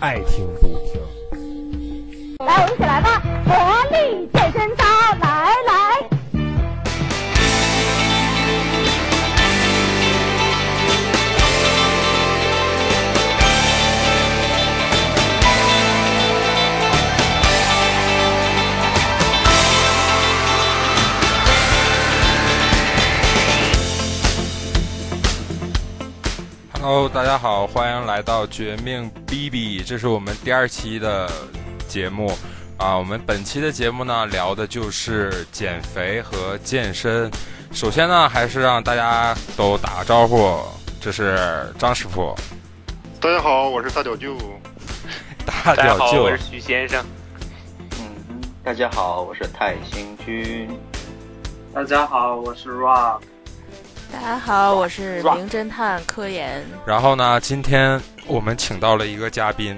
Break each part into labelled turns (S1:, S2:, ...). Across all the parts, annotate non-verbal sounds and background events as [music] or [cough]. S1: 爱听不听。
S2: 来，我们一起来吧！活力健身操，来来。
S3: Hello，大家好，欢迎来到《绝命 BB》，这是我们第二期的节目啊。我们本期的节目呢，聊的就是减肥和健身。首先呢，还是让大家都打个招呼，这是张师傅，
S4: 大家好，我是大脚舅。
S3: 大
S5: 大家
S3: 脚
S5: 好，
S3: 舅
S5: 我是，徐先生。
S6: 嗯，大家好，我是泰兴君。
S7: 大家好，我是 Rock。
S8: 大家好，我是名侦探科研。
S3: 然后呢，今天我们请到了一个嘉宾，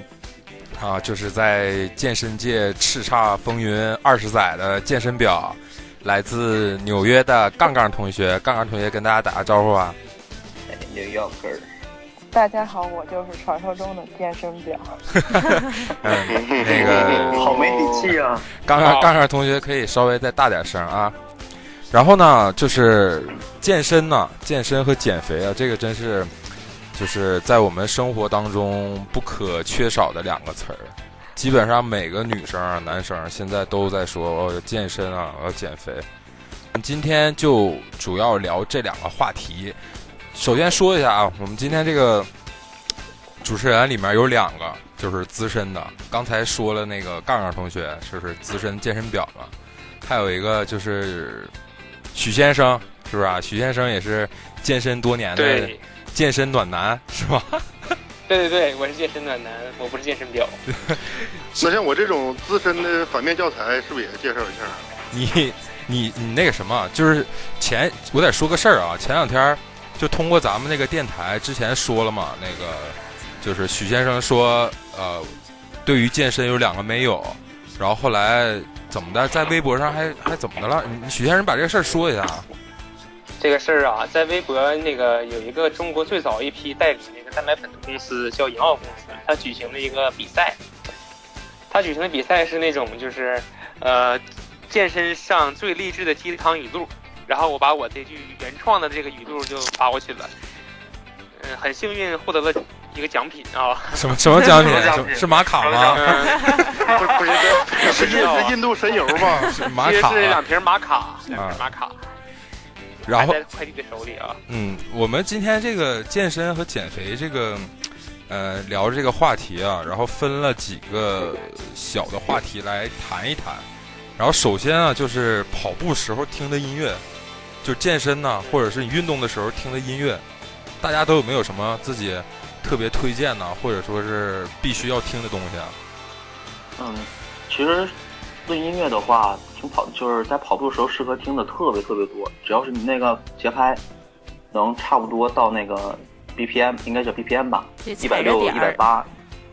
S3: 啊，就是在健身界叱咤风云二十载的健身表，来自纽约的杠杠同学。杠杠同学跟大家打个招呼啊！
S6: 哎，New Yorker，
S9: 大家好，我就是传说中的健身
S8: [laughs]
S9: 表。
S3: 嗯，那个
S6: 好没底气啊！
S3: 杠杠杠杠同学可以稍微再大点声啊。然后呢，就是健身呢、健身和减肥啊，这个真是就是在我们生活当中不可缺少的两个词儿。基本上每个女生啊、男生啊现在都在说我要健身啊，我要减肥。今天就主要聊这两个话题。首先说一下啊，我们今天这个主持人里面有两个就是资深的，刚才说了那个杠杠同学就是资深健身表嘛，还有一个就是许先生，是不是啊？许先生也是健身多年的
S5: 对，
S3: 健身暖男，是吧？
S5: 对对对，我是健身暖男，我不是健身表。
S4: [laughs] 那像我这种资深的反面教材，是不是也介绍一下？啊
S3: 你你你那个什么，啊就是前我得说个事儿啊，前两天儿就通过咱们那个电台之前说了嘛，那个就是许先生说，呃，对于健身有两个没有，然后后来怎么的，在微博上还还怎么的了？你许先生把这个事儿说一下啊，
S5: 这个事儿啊，在微博那个有一个中国最早一批代理那个蛋白粉的公司叫银奥公司，它举行了一个比赛。它举行的比赛是那种就是，呃，健身上最励志的鸡汤语录。然后我把我这句原创的这个语录就发过去了，嗯、很幸运获得了一个奖品啊。
S3: 什么什么奖品
S5: 什么？奖
S3: 什
S5: 品
S3: 么是马卡吗？
S5: 嗯，
S4: 不是不是这，
S5: 不
S4: 是
S5: 知道啊
S4: 印印度神油吧？
S3: 是马
S5: 其实
S3: 卡
S5: 是
S3: 啊。
S5: 两瓶玛卡，两瓶玛卡，
S3: 然后
S5: 还在快递的手里啊。
S3: 嗯，我们今天这个健身和减肥这个，呃，聊这个话题啊，然后分了几个小的话题来谈一谈。然后首先啊，就是跑步时候听的音乐，就健身呐、或者是你运动的时候听的音乐，大家都有没有什么自己特别推荐呐、或者说是必须要听的东西啊？
S6: 嗯，其实论音乐的话，听跑就是在跑步的时候适合听的特别特别多，只要是你那个节拍能差不多到那个 BPM，应该叫 BPM 吧，
S8: 别
S6: 一
S8: 踩
S6: 百
S8: 着
S6: 六、
S8: 点
S6: 一百
S8: 儿，
S6: 八，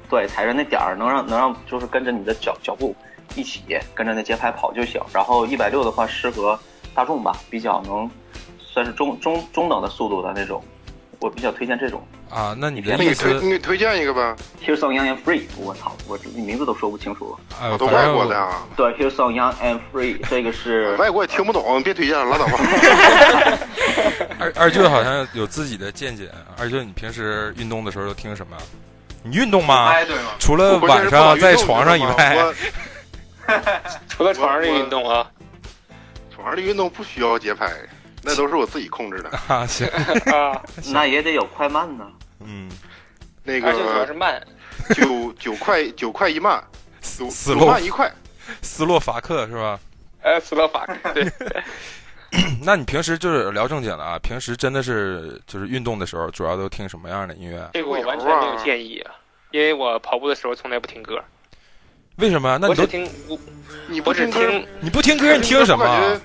S6: 对，踩着那点儿能让能让就是跟着你的脚脚步一起跟着那节拍跑就行。然后一百六的话适合大众吧，比较能算是中中中等的速度的那种，我比较推荐这种。
S3: 啊，那你的
S4: 那
S3: 意
S4: 你推
S3: 思
S4: 你推荐一个呗？
S6: Here's on Young and Free，我操，我这名字都说不清楚了。
S3: 呃，
S4: 我都
S3: 反
S4: 外国
S3: 正
S4: 的啊，
S6: 对，Here's on Young and Free，这个是
S4: [laughs] 外国也听不懂，别推荐了，拉
S6: [laughs]
S4: 倒吧。
S3: 二二舅好像有自己的见解。二舅，你平时运动的时候都听什么？你运动吗？
S7: 哎，对了，
S3: 除了
S4: 我关键
S3: 晚
S4: 是不好
S3: 上
S4: 运动
S3: 在床上以
S4: 你知道
S3: 外，
S4: 吗
S5: 除了床上的运动啊，
S4: 我床上的运动不需要节拍，那都是我自己控制的。
S3: 啊，行，
S5: [laughs] 啊，
S6: [laughs] 那也得有快慢呢。
S3: 嗯，
S4: 那
S5: 而且主要是
S4: 个
S5: 慢，
S4: 九九块九块一慢，
S3: 斯
S4: 九
S3: 斯
S4: 九
S3: 洛
S4: 慢一块。
S3: 斯洛伐克是吧？ [coughs]
S5: 呃，斯洛伐克，对，
S3: 那你平时就是聊正经的啊？平时真的是就是运动的时候，主要都听什么样的音乐？啊
S5: 这个我完全没有建议啊，因为我跑步的时候从来不听歌，
S3: 为什么啊呀？那
S5: 我
S3: 你
S5: 只
S3: 都
S5: 听我
S4: [laughs] 你不
S5: 我只
S4: 歌，
S5: 听
S3: 你不听歌，你听什么？？啊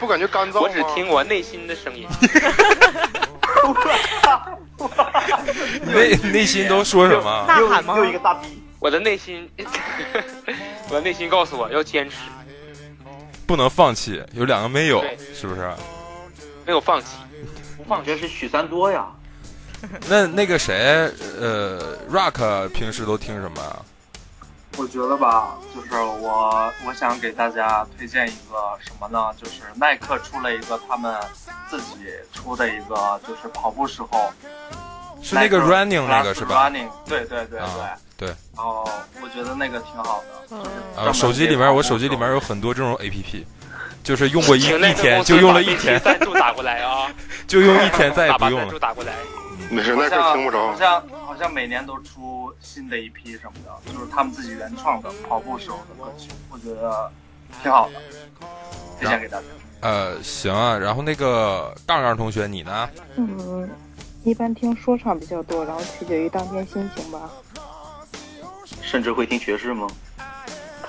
S4: 不感觉干燥吗？
S5: 我只听我内心的声音，
S3: 你内内心都说什么？啊
S8: 呐喊吗
S6: 又？一个大逼，
S5: 我的内心，我的内心告诉我要坚持，
S3: 不能放弃，有两个没有
S5: 对，
S3: 是不是？
S5: [laughs]
S3: 啊
S5: 没有放弃，不放
S6: 这
S5: 弃，
S6: 是许三多呀。
S3: 那那个谁，呃，Rock 平时都听什么啊？
S7: 我觉得吧，就是我我想给大家推荐一个什么呢？就是耐克出了一个他们自己出的一个，就是跑步时候
S3: 是那个
S7: 耐克
S3: Running 那个
S7: Plus
S3: 是吧？
S7: ？Running，对对对对。
S3: 啊对。
S7: 然后我觉得那个挺好的，就是
S3: 啊，
S7: 专门
S3: 手机里
S7: 给跑
S3: 面
S7: 步
S3: 我手机里面有很多这种 A P P，就是用过一
S5: 请那
S3: 一
S5: 个
S3: 天
S5: 公司
S3: 就用
S5: 把
S3: 了一
S5: 微信
S3: 天，
S5: 赞助打过来啊，
S3: 就用一天再也
S5: 打
S3: 不
S5: 把
S3: 用
S5: 赞助
S3: 了。
S5: 打过来。
S4: 没事，耐
S7: 好
S4: 克
S7: 像
S4: 听不着
S7: 好。像好像每年都出新的一批什么的，就是他们自己原创的跑步时候的歌曲，我觉得挺好的，推荐给大家。
S3: 呃，行啊，然后那个杠杠同学你呢？
S9: 嗯，一般听说唱比较多，然后取决于当天心情吧。
S6: 甚至会听爵士吗？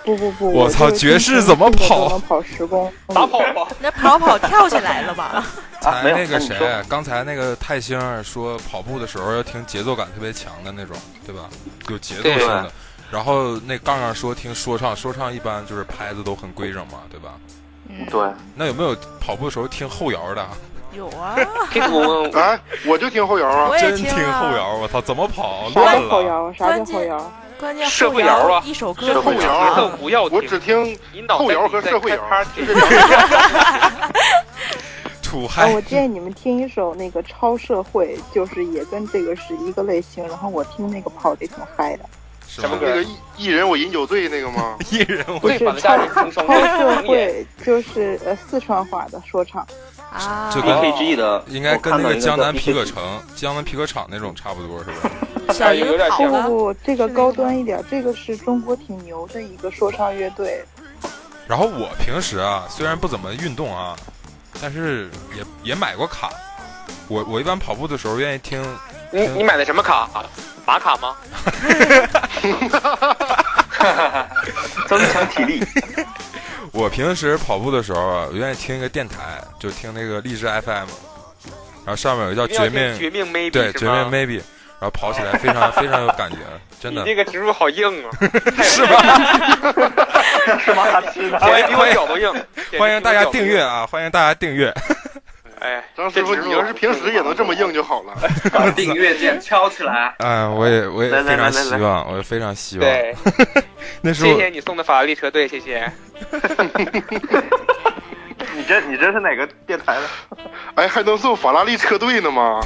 S9: 不不不，
S3: 我操
S9: 就是
S3: 爵士
S9: 心情
S3: 怎么
S9: 不好
S3: 跑
S9: 都能跑十公里？
S5: [laughs] 打跑吧，
S8: [laughs] 那跑跑跳起来
S9: [laughs]
S8: 了
S3: [laughs]
S8: 吧？
S6: 啊，
S3: 才
S6: 没有，
S3: 那个
S6: 那你
S3: 谁
S6: 说，
S3: 刚才那个泰星说跑步的时候要听节奏感特别强的那种，对吧？有节奏
S5: 对
S3: 性的。然后那杠杠说听说唱，说唱一般就是拍子都很规整嘛，对吧？
S8: 嗯，
S6: 对，
S3: 那有没有跑步的时候听后摇的啊？
S8: 有啊，
S5: 这个我 [laughs] 我
S4: 哎，我就听后摇啊，
S8: 我也
S3: 真听
S8: 啊
S3: 后。摇，我操，怎么跑
S9: 啥
S3: 乱
S9: 叫后
S3: 了？
S9: 摇？
S3: [laughs]
S9: 啥叫
S8: 关键
S9: 后摇？
S8: 关键
S5: 社
S8: 后
S5: 会摇啊
S8: 一首歌
S5: 社
S4: 后
S5: 会
S4: 摇
S5: 摇
S4: 啊
S5: 节奏不要
S4: 我
S5: 停，
S4: 只听
S5: 你脑袋
S4: 后摇和社会摇
S5: 里在开 party
S3: [laughs] 土嗨
S9: 啊，我建议你们听一首那个超社会，就是也跟这个是一个类型，然后我听那个跑的挺嗨的，
S3: 是
S5: 什
S3: 吗
S5: 么？
S4: 那个一一人我饮酒醉那个吗？
S3: [laughs] 一人
S9: 不
S3: 我
S9: 是
S5: 最反
S9: 超
S5: 下人听声
S9: 超社
S5: 的也
S9: 会就是呃四川话的说唱，
S8: 啊，
S3: 这个
S6: AKG 的
S3: 应该跟那
S6: 我看到
S3: 个
S6: 一个
S3: 江南
S6: 叫
S3: 皮革
S6: AKG
S3: 城、江南皮革厂那种差不多，是吧？
S8: 小
S5: 哎有
S8: 樱
S5: 点
S8: 跑
S9: 不
S5: 像
S9: 不不，
S8: 了，
S9: 这个
S8: 是那
S9: 高
S8: 个吗
S9: 端一点，这个是中国挺牛的一个说唱乐队，
S3: 然后我平时啊，虽然不怎么运动啊，但是也也买过卡。我我一般跑步的时候愿意听，
S5: 你你买的什么卡？马卡
S4: [laughs]
S5: 吗？
S6: 增强体力，
S3: 我平时跑步的时候啊，我愿意听一个电台，就听那个荔枝 FM，然后上面有一个叫
S5: 一定要
S3: 绝
S5: 听
S3: 命，
S5: 绝命 maybe
S3: 对
S5: 是
S3: 绝
S5: 吗
S3: 命 maybe，然后跑起来非常非常有感觉，真
S5: 你
S3: 的
S5: 这个植入好硬啊！
S3: [laughs] 是吧？
S5: [laughs]
S6: 是吗？他吃的。
S5: 简直比我脚都硬。
S3: 欢迎大家订阅
S5: 啊！
S3: 啊，欢迎大家订阅。
S5: 哎，
S4: 张师傅，
S5: 这植入
S4: 你要是平时也能这么硬就好了。
S7: [laughs] 把订阅键敲起来。
S3: 哎，我也我也
S6: 来来
S3: 非常
S6: 来来
S3: 希
S6: 来
S3: 望，我也非常希望。
S5: 对，
S3: 那时
S5: 谢
S3: 候
S5: 谢你送的法拉利车队，谢谢。 [laughs]
S6: 你这你这是哪个电台的？
S4: [laughs] 哎，还能送法拉利车队呢吗？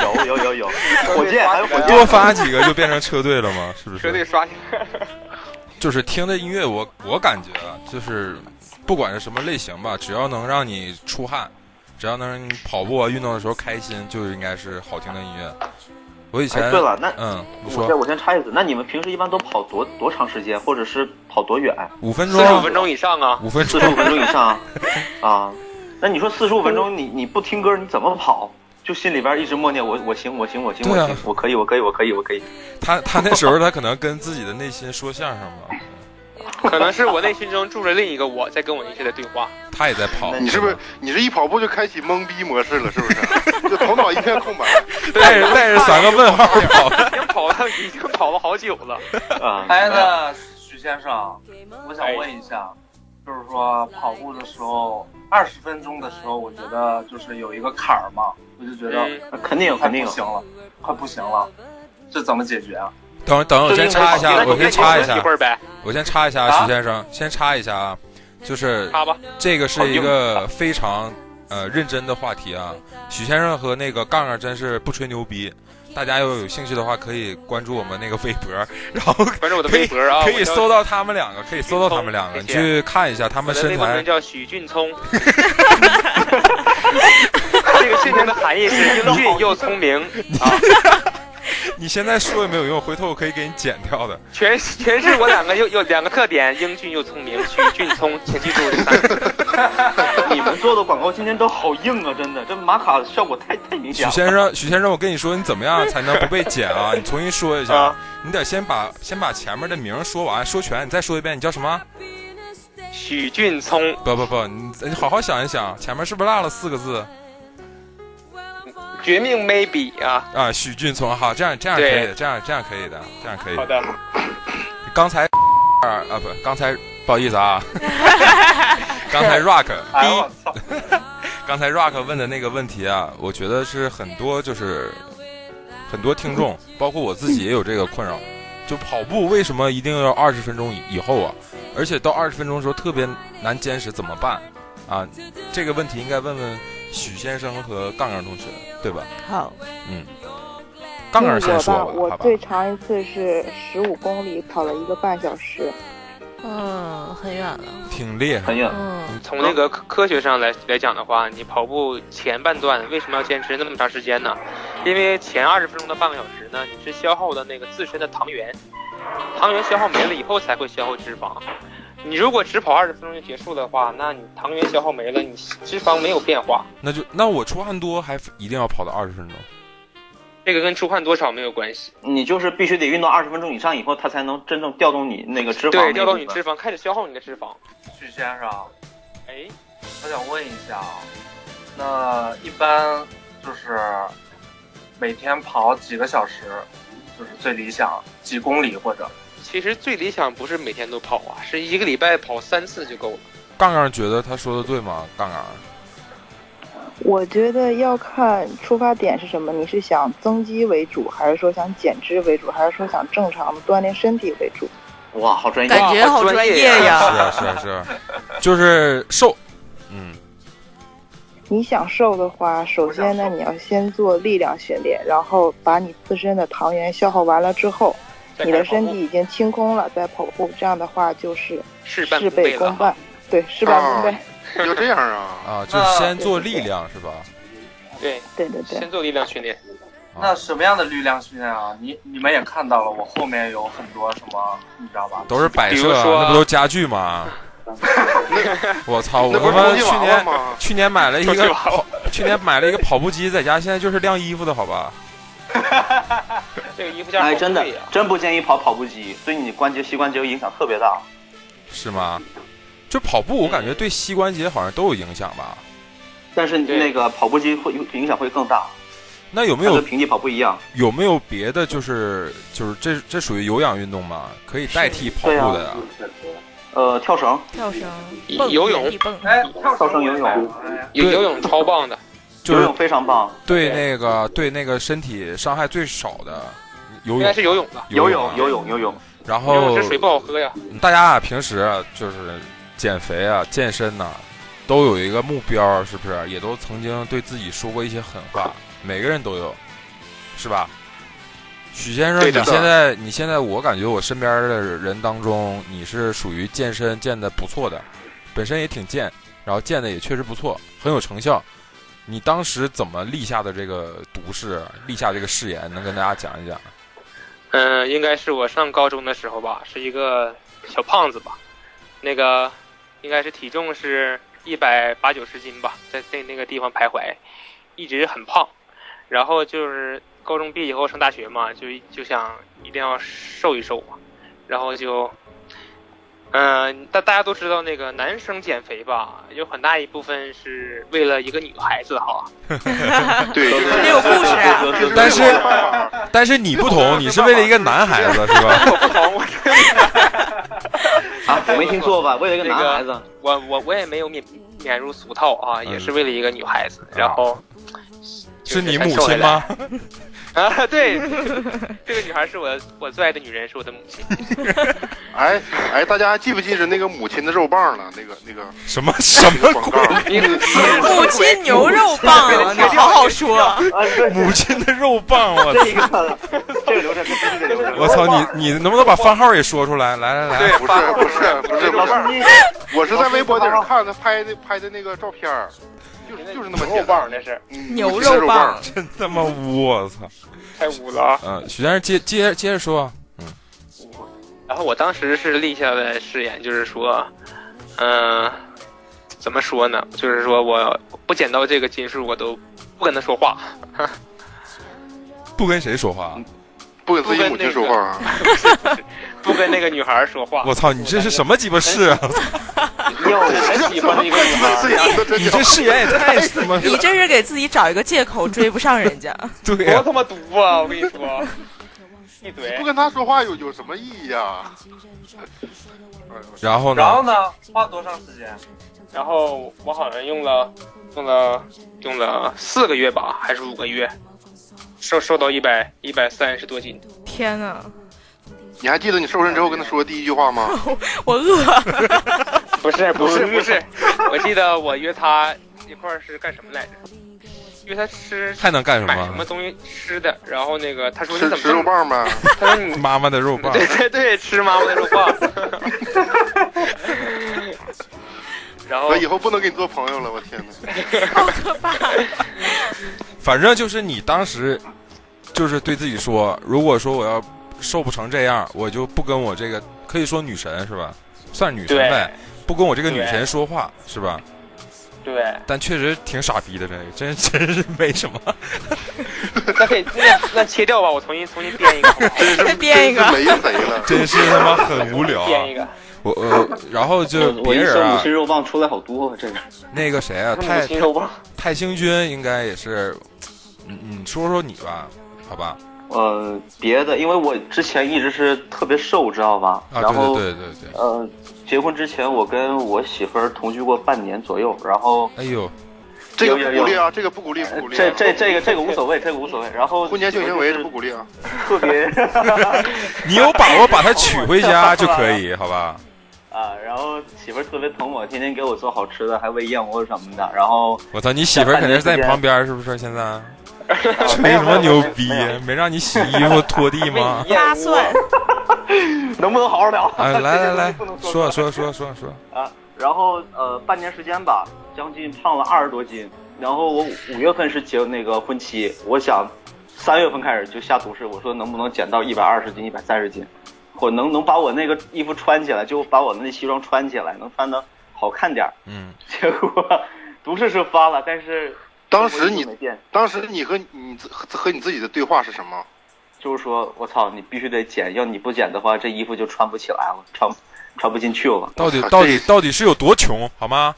S6: 有有有有，火箭还有火箭，
S3: [laughs] 多发几个就变成车队了吗？是不是？
S5: [laughs] 车队刷起来，
S3: 就是听的音乐我，我感觉啊，就是不管是什么类型吧，只要能让你出汗，只要能让你跑步啊、运动的时候开心，就应该是好听的音乐。我以前，
S6: 哎对了那
S3: 嗯，你
S6: 我先
S3: 说
S6: 我先插一嘴，那你们平时一般都跑多多长时间，或者是跑多远？
S3: 五分
S5: 四十五
S3: 钟，
S5: 分钟以上啊！
S3: 五分
S6: 四
S3: 钟
S6: 十，五分钟以
S3: [laughs]
S6: 上啊？那你说四十五分钟，你你不听歌，你怎么跑？就心里边一直默念我我行我行我行我
S3: 对啊
S6: 行，我可以我可以我可以我可以。
S3: 他他那时候他可能跟自己的内心说相声嘛，
S5: 可能是我内心中住着另一个我在跟我内心在对话。
S3: 他也在跑。
S4: 你是不是你这一跑步就开启懵逼模式了？ [laughs] 是不是？就 [laughs] 头脑一片空白。
S3: 带着带着三个问号跑？
S5: 已经跑了，已经跑了好久了。
S6: 啊，
S7: 哎，那许先生，我想问一下，就是说跑步的时候，二十分钟的时候，我觉得就是有一个坎儿嘛，我就觉得
S5: 嗯
S6: 那肯定有
S7: 快
S6: 肯定
S7: 不
S6: 有。
S7: 行了，快不行了，这怎么解决啊？
S3: 等会儿等会儿我先插一下，
S5: 那
S3: 我
S5: 你
S3: 先插一
S5: 一
S3: 下
S5: 会，儿呗，
S3: 我先插一下，
S7: 啊
S3: 徐先生，先插一下啊，就是
S5: 插吧。啊
S3: 这个是一个非常呃认真的话题啊。许先生和那个杠杠真是不吹牛逼，大家要有兴趣的话可以关注我们那个微博，然后
S5: 关注我的微博啊，
S3: 可以搜
S5: 到。
S3: 到他们两个，可以搜到他们两个，你
S5: 谢谢
S3: 去看一下他
S5: 我
S3: 们
S5: 的微
S3: 身
S5: 博
S3: 材
S5: 名。叫许俊
S3: [laughs]
S5: 聪。这个姓名的含
S3: [laughs]
S5: 义是英俊又聪明啊，
S3: 你现在说也没有用，回头我可以给你剪掉的。
S5: 全全是我两个又有两个特点，英俊又聪明，许俊聪，请记住这三个字。
S6: [laughs] 你们做的广告今天都好硬啊，真的，这马卡效果太太明显
S3: 许
S6: 了。
S3: 先生，许先生，我跟你说，你怎么样才能不被剪
S5: [laughs]
S3: 啊？你重新说一下
S5: 啊，
S3: 你得先把先把前面的名儿说完，说全，你再说一遍，你叫什么？
S5: 许俊聪，
S3: 不不不，你你好好想一想，前面是不是落了四个字？
S5: 绝命 maybe 啊。
S3: 啊，许俊聪，好，这样这样可以
S5: 对
S3: 的，这样这样可以的，这样可以
S5: 好
S3: 的。
S5: 的，
S3: 刚才啊不，刚才不好意思
S8: [laughs]
S3: 啊，刚才 Rock
S7: 哎
S3: 第一
S7: 我
S3: [laughs]
S7: 操！
S3: 刚才 Rock 问的那个问题啊，我觉得是很多就是很多听众，包括我自己也有这个困扰，就跑步为什么一定要二十分钟以以后啊？而且到二十分钟的时候特别难坚持，怎么办啊？这个问题应该问问许先生和杠杠同学，对吧？
S8: 好，
S3: 嗯，杠杠先说
S9: 我吧，
S3: 好
S9: 我
S3: 吧？
S9: 最长一次是十五公里，跑了一个半小时。
S8: 嗯，很远了，
S3: 挺厉害，
S6: 很远。
S8: 嗯，
S5: 从那个科科学上来来讲的话，你跑步前半段为什么要坚持那么长时间呢？因为前二十分钟到半个小时呢，你是消耗的那个自身的糖原，糖原消耗没了以后才会消耗脂肪。你如果只跑二十分钟就结束的话，那你糖原消耗没了，你脂肪没有变化，
S3: 那就那我出汗多还一定要跑到二十分钟。
S5: [laughs] 这个跟出汗多少没有关系。
S6: 你就是必须得运动二十分钟以上以后，它才能真正调动你那个脂肪那
S5: 对，
S6: 一
S5: 调动你
S6: 部分
S5: 脂肪，开始消耗你的脂肪。
S7: 许先生，
S5: 哎，
S7: 我想问一下啊，那一般就是每天跑几个小时，就是最理想几公里或者
S5: 其实最理想不是每天都跑啊，是一个礼拜跑三次就够了。
S3: 杠杠觉得他说的对吗？杠杠，
S9: 我觉得要看出发点是什么，你是想增肌为主，还是说想减脂为主，还是说想正常的锻炼身体为主？
S6: 哇，好专业！
S8: 感觉
S5: 哇好
S8: 好专
S5: 专
S8: 业
S5: 业
S3: 是
S8: 呀。
S3: 啊是啊是啊，就是瘦，嗯，
S9: 你想瘦的话，首先呢，你要先做力量训练，然后把你自身的糖原消耗完了之后，
S5: 再
S9: 你
S5: 开
S9: 的
S5: 始跑步
S9: 身体已经清空了，再跑步，这样的话就是
S5: 事半
S9: 事
S5: 功倍
S9: 倍
S5: 了
S9: 功
S5: 哈。
S9: 半，对，事半功倍，
S4: 就这样啊？
S3: 啊，就是先做力量是吧？
S5: 对，
S9: 对对对。
S5: 先做力量训练。
S7: 那
S3: 啊，
S7: 什么样的力量训练啊？你你们也看到了，我后面有很多什么，你知道吧？
S3: 都是摆
S5: 比
S7: [laughs]
S3: 设
S5: 如
S3: 啊，
S5: 说
S3: 那不都家具吗？我操！我
S4: 那
S3: 他
S4: 不是
S3: 妈
S4: 充气
S3: 去
S4: 娃娃
S3: 年
S4: 吗？
S3: 去年买了一
S5: 充气
S3: 个
S5: 娃
S3: 跑，去年买了一个跑步机，在家现在就是晾衣服的好吧？啊
S5: [laughs] 这个衣服架
S6: 哎，
S5: 好
S6: 真的
S5: 贵啊呀，
S6: 真不建议跑跑步机，对你关节、膝关节有影响特别大。
S3: 是吗？就跑步，我感觉对膝关节好像都有影响吧？
S6: 但是
S5: 对
S6: 那个跑步机会影响会更大，
S3: 那有没
S6: 它跟
S3: 有
S6: 平地跑步一样。
S3: 有没有别的就是就是这这属于有氧运动吗？可以代替跑
S6: 对呀
S3: 步的呀？
S6: 呃，跳绳，
S8: 跳绳、
S5: 游
S8: 蹦
S5: 游泳
S8: 原地蹦
S7: 哎，跳
S6: 跳绳游泳
S7: 哎呀
S5: 有
S3: 对
S5: 游泳超棒的，
S3: 就
S6: 游
S3: 是
S6: 泳非常棒。
S3: 对那个对那个身体伤害最少的游
S5: 应该
S3: 泳
S5: 是游泳吧？
S6: 游
S3: 泳啊
S6: 泳，游泳，游泳，
S3: 然
S5: 游
S3: 后
S5: 泳这水不好喝呀。
S3: 大家啊，平时啊，就是减肥啊、健身呐、都有一个目标，是不是？也都曾经对自己说过一些狠话，每个人都有，是吧？许先生，
S4: 对
S3: 你
S4: 的
S3: 现在你现在，我感觉我身边的人当中，你是属于健身健的不错的，本身也挺健，然后健的也确实不错，很有成效。你当时怎么立下的这个毒誓，啊立下这个誓言，能跟大家讲一啊讲？
S5: 嗯、应该是我上高中的时候吧，是一个小胖子吧，那个应该是体重是一百八九十斤吧，在那那个地方徘徊，一直很胖。然后就是高中毕业以后上大学嘛，就就想一定要瘦一瘦嘛，然后就，嗯、大大家都知道那个男生减肥吧，有很大一部分是为了一个女孩子哈，
S4: 对，
S8: 得有护士啊
S6: 对
S5: [laughs]
S6: 对对
S3: 但是
S6: 对对
S5: 啊
S3: 但是你不同，你是为了一个男孩子，是吧？
S5: 我不懂，我
S6: 啊，我没听错吧？为了一个男孩子，
S5: 我我我也没有免免入俗套啊，也是为了一个女孩子，然后
S3: 是你母亲
S4: [laughs]
S3: 吗？
S5: 啊，对，这个女孩是我 [laughs] 我最爱的女人，是我的母亲。
S4: [laughs] 哎哎，大家还记不记着那个母亲的肉棒了？那个那个
S3: 什么什
S4: 那
S3: 么
S4: 个广
S3: 鬼
S4: 告？
S8: 母亲牛肉棒，啊你好好说。
S6: 啊，对，
S3: 母亲的肉棒，我
S6: 这个这个流程必须得留着。
S3: 我操你你能不能把番号也说出来？来来来，
S4: 不是不是不是不
S6: 老
S4: 是，
S6: 师，你
S4: 我是在微博顶上看他拍的拍的那个照片儿，就是就是那么
S5: 牛
S4: 简单
S5: 棒，那是
S4: 嗯
S8: 牛
S4: 母亲的
S8: 肉
S4: 肉
S8: 棒
S4: 棒，，
S3: 真他妈污！我操！
S5: 太污了啊！
S3: 嗯，许先生接接接着说，
S5: 然后我当时是立下的誓言，就是说，嗯、怎么说呢？就是说我不减到这个斤数，我都不跟他说话， [laughs]
S3: 不跟谁说
S5: 嗯
S3: 话？
S4: 不给自己母亲说话，
S5: 不跟那个女孩说话。
S3: 我操！你这是什么鸡巴事
S5: [laughs]
S3: 啊？
S6: 你有很喜欢的一个女孩，
S4: 这
S8: [laughs]
S4: 真
S3: 你这誓言也太他妈……
S8: 你这是给自己找一个借口，追不上人家。
S3: 对
S5: 多
S3: 呀，
S5: 他妈毒啊！我跟你
S8: [laughs]
S5: 说，闭嘴
S4: 不。跟他说话有有什么意义啊呀？
S3: 然后呢
S7: 然？后呢，花多长时间？
S5: 然后我好像用了用了用了四个月吧，还是五个月，瘦瘦到一百一百三十多斤。
S8: 天哪，
S4: 你还记得你瘦身之后跟他说的第一句话吗？
S8: [laughs] 我饿。
S6: [laughs]
S5: 不
S8: [laughs]
S5: 是不是不是，我记得我约他一块儿是干什么来着？约他吃
S3: 还能干什
S5: 买什
S3: 么
S5: 么？东西吃的，然后那个他说你
S4: 吃
S5: 怎么
S4: 吃肉
S5: 这么？
S4: 棒呗。
S5: 他说你
S3: 妈妈的肉棒，
S5: 对 [laughs] 对对，吃妈妈的肉棒。然后
S4: 我以后不能跟你做朋友了，我天哪！
S3: 反正就是你当时就是对自己说，如果说我要瘦不成这样，我就不跟我这个可以说女神是吧？算是女神
S5: 对
S3: 呗，不跟我这个女神
S5: 对
S3: 说话是吧？
S5: 对，
S3: 但确实挺傻逼的，这个真真是没什么。
S5: 那可以那那切掉吧，我重新重新编一个好不好，
S8: 再编一
S4: 真是
S8: 个，
S4: 没谁
S6: 嗯
S4: 了。
S3: 真是他妈 [laughs] 很无
S5: [laughs]
S6: [laughs]
S3: 聊、啊
S5: 编一。个。
S3: 我呃，然后就
S6: 我我
S3: 别
S6: 一
S3: 人
S6: 说母
S3: 啊
S6: 亲，肉棒出来好多啊，这个
S3: 那个谁啊，
S5: 母
S3: 太
S5: 亲肉棒，
S3: 太兴军应该也是，你你说说你吧，好吧？
S6: 呃别的，因为我之前一直是特别瘦，知道吧？
S3: 啊，
S6: 然后
S3: 对对对对对，
S6: 呃，结婚之前我跟我媳妇儿同居过半年左右，然后
S3: 哎呦，
S4: 这个
S6: 有有呃
S4: 不鼓励啊，这个不鼓励，不鼓励啊。
S6: 这这这个这个无所谓，这个无所谓。然后
S4: 婚前性行为这不
S6: 就是
S4: 鼓励啊。
S6: 特 [laughs] 别
S3: 你有把握把她娶回家就可以，好吧？
S6: 啊，然后媳妇儿特别疼我，天天给我做好吃的，还喂燕窝什么的。然后
S3: 我操，你媳妇儿肯定是在你旁边，是不是？现在吹什么牛逼？没让你洗衣服、拖地
S6: [laughs]
S3: 吗？
S8: 八蒜，
S6: 能不能好好聊？
S3: 哎，来来来
S6: [laughs] 不能，
S3: 说说说说说，
S6: 啊，然后呃，半年时间吧，将近胖了二十多斤。然后我五五月份是结那个婚期，我想三月份开始就下毒誓，我说能不能减到一百二十斤、一百三十斤，我能能把我那个衣服穿起来，就把我那西装穿起来，能穿的好看点儿。
S3: 嗯，
S6: 结果 [laughs] 毒誓是发了，但是
S4: 当时
S6: 我一
S4: 你
S6: 直没变，
S4: 当时你和你自和你自己的对话是什么？
S6: 就是说我操，你必须得减，要你不减的话，这衣服就穿不起来了，穿穿不进去了。
S3: 到底
S4: 我操
S3: 到底
S4: 啊这
S3: 到底是有多穷，好吗？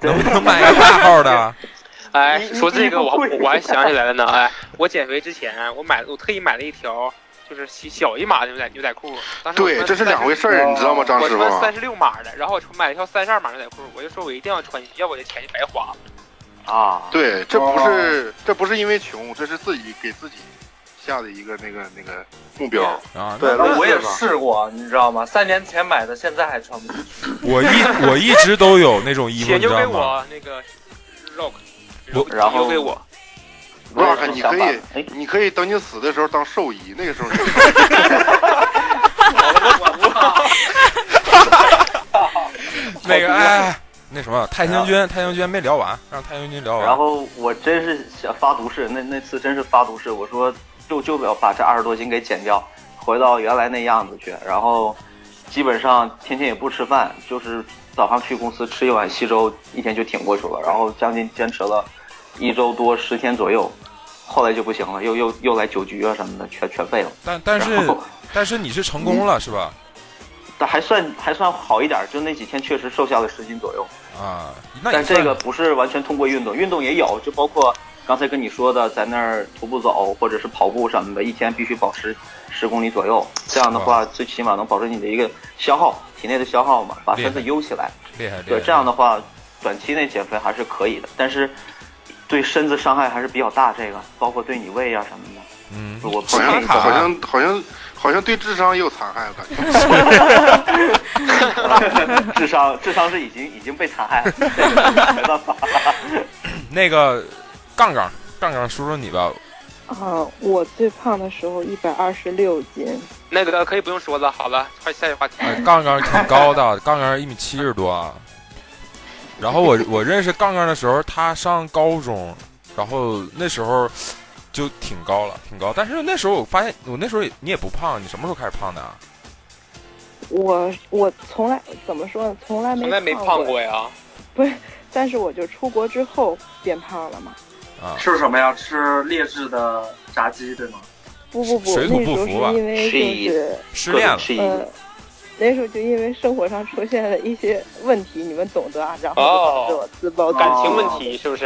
S3: 能不能买个大号的？啊
S5: 哎，
S6: 你
S5: 说这个我
S6: 你不会
S5: 我还想起来了呢。哎， [laughs] 我减肥之前，我买我特意买了一条就是小小一码的牛仔牛仔裤。当时我
S4: 对，
S5: 穿
S4: 这是两回事儿，你知道吗，啊张
S5: 我
S4: 师
S5: 穿
S4: 傅
S5: 三？十六码的，然后我买了一条三十二码牛仔裤，我就说我一定要穿进去，要不我这钱就白花了。
S6: 啊，哦
S4: 对，这不是这不是因为穷，这是自己给自己下的一个那个那个目标。
S3: 啊，
S7: 对，
S4: 那
S7: 我也
S4: 是吧
S7: 试过，你知道吗？三年前买的，现在还穿不进去。
S3: 我一我一直都有那种衣服，
S5: 铁
S3: 你知
S5: 牛给
S3: 道吗？
S5: 我那个 rock，
S3: 我
S5: 铁牛给我，
S6: 我
S4: Rock，
S6: 也
S4: 你
S6: 是想
S4: 可
S6: 法
S4: 以
S6: 哎，
S4: 你可以等你死的时候当兽医，那个时候你
S3: 那个哎，那什么太行军，太行军没聊完，让太行军聊完。
S6: 然后我真是想发毒誓，那那次真是发毒誓，我说就就要把这二十多斤给减掉，回到原来那样子去。然后基本上天天也不吃饭，就是早上去公司吃一碗稀粥，一天就挺过去了。然后将近坚持了一周多十天左右，后来就不行了，又又又来酒局啊什么的，全全废了。
S3: 但但
S6: 然
S3: 是
S6: 后
S3: 但是你是成功了是吧？
S6: 但还算还算好一点，就那几天确实瘦下了十斤左右。
S3: 啊，那
S6: 但
S3: 你
S6: 这
S3: 算
S6: 个不是完全通过运动，运动也有，就包括刚才跟你说的，在那儿徒步走或者是跑步什么的，一天必须保持十公里左右。这样的话，最起码能保证你的一个消耗，体内的消耗嘛，把身子悠起来。
S3: 厉害厉害。
S6: 对，这样的话，短期内减肥还是可以的，但是对身子伤害还是比较大。这个包括对你胃啊什么的，
S3: 嗯，
S6: [laughs] 我啊不
S4: 好
S6: 建
S4: 像
S6: 议。
S4: 好像好像好像对智商也有残害，我感觉。
S6: [laughs] 智商智商是已经已经被残害了，这个没办法。
S3: 那个杠杠杠杠说说你吧，
S9: 啊，我最胖的时候一百二十六斤，
S5: 那个的可以不用说了，好了，快下一个话题。
S3: 哎 [laughs] 杠杠挺高的，杠杠一米七十多啊。然后
S7: [laughs]
S3: 我我认识杠杠的时候，他上高中，然后那时候就挺高了，挺高。但是那时候我发现，我那时候也你也不胖，你什么时候开始胖的啊？
S9: 我我从来怎么说呢，从来没
S5: 从来没
S9: 胖
S5: 胖，过呀，
S9: 但是我就出国之后变胖了嘛。
S3: 啊，
S7: 吃什么呀？吃劣质的炸鸡，对吗？
S9: 不不不，
S3: 水土
S9: 那时
S3: 不
S9: 候
S3: 服啊吧
S9: 是因为就是
S3: 失恋了
S6: 各种吃一
S9: 呃，那时候就因为生活上出现了一些问题，你们懂得啊，然后就导致
S6: 哦
S9: 我自暴自
S5: 感
S9: 弃
S5: 情问题是不啊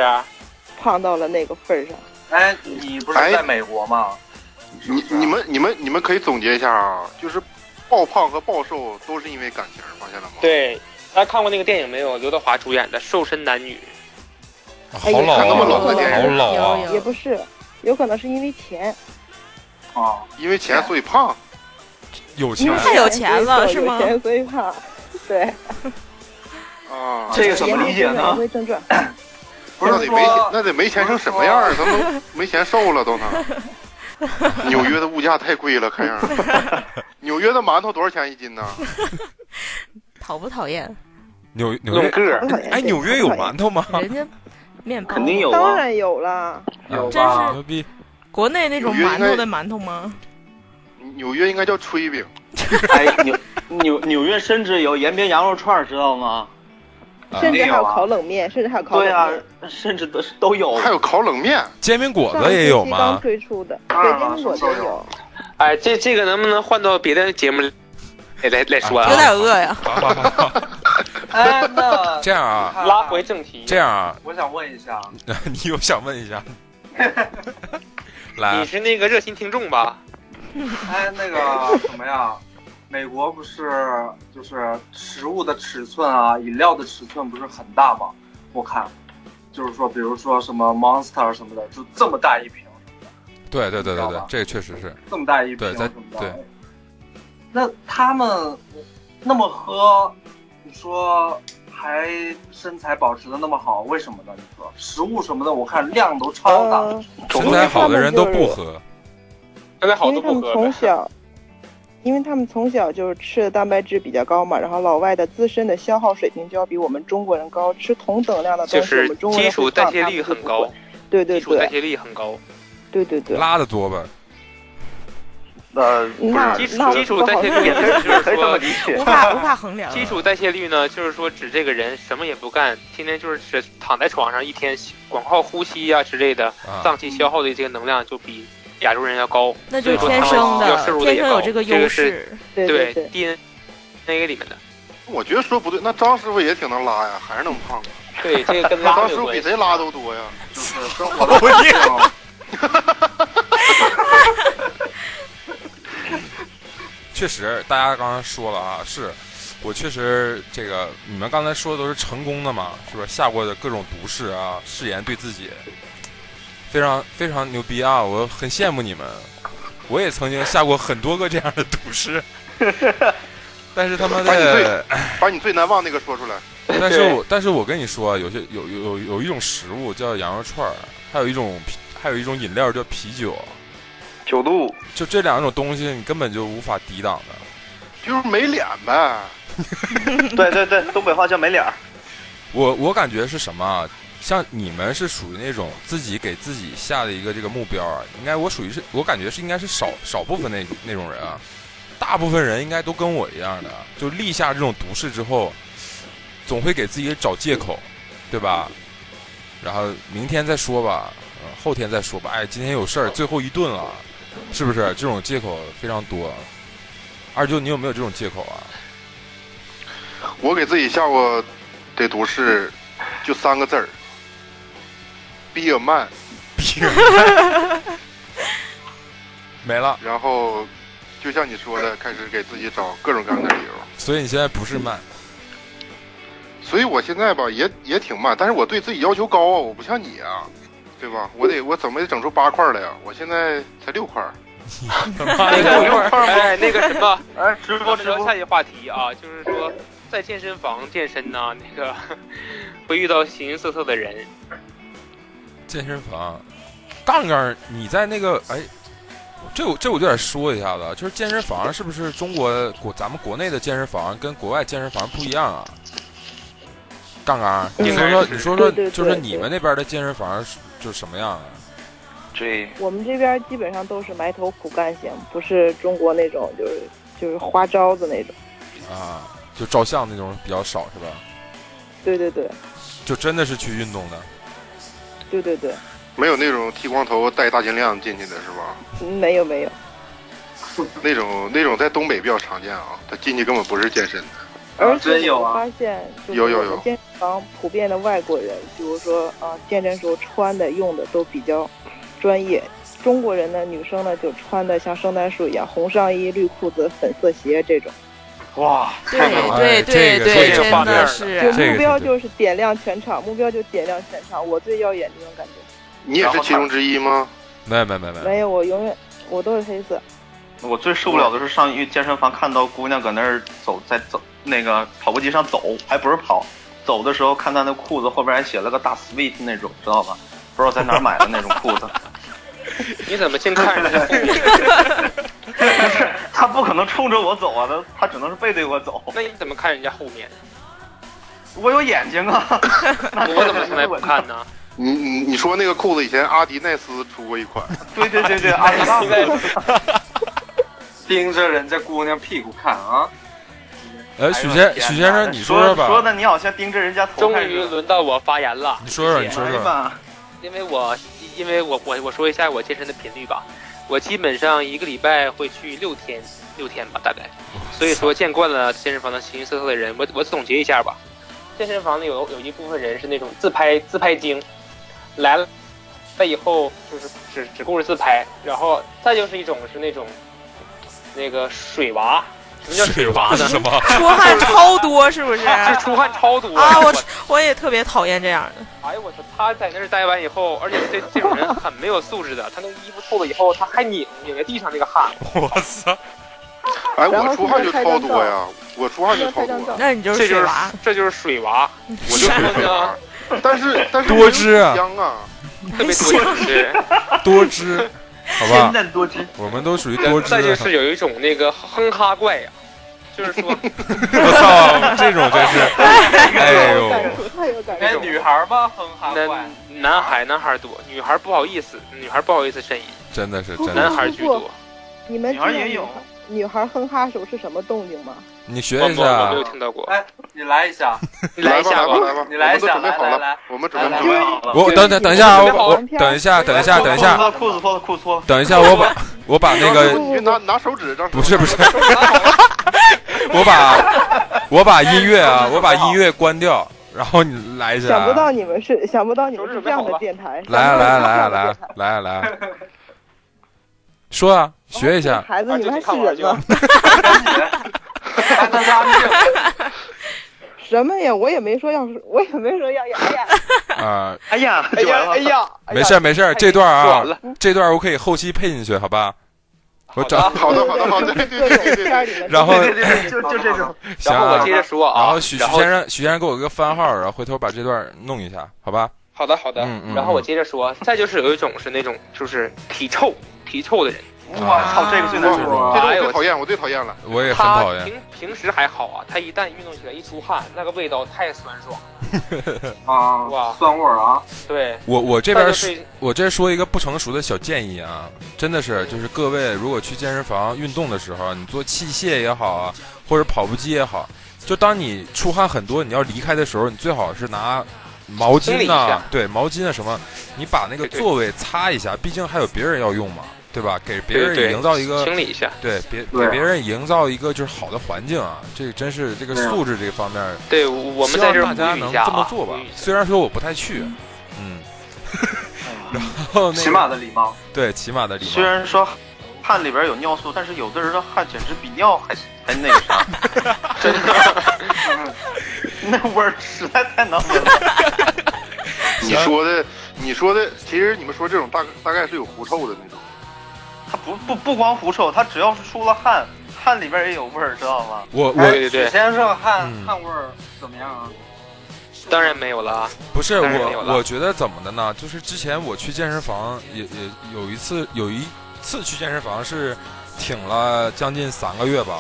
S5: 是？
S9: 胖到了那个份儿上。
S7: 哎，你不是
S4: 哎
S7: 在美国吗？
S4: 你你们你们你们可以总结一下啊，就是暴胖和暴瘦都是因为感情，发现了吗？，
S5: 对，大家看过那个电影没有？刘德华主演的《瘦身男女》。
S3: 好老
S4: 哎呀
S3: 啊，
S4: 看那么
S3: 好
S4: 老的电
S3: 老
S4: 影
S6: 哦
S3: 啊
S8: 有有
S9: 也不是，
S1: 有可能是因为钱，
S7: 啊，
S4: 因为钱所以胖，
S3: 有
S1: 因
S3: 钱
S1: 为
S8: 太有钱了
S1: 所以瘦
S8: 是吗
S1: 有钱所以胖，对，
S4: 啊，
S6: [laughs] 这个怎么
S9: [laughs]
S6: 理解
S1: 言
S6: 呢啊
S1: 归正传，
S4: 不是那得没钱，那得没钱成什么样儿？他
S8: [laughs]
S4: 都没钱瘦了都能。纽约的物价太贵了，看样
S8: [laughs]
S4: 儿。纽约的馒头多少钱一斤呢？
S8: 讨不讨厌？
S3: 纽纽
S5: 论
S3: 约，
S5: 个儿
S1: 不，讨厌
S3: 哎，纽约有馒
S7: [laughs]
S3: 头吗？啊
S8: 人家面包
S6: 肯定有
S1: 当
S6: 啊，
S1: 然有啦，
S7: 有
S8: 真
S7: 吧
S8: 是？
S3: 牛
S7: [laughs]
S3: 逼！
S8: 国内那种
S4: 纽约
S8: 馒
S4: 应
S8: 头
S4: 该
S8: 的馒头吗？
S4: 纽约应该叫炊饼，
S6: [laughs] 哎，纽纽纽约甚至有延边羊肉串儿，知道吗？
S3: 啊
S1: 甚至还
S6: 有
S1: 有
S6: 啊
S1: 烤冷面，甚至还有烤冷
S6: 对啊
S1: 面。，
S6: 甚至都都有。
S4: 还有烤冷面。
S3: 煎饼果
S1: 上
S3: 子
S1: 个
S3: 也
S1: 星
S3: 有
S1: 期刚
S3: 吗？
S1: 推出的，
S7: 啊
S1: 对，坚果
S7: 是
S1: 都
S7: 都
S1: 有
S7: 有。
S5: 哎，这这个能不能换到别的节目来来来说
S3: 啊
S8: 有
S5: 啊？
S8: 点饿呀。
S3: 好好好好
S7: 哎，那
S3: 这样啊，
S7: [laughs]
S5: 拉回，正题，
S3: [laughs] 这样啊，
S7: 我想问一下，
S3: 你有想问一下？来
S5: 你
S3: 啊，
S5: 是那个热心听众吧？
S7: 哎，那个怎么样？美国不是就是食物的尺寸啊，饮料的尺寸不是很大吗？我看，就是说，比如说什么 Monster 什么的，就这么大一瓶，
S3: 对对对对
S7: 你知
S3: 对
S7: 道吧，
S3: 这确实是
S7: 这么大一瓶
S3: 对
S7: 什
S3: 在
S7: 么的。
S3: 对
S7: 那他们那么喝，你说还身材保持的那么好，为什么呢？你说食物什么的，我看量都超大。
S1: 呃，
S3: 身材好的人都不喝，
S5: 刚才好
S1: 因
S5: 多
S1: 为他
S5: 不
S1: 们
S5: 喝
S1: 从
S5: 呗。 [laughs]
S1: 小，因为他们从小就是吃的蛋白质比较高嘛，然后老外的自身的消耗水平就要比我们中国人高，吃同等量的
S5: 就
S1: 东西，我
S5: 是
S1: 们中国
S5: 基
S1: 人
S5: 础
S1: 会
S5: 代
S1: 胖
S5: 谢
S1: 他
S5: 率
S1: 们就
S5: 很
S1: 不
S5: 高
S1: 会，对对
S5: 基础代谢
S1: 对
S5: 率很高，
S1: 对对对，
S3: 拉的多吧？
S6: 呃，
S1: 那
S5: 基础
S1: 那
S5: 基础
S1: 不
S5: 代
S1: 好
S5: 谢
S1: 说
S5: 率
S6: 也可以
S5: [laughs] 就是
S6: 也可以这么
S5: 说
S6: 理解
S5: [laughs]
S8: 无。法无法衡量。
S5: 基础代谢率呢，就是说指这个人什么也不干，天天就是只躺在床上，一天光靠呼吸呀、之类的，
S3: 啊，
S5: 脏器消耗的这个能量就比亚洲人要高。
S8: 那就是
S5: 所以
S8: 天
S5: 说他们
S8: 生
S5: 要摄
S8: 的，
S5: 入的
S8: 天
S5: 也
S8: 生
S5: 高，
S8: 有这个
S5: 这
S8: 优
S5: 是
S8: 势。
S1: 对对对，
S5: DNA 那个里面的。
S4: 我觉得说不对，那张师傅也挺能拉呀，还是能胖。
S5: 对，这个跟拉
S4: 张师
S5: 有
S4: 傅比
S5: 关系。
S4: 谁拉都多呀。
S7: 就是生活的环境。
S3: 确实，大家刚才说了啊，是我确实这个，你们刚才说的都是成功的嘛，是不是下过的各种毒誓啊、誓言对自己，非常非常牛逼啊！我很羡慕你们，我也曾经下过很多个这样的毒誓， [laughs] 但是他妈
S4: 把你
S3: 的
S4: [laughs] 最。把你最难忘那个说出来。
S3: 但是我但是我跟你说，有些有有有有一种食物叫羊肉串儿，还有一种啤还有一种饮料叫啤酒，
S6: 九度，
S3: 就这两种东西你根本就无法抵挡的。
S4: 就是没脸呗。
S6: [laughs] 对对对，东北话叫没脸儿。
S3: 我我感觉是什么啊？像你们是属于那种自己给自己下的一个这个目标啊，应该我属于是，我感觉是应该是少少部分那那种人啊，大部分人应该都跟我一样的，啊就立下这种毒誓之后，总会给自己找借口，对吧？然后明天再说吧，嗯，后天再说吧，哎，今天有事儿，最后一顿了，是不是？这种借口非常多。二舅，你有没有这种借口啊？
S4: 我给自己下过的毒誓，就三个字儿：be a man。
S3: 没了，
S4: 然后，就像你说的，开始给自己找各种各样的理由。
S3: 所以你现在不是慢，
S4: 所以我现在吧，也也挺慢，但是我对自己要求高啊，我不像你啊，对吧？我得我怎么得整出八块来呀、啊我现在才六块。
S3: 他妈
S5: [laughs] 那
S3: 的
S5: 个哎，那个什么，
S6: 哎，直
S5: 我们聊下一个话题啊，就是说在健身房健身呢，那个 [laughs] 会遇到形形色色的人。
S3: 健身房，杠杠儿，你在那个哎，这我这我就得说一下子，啊就是健身房是不是中国国咱们国内的健身房跟国外健身房不一样啊？杠杠儿，
S1: 嗯
S3: 你说说，你说说，
S1: 对对对
S3: 就是你们那边的健身房是就是什么样啊？
S6: 对，
S1: 我们这边基本上都是埋头苦干型，不是中国那种就是就是花招子那种。
S3: 啊，就照相那种比较少是吧？
S1: 对对对
S3: 就真的是去运动的，
S1: 对对对，
S4: 没有那种剃光头带大金链进去的是吧？
S1: 嗯没有没有，
S4: 那种那种在东北比较常见啊，他进去根本不是健身的。
S1: 而
S7: 真
S1: 且
S7: 有
S1: 我
S7: 啊
S1: 发现，就是
S4: 有有
S1: 我们
S4: 有
S1: 健身房普遍的外国人，比如说啊、健身时候穿的用的都比较啊专业。中国人呢，女生呢就穿的像圣诞树一样，红上衣、绿裤子、粉色鞋这种，
S6: 哇，太美了。
S3: 哎
S8: 对对
S3: 这个
S8: 对，
S5: 这个
S8: 真
S5: 画面
S8: 的
S5: 儿
S1: 就
S8: 是
S3: 这个
S1: 目标
S3: 是
S1: 就是点亮全场，目标就点亮全场，我最耀眼这种感觉。
S4: 你也是其中之一吗？
S3: 没有没有没有没有，
S9: 没有，我永远我都是黑色。
S6: 我最受不了的是上一健身房看到姑娘搁那儿走，在走那个跑步机上走，还不是跑，走的时候看她那裤子后边还写了个大 sweet 那种，知道吧？不知道在哪儿买的那种裤子，
S5: [laughs] 你怎么净看着后面？
S6: [laughs] 她不可能冲着我走啊，她她只能是背对我走。
S5: 那你怎么看人家后面？
S6: 我有眼睛啊，
S5: 我怎么
S6: [laughs]
S5: 从来不看呢？
S4: 你你你说那个裤子以前阿迪耐斯出过一款，
S6: 对对对对，阿迪
S5: [laughs] 现在
S7: [laughs] 盯着人家姑娘屁股看啊！
S5: 哎
S3: 呃，许先许先生，你说
S6: 说
S3: 吧，
S6: 说的你好像盯着人家头
S5: 终
S6: 看
S5: 于
S6: 似的。
S5: 轮到我发言了。
S3: 你说说，
S5: 谢
S3: 你
S5: 谢
S3: 说
S6: 哎呀
S3: 说，
S6: 妈，
S5: 因为我因为我我我说一下我健身的频率吧，我基本上一个礼拜会去六天六天吧，大概。所以说见惯了健身房的形形色色的人，我我总结一下吧，健身房里有有一部分人是那种自拍自拍精，来了，再以后就是只只顾着自拍，然后再就是一种是那种那个水娃，什么叫水娃
S3: 是
S5: 呢？
S3: 什么？
S8: 出汗超多是不是？
S5: [laughs] 就是出汗超多
S8: 啊，我我也特别讨厌这样的。
S5: 哎呦我操！他在那儿待完以后，而且这这种人很没有素质的，他那个衣服透了以后，他还拧拧在地上那个汗。
S3: 我操！
S4: 哎，
S9: 然后
S4: 我出汗就超多呀，我出汗就超
S9: 拍张
S4: 多，
S9: 照，
S8: 那你就
S5: 这
S8: 是
S5: 就
S8: 水
S5: 是
S8: 娃，
S5: 这就是水娃，
S4: 我就
S5: 然后
S4: 是
S5: 呢，
S4: 但是但是
S3: 多汁啊
S4: 香啊，
S5: 特别多汁。
S3: 多汁，好
S5: [laughs]
S6: 天
S3: 吧，
S6: 真多汁，
S3: 我们都属于多汁
S5: 再。就是有一种那个哼哈怪呀、就是说
S3: 我操，这种真是，哎呦，
S9: 太有感
S7: 哎，
S9: 觉。
S7: 女孩嘛，哼哈怪
S5: 男，男孩男孩多，女孩不好意思，女孩不好意思呻吟，
S3: 真的是真
S5: 男
S3: 的。
S5: 孩居多。
S9: 你们
S6: 女
S9: 知
S6: 孩
S9: 道
S6: 也有
S9: 女孩哼哈手是什么动静吗？
S3: [laughs] 你
S5: 我
S3: 学一
S5: 我我
S3: 下
S5: 没，有听到过，
S7: 哎，你来
S3: [laughs]
S7: 一下，
S5: 你来一
S4: 吧
S5: 下
S4: 来吧来吧，
S7: 你来一
S4: 我们都
S7: 下，
S4: 准备
S7: 来
S4: 好
S7: 来
S4: 了，
S7: 来，
S4: 我们准备
S7: 来
S4: 好
S7: 来
S4: 了。
S7: 来，
S3: 我等等等一下啊，我我等一下，等一下，等一下，
S6: 把裤子脱了，裤子脱了。
S3: 等一下，我把我把那个
S4: 你拿拿手指，让
S3: 不是不
S4: [laughs]
S3: 是，我把我把音乐啊，我把音乐关掉，然后你来一下
S9: 想
S3: 啊。
S9: 不到你们是想不到你们是这样的电台。
S3: 来啊来啊来啊
S9: 想不到你们是这样的
S3: 来啊
S9: 电台
S3: 来啊来啊！说啊，学一下。
S9: 孩子，你们还
S5: 啊就去看
S9: 是
S5: 玩
S9: 人
S5: 去吧
S9: 吗？ [laughs]
S7: 哎大家安静，
S9: 什么呀？我也没说要，我也没说要要。哎呀，
S3: 啊，
S6: 哎呀，
S7: 哎呀哎呀，
S3: 没事儿没事儿，这段儿
S5: 说完
S3: 啊
S5: 了，
S3: 这段儿我可以后期配进去，好吧？我找
S4: 好的好
S3: [laughs]
S4: 的好的，对
S9: 各
S4: 对对
S9: 种
S4: 对对
S9: 片儿里面。
S3: 然后
S6: 对对对，就就这种。
S3: 行
S5: 然后我
S3: 啊
S5: 接，着说啊，
S3: 然后许许
S5: 然后
S3: 先生许先生给我一个番号，然后回头把这段儿弄一下，好吧？
S5: 好的好的，
S3: 嗯嗯
S5: 然后我
S3: 嗯
S5: 接着说，再就是有一种是那种就是体臭体臭的人，
S6: 我操，这个最难受了。
S4: 这个
S5: 哎呦
S4: 我最讨厌，我最讨厌了。
S3: 我也很
S5: 他
S3: 讨厌。
S5: 平平时还好啊，他一旦运动起来一出汗，那个味道太酸爽。
S7: 啊，酸味儿啊，
S5: 对，
S3: 我我这
S5: 再
S3: 边儿
S5: 就是是
S3: 我这说一个不成熟的小建议啊，真的是就是各位如果去健身房运动的时候，啊你做器械也好啊，或者跑步机也好，就当你出汗很多，你要离开的时候，你最好是拿毛
S5: 清理
S3: 巾
S5: 一
S3: 呐、
S5: 下
S3: 对毛巾啊什么，你把那个
S5: 对对
S3: 座位擦一下，毕竟还有别人要用嘛，对吧？给别
S5: 对对
S3: 人营造一个
S5: 清理一下。
S3: 对别
S7: 对啊
S3: 给别人营造一个就是好的环境啊，这个真是这个
S7: 对啊
S3: 素质这个方面，
S5: 对，我们
S3: 希
S5: 在
S3: 望
S5: 这
S3: 大家
S5: 儿呼吁
S3: 能
S5: 一下
S3: 这么
S5: 啊，
S3: 做吧
S5: 呼吁一。下
S3: 虽然说我不太去，嗯，
S5: [laughs]
S3: 然后那
S7: 起
S3: 个
S7: 码的礼貌。
S3: 对起码的礼貌。
S6: 虽然说汗里边有尿素，但是有的人的汗简直比尿还还那个啥，真的，
S3: 啊
S6: 那味儿实在太难闻了。
S4: [laughs] 你说的，你说的，其实你们说这种大大概是有狐臭的那种。
S6: 他不不不光狐臭，他只要是出了汗，汗里边也有味儿，知道吗？
S3: 我
S5: 哎
S3: 我
S5: 对对对
S7: 许先生汗
S3: 嗯
S7: 汗味儿怎么样啊？
S5: 当然没有了啊，
S3: 不是
S5: 当然没有
S3: 我，
S5: 了
S3: 我觉得怎么的呢？就是之前我去健身房也也有一次，有一次去健身房是挺了将近三个月吧。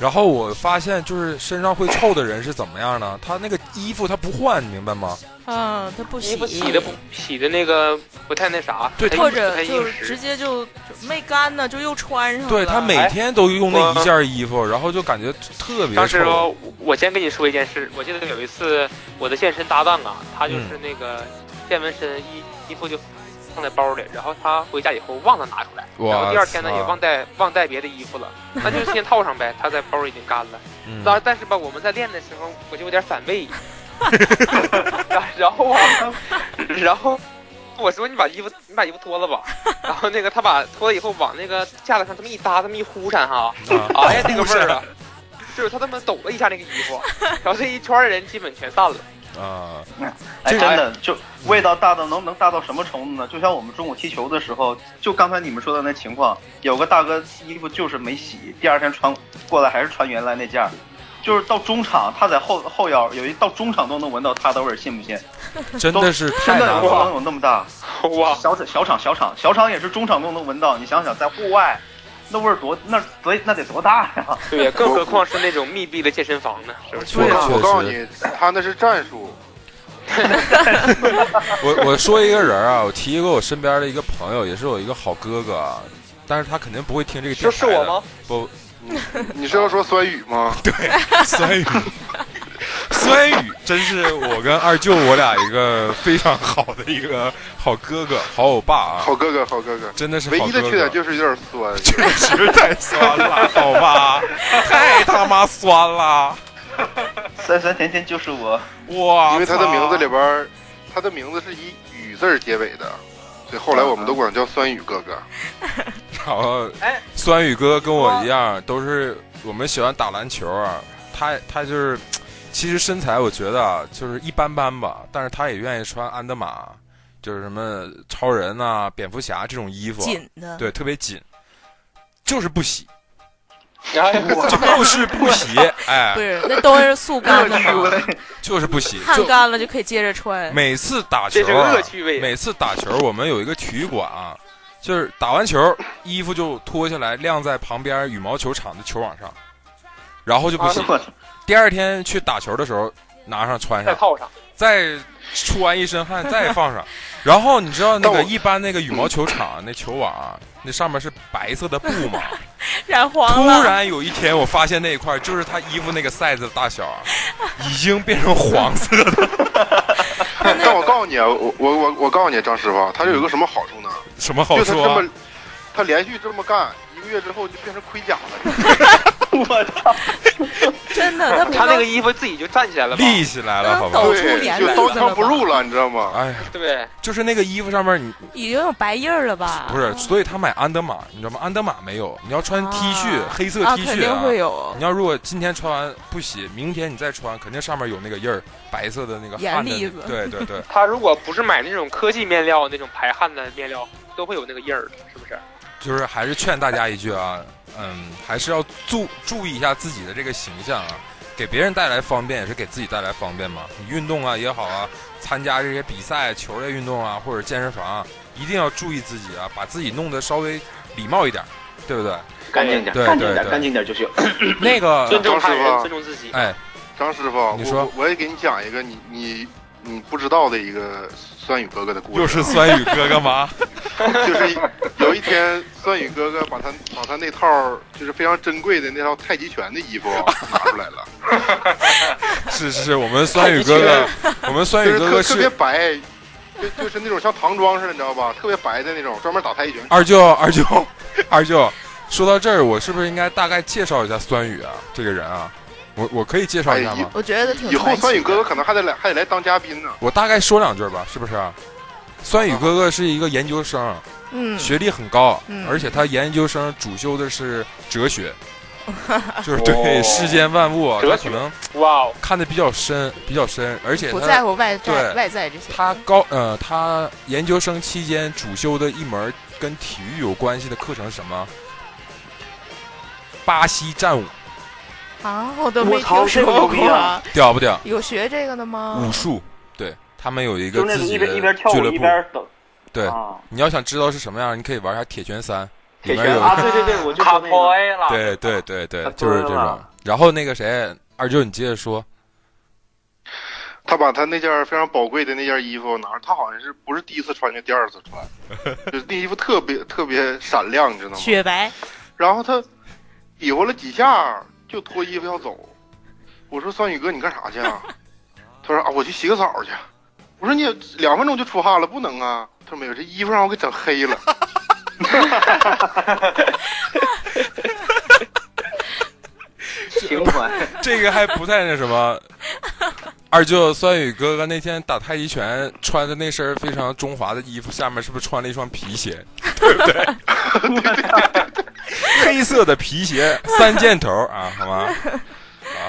S3: 然后我发现，就是身上会臭的人是怎么样呢？他那个衣服他不换，你明白吗？
S8: 嗯，他不洗，
S5: 衣服洗的不洗的那个不太那啥，
S3: 对
S5: 不太
S8: 或
S5: 不
S8: 者
S5: 太
S8: 就
S5: 硬
S8: 直
S5: 实。
S8: 接就就没干呢，就又穿上了。
S3: 对他每
S5: 哎
S3: 天都用那
S5: 我
S3: 一件衣服，然后就感觉特别
S5: 当时
S3: 臭。
S5: 哦我我先跟你说一件事，我记得有一次我的健身搭档啊，他就是
S3: 嗯
S5: 那个健完身衣衣服就放在包里，然后他回家以后忘了拿出来，
S3: 哇
S5: 然后第二天呢
S3: 塞
S5: 也忘带忘带别的衣
S3: [laughs]
S5: 服了，那就先套上呗，他在包已经干了。
S3: 嗯
S5: 但但是吧，我们在练的时候，我就有点反
S3: [laughs]
S5: 胃。 [laughs] 然然后啊， [laughs] 然后我说你把衣服你把衣服脱了
S8: [laughs]
S5: 吧。然后那个他把脱了以后往那个架子上这么一搭，这么一呼扇哈，
S3: 啊
S5: 哎呀那个味儿啊，就是他这么抖了一下那个衣服，然后这一圈儿的人基本全散了。
S3: 啊，
S6: 哎，
S3: 这
S6: 真的就味道大到能能大到什么程度呢？就像我们中午踢球的时候，就刚才你们说的那情况，有个大哥衣服就是没洗，第二天穿过来还是穿原来那件儿，就是到中场他在后后腰有一到中场都能闻到他的味儿，
S3: [laughs]
S6: 信不信？
S3: 真的是
S6: 真
S3: 太
S6: 的
S3: 难
S6: 不能
S3: 了。
S6: 有那么大，
S5: [laughs] 哇，
S6: 小场小场小场小场也是中场都能闻到，你想想在户外。那味儿多，那所以那得多大呀！
S5: 对呀，更何况是那种密闭的健身房呢，是不啊是？
S3: 我
S4: 我
S3: 确
S4: 我告诉
S3: 实
S4: 你，他那是战术。
S3: 我 [laughs] 我说一个人啊，我提一个我身边的一个朋友，也是我一个好哥哥啊，但是他肯定不会听这个电
S5: 说
S3: 台。
S5: 是我吗？？
S3: 不，
S4: 你是要说酸雨
S3: [laughs]
S4: 吗？
S3: 酸雨，酸雨，真是我跟二舅我俩一个非常好的一个好哥哥、好欧巴啊，
S4: 好哥哥，好哥哥。
S3: [laughs] 真的是
S4: 唯
S3: 好
S4: 一的
S3: 哥
S4: 缺点
S3: 哥
S4: 就是有点酸。
S3: [laughs] 确实太
S4: [laughs]
S3: 酸了，好吧， [laughs] 太他妈酸
S6: [laughs]
S3: 了，
S6: 酸酸甜甜就是我，
S3: 哇！
S4: 因为他的名字里
S3: 操，
S4: 边儿，他的名字是以“雨”字儿结尾的，所以后来我们都管他叫酸雨哥哥。
S3: 然后
S5: 哎
S3: 酸雨哥跟我一样，都是我们喜欢打篮球啊，他他就是。其实身材我觉得啊，就是一般般吧，但是他也愿意穿安德玛，就是什么超人呐、蝙蝠侠这种衣服啊，
S8: 紧的，
S3: 对，特别紧，就是不洗，
S5: 哎呀，
S3: 嗯
S5: 我
S3: 就是不洗，哎
S8: 不，是那都是速干
S6: [laughs]
S8: 的嘛，
S3: 就是不洗，
S8: 汗
S3: 就
S8: 干了就可以接着 [laughs] 穿。
S3: 每次打球
S5: 这是
S3: 啊
S5: 恶，趣味啊。
S3: 每次打球我们有一个体育馆啊，就是打完球衣服就脱下来晾在旁边羽毛球场的球网上，然后就不洗，
S6: 我
S3: 第二天去打球的时候拿上穿
S5: 再
S3: 上，
S5: 套上，
S3: 再出完一身汗再放上，然后你知道那
S4: 但我
S3: 个一般那个羽毛球场那球网啊，那上面是白色的布嘛。
S8: 染
S3: 突
S8: 黄了，
S3: 然有一天，我发现那一块儿就是他衣服那个 size 的大小啊，已经变成黄色的。
S4: 但我告诉你啊，我我我我告诉你，张师傅，啊他这有一个什么好处呢？
S3: 什么好
S4: 就他
S3: 处
S4: 这
S3: 啊？
S4: 么，他连续这么干一个月之后，就变成盔甲 [laughs] 了。
S6: 我操！
S8: 真的，他不
S5: 他那个
S8: 知
S5: 衣服自己就站起来了吧？
S3: 立起
S5: [laughs]
S3: 来了，好吧
S8: 抖？出
S4: 对，
S8: 帘
S4: 就
S8: 来
S4: 刀
S8: 了
S4: 枪不入了，你知道吗？
S3: 哎呀，
S5: 对，
S3: 就是那个衣服上面你
S8: 道已经有白印儿了吧？
S3: 不是，所以他买安德玛，你知道吗？安德玛没有，你要穿 T 恤，
S8: 啊
S3: 黑色
S8: 啊，
S3: T
S8: 肯
S3: 恤
S8: 定
S3: 啊。
S8: 会有
S3: 你要如果今天穿完不洗，明天你再穿，肯定上面有那个印儿，白色的那个
S8: 眼
S3: 汗的那
S8: 粒
S3: 个
S8: 子
S3: 对对对，
S5: [laughs] 他如果不是买那种科技面料，那种排汗的面料，都会有那个印儿的，是不是？
S3: 就是还是劝大家一句啊，嗯，还是要注注意一下自己的这个形象啊，给别人带来方便也是给自己带来方便嘛。你运动啊也好啊，参加这些比赛、球类运动啊或者健身房啊，一定要注意自己啊，把自己弄得稍微礼貌一点，对不对？
S6: 干净点，
S3: 对
S6: 干净
S3: 对
S6: 点，
S3: 对
S6: 干净点就行。
S3: 那
S5: 尊
S3: 个，
S5: 重他
S4: 张师
S5: 人，
S4: 傅啊
S5: 尊重自己。
S3: 哎，
S4: 张师傅，啊
S3: 你
S4: 我
S3: 说
S4: 我我也给你讲一个你你你不知道的一个酸雨哥哥的故事。
S3: 又是酸雨哥哥吗？
S4: [laughs] 就是有一天，酸雨哥哥把他把他那套就是非常珍贵的那套太极拳的衣服啊拿出来了，
S3: [laughs] 是是是，我们酸雨哥哥， [laughs] 我们酸
S4: 就
S3: 雨
S4: 是
S3: 哥
S4: 特
S3: 哥
S4: 特别
S3: 是
S4: 白，就就是那种像唐装似的，你知道吧？特别白的那种，专门打太极拳。
S3: [laughs] 二舅二舅二舅。说到这儿，我是不是应该大概介绍一下酸雨啊这个人啊？我我可以介绍一下
S4: 哎
S3: 吗
S4: 一？
S8: 我觉得挺
S4: 以后
S8: 传
S4: 酸雨
S8: 奇
S4: 哥哥
S8: 的。
S4: 可能还得来还得来当嘉宾呢。
S3: 我大概说两句吧，是不是？酸雨哥哥是一个研究生，
S8: 嗯，
S3: 学
S8: [laughs]
S3: 历很高，
S8: 嗯
S3: 而且他研究生主修的是哲学，就是
S8: 哦
S3: 对世间万物啊，
S5: 哲
S3: 他
S5: 学
S3: 可能
S5: 哇哦，
S3: 看的比较深，比较深，而且
S8: 不在
S3: 他
S8: 乎外
S3: 对
S8: 在外在这些。
S3: 他高呃，他研究生期间主修的一门跟体育有关系的课程是什么？巴西战舞，
S8: 啊，我都没
S6: 我操
S8: 听
S6: 这个牛
S8: 说
S6: 逼
S8: 过
S6: 啊，
S3: 屌不屌？
S8: 有学这个的
S3: 武
S8: 吗？
S3: 术，对他们有一
S6: 就
S3: 个
S6: 是那
S3: 自
S6: 种
S3: 己
S6: 一
S3: 的
S6: 边一边跳
S3: 俱
S6: 舞
S3: 乐
S6: 一
S3: 部。
S6: 边抖。
S3: 对
S6: 啊，
S3: 你要想知道是什么样，你可以玩一下《铁拳三》，里
S6: 铁
S3: 面有
S6: 拳
S3: 一
S6: 啊，
S3: 个
S6: 对对对，我就
S5: 卡
S6: 说那
S5: 波
S6: 个。
S7: 哎
S5: 埃拉，
S3: 对对对对
S6: 啊，
S3: 就是这
S6: 对
S3: 种
S6: 了。
S3: 然后那个谁，二舅，你接着说，
S4: 他把他那件非常宝贵的那件衣服拿，他好像是不是第一次穿，就第二次穿，就是那衣服特别特别闪亮，你知道吗？
S8: 雪白，
S4: 然后他比划了几下，就脱衣服要走。我说：“酸雨哥，你干啥去啊？”他说：“啊，我去洗个澡去。”我说：“你两分钟就出汗了，不能啊。”他说：“没有，这衣服让我给整黑了。
S6: 情
S3: [laughs]
S6: 怀，
S3: 这个还不太那什么。二舅酸雨哥哥那天打太极拳穿的那身非常中华的衣服，下面是不是穿了一双皮鞋？ [laughs] 对不对？黑色的皮鞋，三箭头啊，好吗？啊，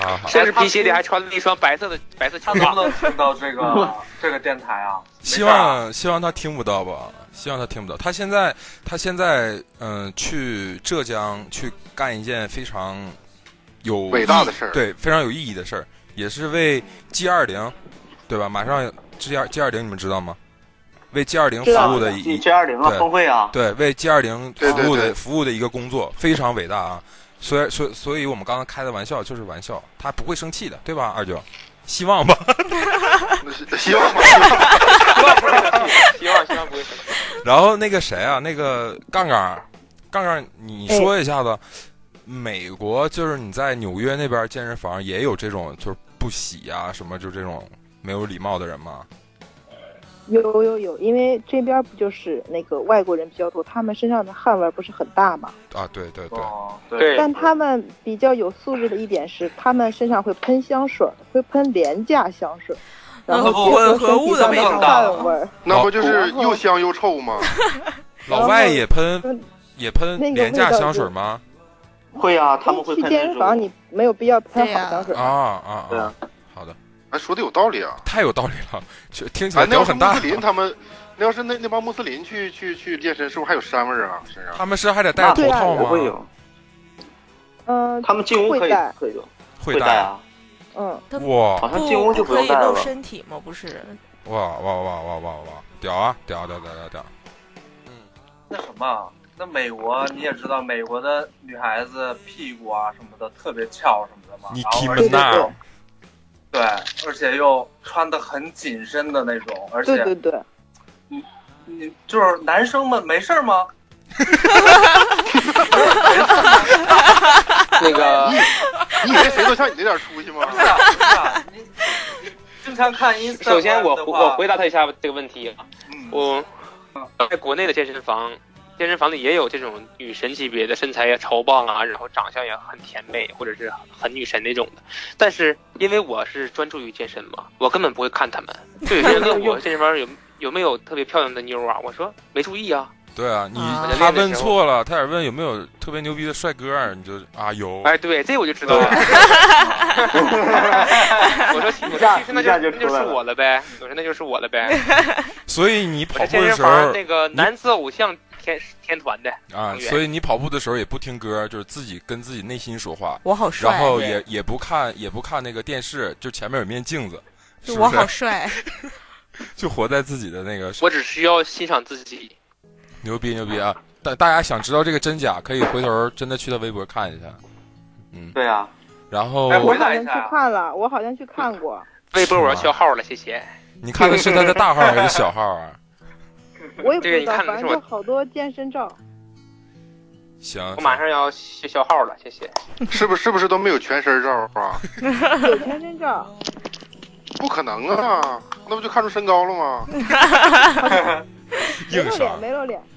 S3: 啊，好
S5: 甚至皮鞋里还穿了一双白色的白色
S7: 他
S5: 球
S7: 能
S5: 袜
S7: 不。能听到这
S5: [laughs]
S7: 个这个电台啊？
S3: 希望希望他听不到吧，希望他听不到。他现在他现在嗯、去浙江去干一件非常有
S4: 伟大的事儿
S3: 对，非常有意义的事儿，也是为 G 二零，对吧？马上 G 二 G 二零你们知道吗？为 G 二零服
S6: 知道
S3: 务的一
S6: G 二零啊
S3: 对，
S6: 峰会啊，
S3: 对，为 G 二零
S4: 对对
S3: 服务的
S4: 对
S3: 服务的一个工作，非常伟大啊！所以，所以所以我们刚刚开的玩笑就是玩笑，他不会生气的，对吧？二九，希望吧。
S4: 希望吧。
S5: 希望希望不会生气。
S3: 然后那个谁啊，那个杠杠儿，杠杠儿，你
S9: 哎
S3: 说一下子，美国就是你在纽约那边健身房也有这种就是不洗啊什么就这种没有礼貌的人吗？
S9: 有有有，因为这边不就是那个外国人比较多，他们身上的汗味儿不是很大嘛。
S3: 啊，对对对，
S7: 哦，
S5: 对，
S9: 但他们比较有素质的一点是，他们身上会喷香水儿，会喷廉价香水儿，然后
S8: 嗯
S9: 结合
S8: 混合
S9: 身体
S8: 物的
S9: 上
S8: 味
S9: 的
S8: 道
S9: 汗味儿。
S4: 那不就是又香又臭吗？
S3: 老外也喷
S9: 嗯
S3: 也喷
S9: 那个
S3: 廉价
S9: 味道
S3: 香
S9: 就
S3: 水吗？
S6: 会啊，他们会
S9: 去
S6: 喷
S9: 健
S6: 那
S9: 身房
S6: 种
S9: 你没有必要喷
S8: 对
S9: 好
S8: 呀
S9: 香水
S3: 啊
S9: 儿，
S3: 啊
S6: 对
S3: 啊
S6: 啊！
S3: 好的，
S4: 哎，说的有道理啊。
S3: 太有道理了， [laughs] 这听起
S4: 哎
S3: 来，
S4: 那要
S3: 屌
S4: 是
S3: 很
S4: 穆
S3: 大
S4: 斯。林他们，那要是那那帮穆斯林去去去健身，是不是还有膻味儿啊？身上
S3: 他们是还得戴着
S9: 对
S3: 头
S9: 啊
S3: 套
S6: 不会
S3: 吗？
S6: 有，
S9: 嗯
S6: 他们进屋可
S9: 会
S6: 以
S9: 戴
S6: 可以有，
S3: 会
S6: 会戴
S3: 戴
S6: 啊，
S9: 嗯，
S3: 哇
S6: 好像进屋就
S8: 不
S6: 用
S8: 可以
S6: 戴
S8: 露
S6: 了。
S8: 身体吗？不是，
S3: 哇哇哇哇哇哇！屌啊屌屌屌屌屌！
S7: 那什么，那美国你也知道，美国的女孩子屁股啊什么的特别翘什么的嘛，
S3: 你
S7: 然后
S3: 听
S7: 而
S3: 们
S9: 对
S7: 且
S9: 对
S3: 那
S9: 对
S3: 儿
S7: 对，而且又穿的很紧身的那种，而且
S9: 对对对，
S7: 你就是男生们没事儿吗？
S5: 那 [laughs] 个
S4: 你以为谁都像你这点出息吗？
S7: 不 [laughs] 是啊，不是啊，你你经常看 ins。
S5: 首先我我回答他一下这个问题啊，
S7: 嗯，
S5: 我呃在国内的健身房，健身房里也有这种女神级别的，身材也超棒啊，然后长相也很甜美，或者是很女神那种的。但是因为我是专注于健身嘛，我根本不会看他们。就有些人
S7: [laughs]
S5: 问我健身房有有没有特别漂亮的妞啊，我说没注意啊。
S3: 对啊，你
S8: 啊
S3: 他问错了，他得问有没有特别牛逼的帅哥儿，你就啊有。
S5: 哎，对，这我就知道了。 [laughs] 我说其我说其实那
S6: 一下
S5: 就
S6: 就
S5: 那就是我了呗，我说那就是我了呗。
S3: 所以你
S5: 我
S3: 跑
S5: 是
S3: 步
S5: 健
S3: 的
S5: 身
S3: 时候
S5: 房那个男子偶像天天团的，
S3: 啊，
S5: 成员
S3: 所以你跑步的时候也不听歌，就是自己跟自己内心说话，
S8: 我好帅，
S3: 然后
S5: 对
S3: 也也不看也不看那个电视，就前面有面镜子，是
S8: 我
S3: 不 [laughs]
S8: 好
S3: 是？
S8: 帅，
S3: 就活在自己的那个
S5: [laughs] 我只需要欣赏自己。
S3: 牛逼牛逼啊！大大家想知道这个真假，可以回头真的去他微博看一下。嗯，
S6: 对啊，
S3: 然后
S7: 哎
S9: 我
S7: 回
S9: 好
S7: 答
S9: 像去
S7: 一下啊
S9: 看了，我好像去看过，
S5: 微博我要消号了，谢谢。
S3: 你看的是
S8: [laughs]
S3: 他的大号还是
S5: [laughs]
S3: 小号啊？
S9: 我也不
S5: 这个
S9: 知
S5: 你
S9: 道，
S5: 看的
S9: 反
S5: 是
S9: 正
S5: 我
S9: 就好多健身照。
S3: 行，
S5: 我马上要消消号了，谢谢。
S4: 是不是是不是都没有全身照啊？
S9: 有健身照，
S4: 不可能啊，那不就看出身高了吗？
S9: [laughs] 没
S3: 硬
S9: 露
S3: 伤
S9: 脸，。没露脸。
S3: [laughs]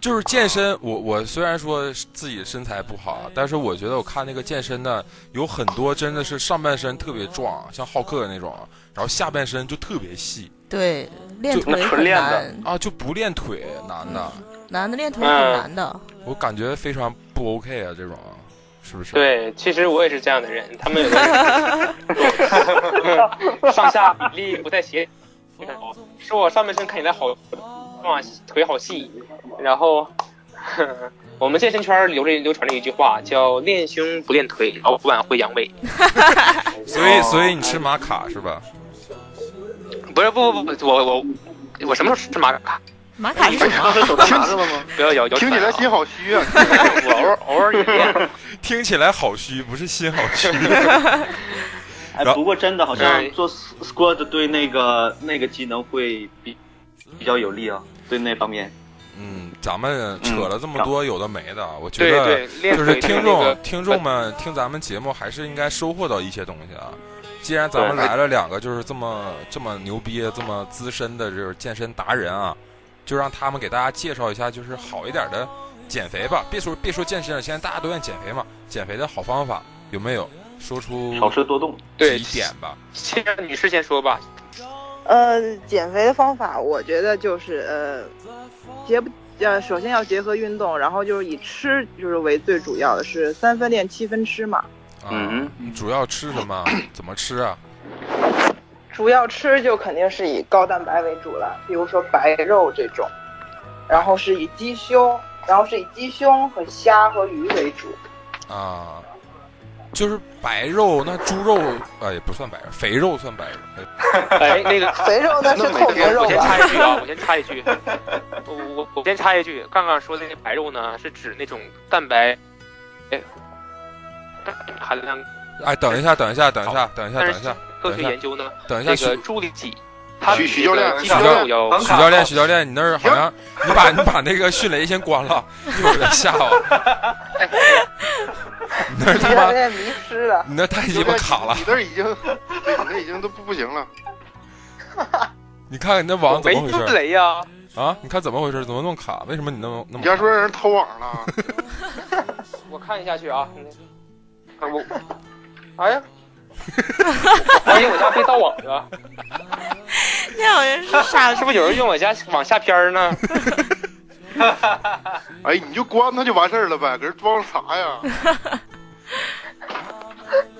S3: 就是健身，我我虽然说自己身材不好，但是我觉得我看那个健身的有很多真的是上半身特别壮，像浩克那种，然后下半身就特别细
S8: 对，练
S3: 就
S8: 腿
S6: 那纯
S8: 很
S6: 练的
S8: 难，嗯
S3: 啊，就不练腿，男的，
S8: 男的练腿很
S6: 嗯
S8: 难的，
S3: 我感觉非常不 OK 啊，这种是不是？，
S5: 对，其实我也是这样的人，他们有
S3: [laughs]
S5: 的上下比例不太协调，是我上半身看起来好壮，啊腿好细，然后。 [laughs] 我们健身圈流着流传着一句话，叫“练胸不练腿，老板会阳痿
S3: 所以
S5: 哦
S3: 所以你吃玛卡是吧？”。
S5: 不是，不不不，我我我什么时候吃玛卡？
S8: 玛卡是
S4: 哎
S8: 什么？
S6: 手都拿着了吗？
S5: 不要摇摇
S4: 听起来心
S5: 好，
S4: 好虚啊！
S5: [laughs] 我偶尔偶尔也
S4: [laughs]
S5: 练。
S3: [laughs] 听起来好虚，不是心好
S5: [laughs]
S3: 虚。 [laughs]
S6: 哎
S3: 然后，
S6: 不过真的好像
S5: 嗯
S6: 做 s- squat 对那个那个机能会比比较有利啊，对那方面。
S3: 嗯，咱们扯了这么多有的没的，啊我觉
S5: 对
S3: 得
S5: 嗯对，练
S3: 就是
S5: 腿
S3: 听
S5: 那
S3: 众、
S5: 个
S3: 听众们听咱们节目，还是应该收获到一些东西啊。既然咱们
S6: 对
S3: 来了两个就是这么这么牛逼、这么资深的就是健身达人啊，就让他们给大家介绍一下，就是好一点的减肥吧。别说别说健身了，现在大家都愿意减肥嘛，减肥的好方法有没有？说出
S6: 少吃多动，
S5: 对
S3: 几点吧。
S5: 先让女士先说吧，
S9: 呃，减肥的方法，我觉得就是呃，结不呃，首先要结合运动，然后就是以吃就是为最主要的，是三分练七分吃嘛。
S3: 啊，
S6: 嗯
S3: 主要吃什么？怎么吃啊？
S1: 主要吃就肯定是以高蛋白为主了，比如说白肉这种，然后是以鸡胸，然后是以鸡胸和虾和鱼为主。
S3: 啊，就是白肉，那猪肉啊也不算白肉，肥肉算白肉。哎
S5: 哎，那个
S1: 肥肉那是
S6: 那每
S1: 扣牛
S6: 天
S1: 肉
S5: 我先
S1: 吧？
S5: 插一句啊，我先插一句，我我我先插一句，刚刚说的那白肉呢，是指那种蛋白，哎，蛋含量，
S3: 哎，等一下，等一下，等一下，等一下，
S5: 但
S3: 等一
S5: 是
S3: 下，
S5: 科
S3: 等一
S5: 学
S3: 下
S5: 研究呢，
S3: 等一下，
S5: 那
S3: 徐
S5: 个猪里脊，它
S4: 徐
S5: 比
S4: 徐
S5: 那
S4: 教
S5: 个
S4: 练
S5: 鸡
S4: 徐
S3: 教
S5: 胸肉要
S7: 练
S3: 徐教练，徐教练，你那儿好像你把你把那个迅雷先关了，一会儿再哦吓我。你那儿他
S1: 你看
S3: 妈，
S1: 那迷失了。
S3: 你那太
S4: 你
S3: 鸡巴卡了
S4: 你！那儿已经，对，你那已经都不不行了。
S3: 你看看你那网怎么回
S5: 没
S3: 事
S5: 雷呀、
S3: 啊？你看怎么回事？怎么那么卡？为什么你那么那么
S4: 你家是不是让人偷网了？
S5: [laughs] 我看一下去啊，啊我，哎呀， [laughs] 我怀疑我家被盗网了，
S8: 你好像是傻
S5: 是不是有人用我家网下片儿呢？
S4: [laughs] 哎，你就关它就完事儿了呗，搁这装啥呀？
S5: [laughs]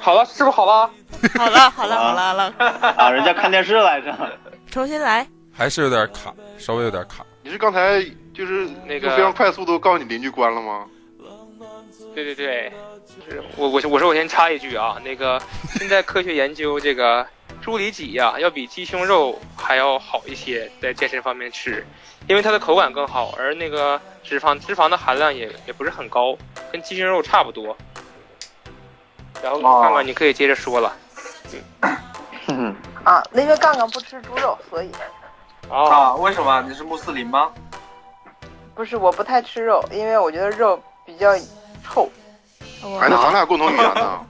S5: 好了，是不是好了？
S8: 好了好了好了好了，
S5: [laughs]
S6: 啊，人家看电视来着。
S8: 重新来。
S3: 还是有点卡，稍微有点卡。
S4: 你是刚才就是
S5: 那
S4: 就
S5: 个
S4: 非常快速的告诉你邻居关了吗？
S5: 对对对，是我我我说我先插一句啊，那
S4: [laughs]
S5: 个现在科学研究这个猪里脊呀、要比鸡胸肉还要好一些，在健身方面吃，因为它的口感更好，而那个脂肪脂肪的含量也也不是很高，跟鸡胸肉差不多。然后
S7: 哦
S5: 看看你可以接着说了
S6: 嗯
S1: 啊，那因为杠杠不吃猪肉，所以
S5: 啊，
S7: 啊？为什么？你是穆斯林吗？
S1: 不是我不太吃肉，因为我觉得肉比较臭。
S4: 哎，那咱俩共同语言呢？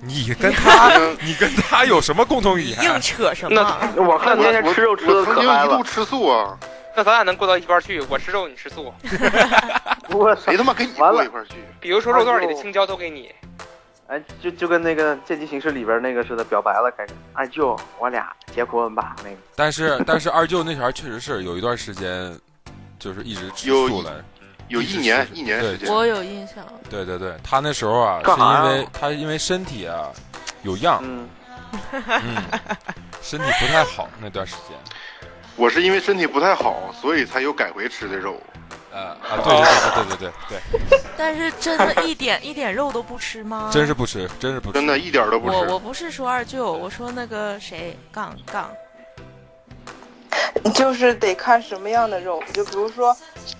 S3: 你跟
S4: 他
S3: 他， [laughs] 你跟他有什么共同语
S8: 硬
S3: 言？
S8: 扯什么？啊
S5: 那我看
S4: 我
S5: 那
S4: 我
S5: 天吃肉吃
S4: 我
S5: 的
S4: 曾
S5: 可
S4: 经
S5: 嗨
S4: 一
S5: 了
S4: 度，吃素啊，
S5: 那咱俩能过到一块儿去，我吃肉你吃素，
S10: 我操
S4: 谁！他妈跟你
S10: 完
S4: 过
S10: 了
S4: 一块儿去？
S5: 比如说肉段里的青椒都给你，
S10: 哎，就就跟那个《剑姬行事》里边那个似的，表白了，开始。哎，舅，我俩结婚吧。那个，
S3: 但是但是二舅那条确实是有一段时间，就是一直吃
S4: 有
S3: 素来着。
S4: 有一年一年时间，
S8: 我有印 [laughs] 象，
S3: 对对对，他那时候啊，是
S10: 干啥呀
S3: 因为他因为身体啊有恙，
S10: 嗯，
S3: 嗯，身体不太好那段时间。
S4: 我是因为身体不太好，所以才有改回吃的肉。
S3: 呃啊，对对对对对对对，
S8: 但是真的一点一点肉都不吃吗？
S3: 真是不吃，真是不吃，
S4: 真的，一点儿都不
S8: 我
S4: 吃。
S8: 我不是说二舅，我说那个谁杠杠，
S1: [laughs] 就是得看什么样的肉，就比如说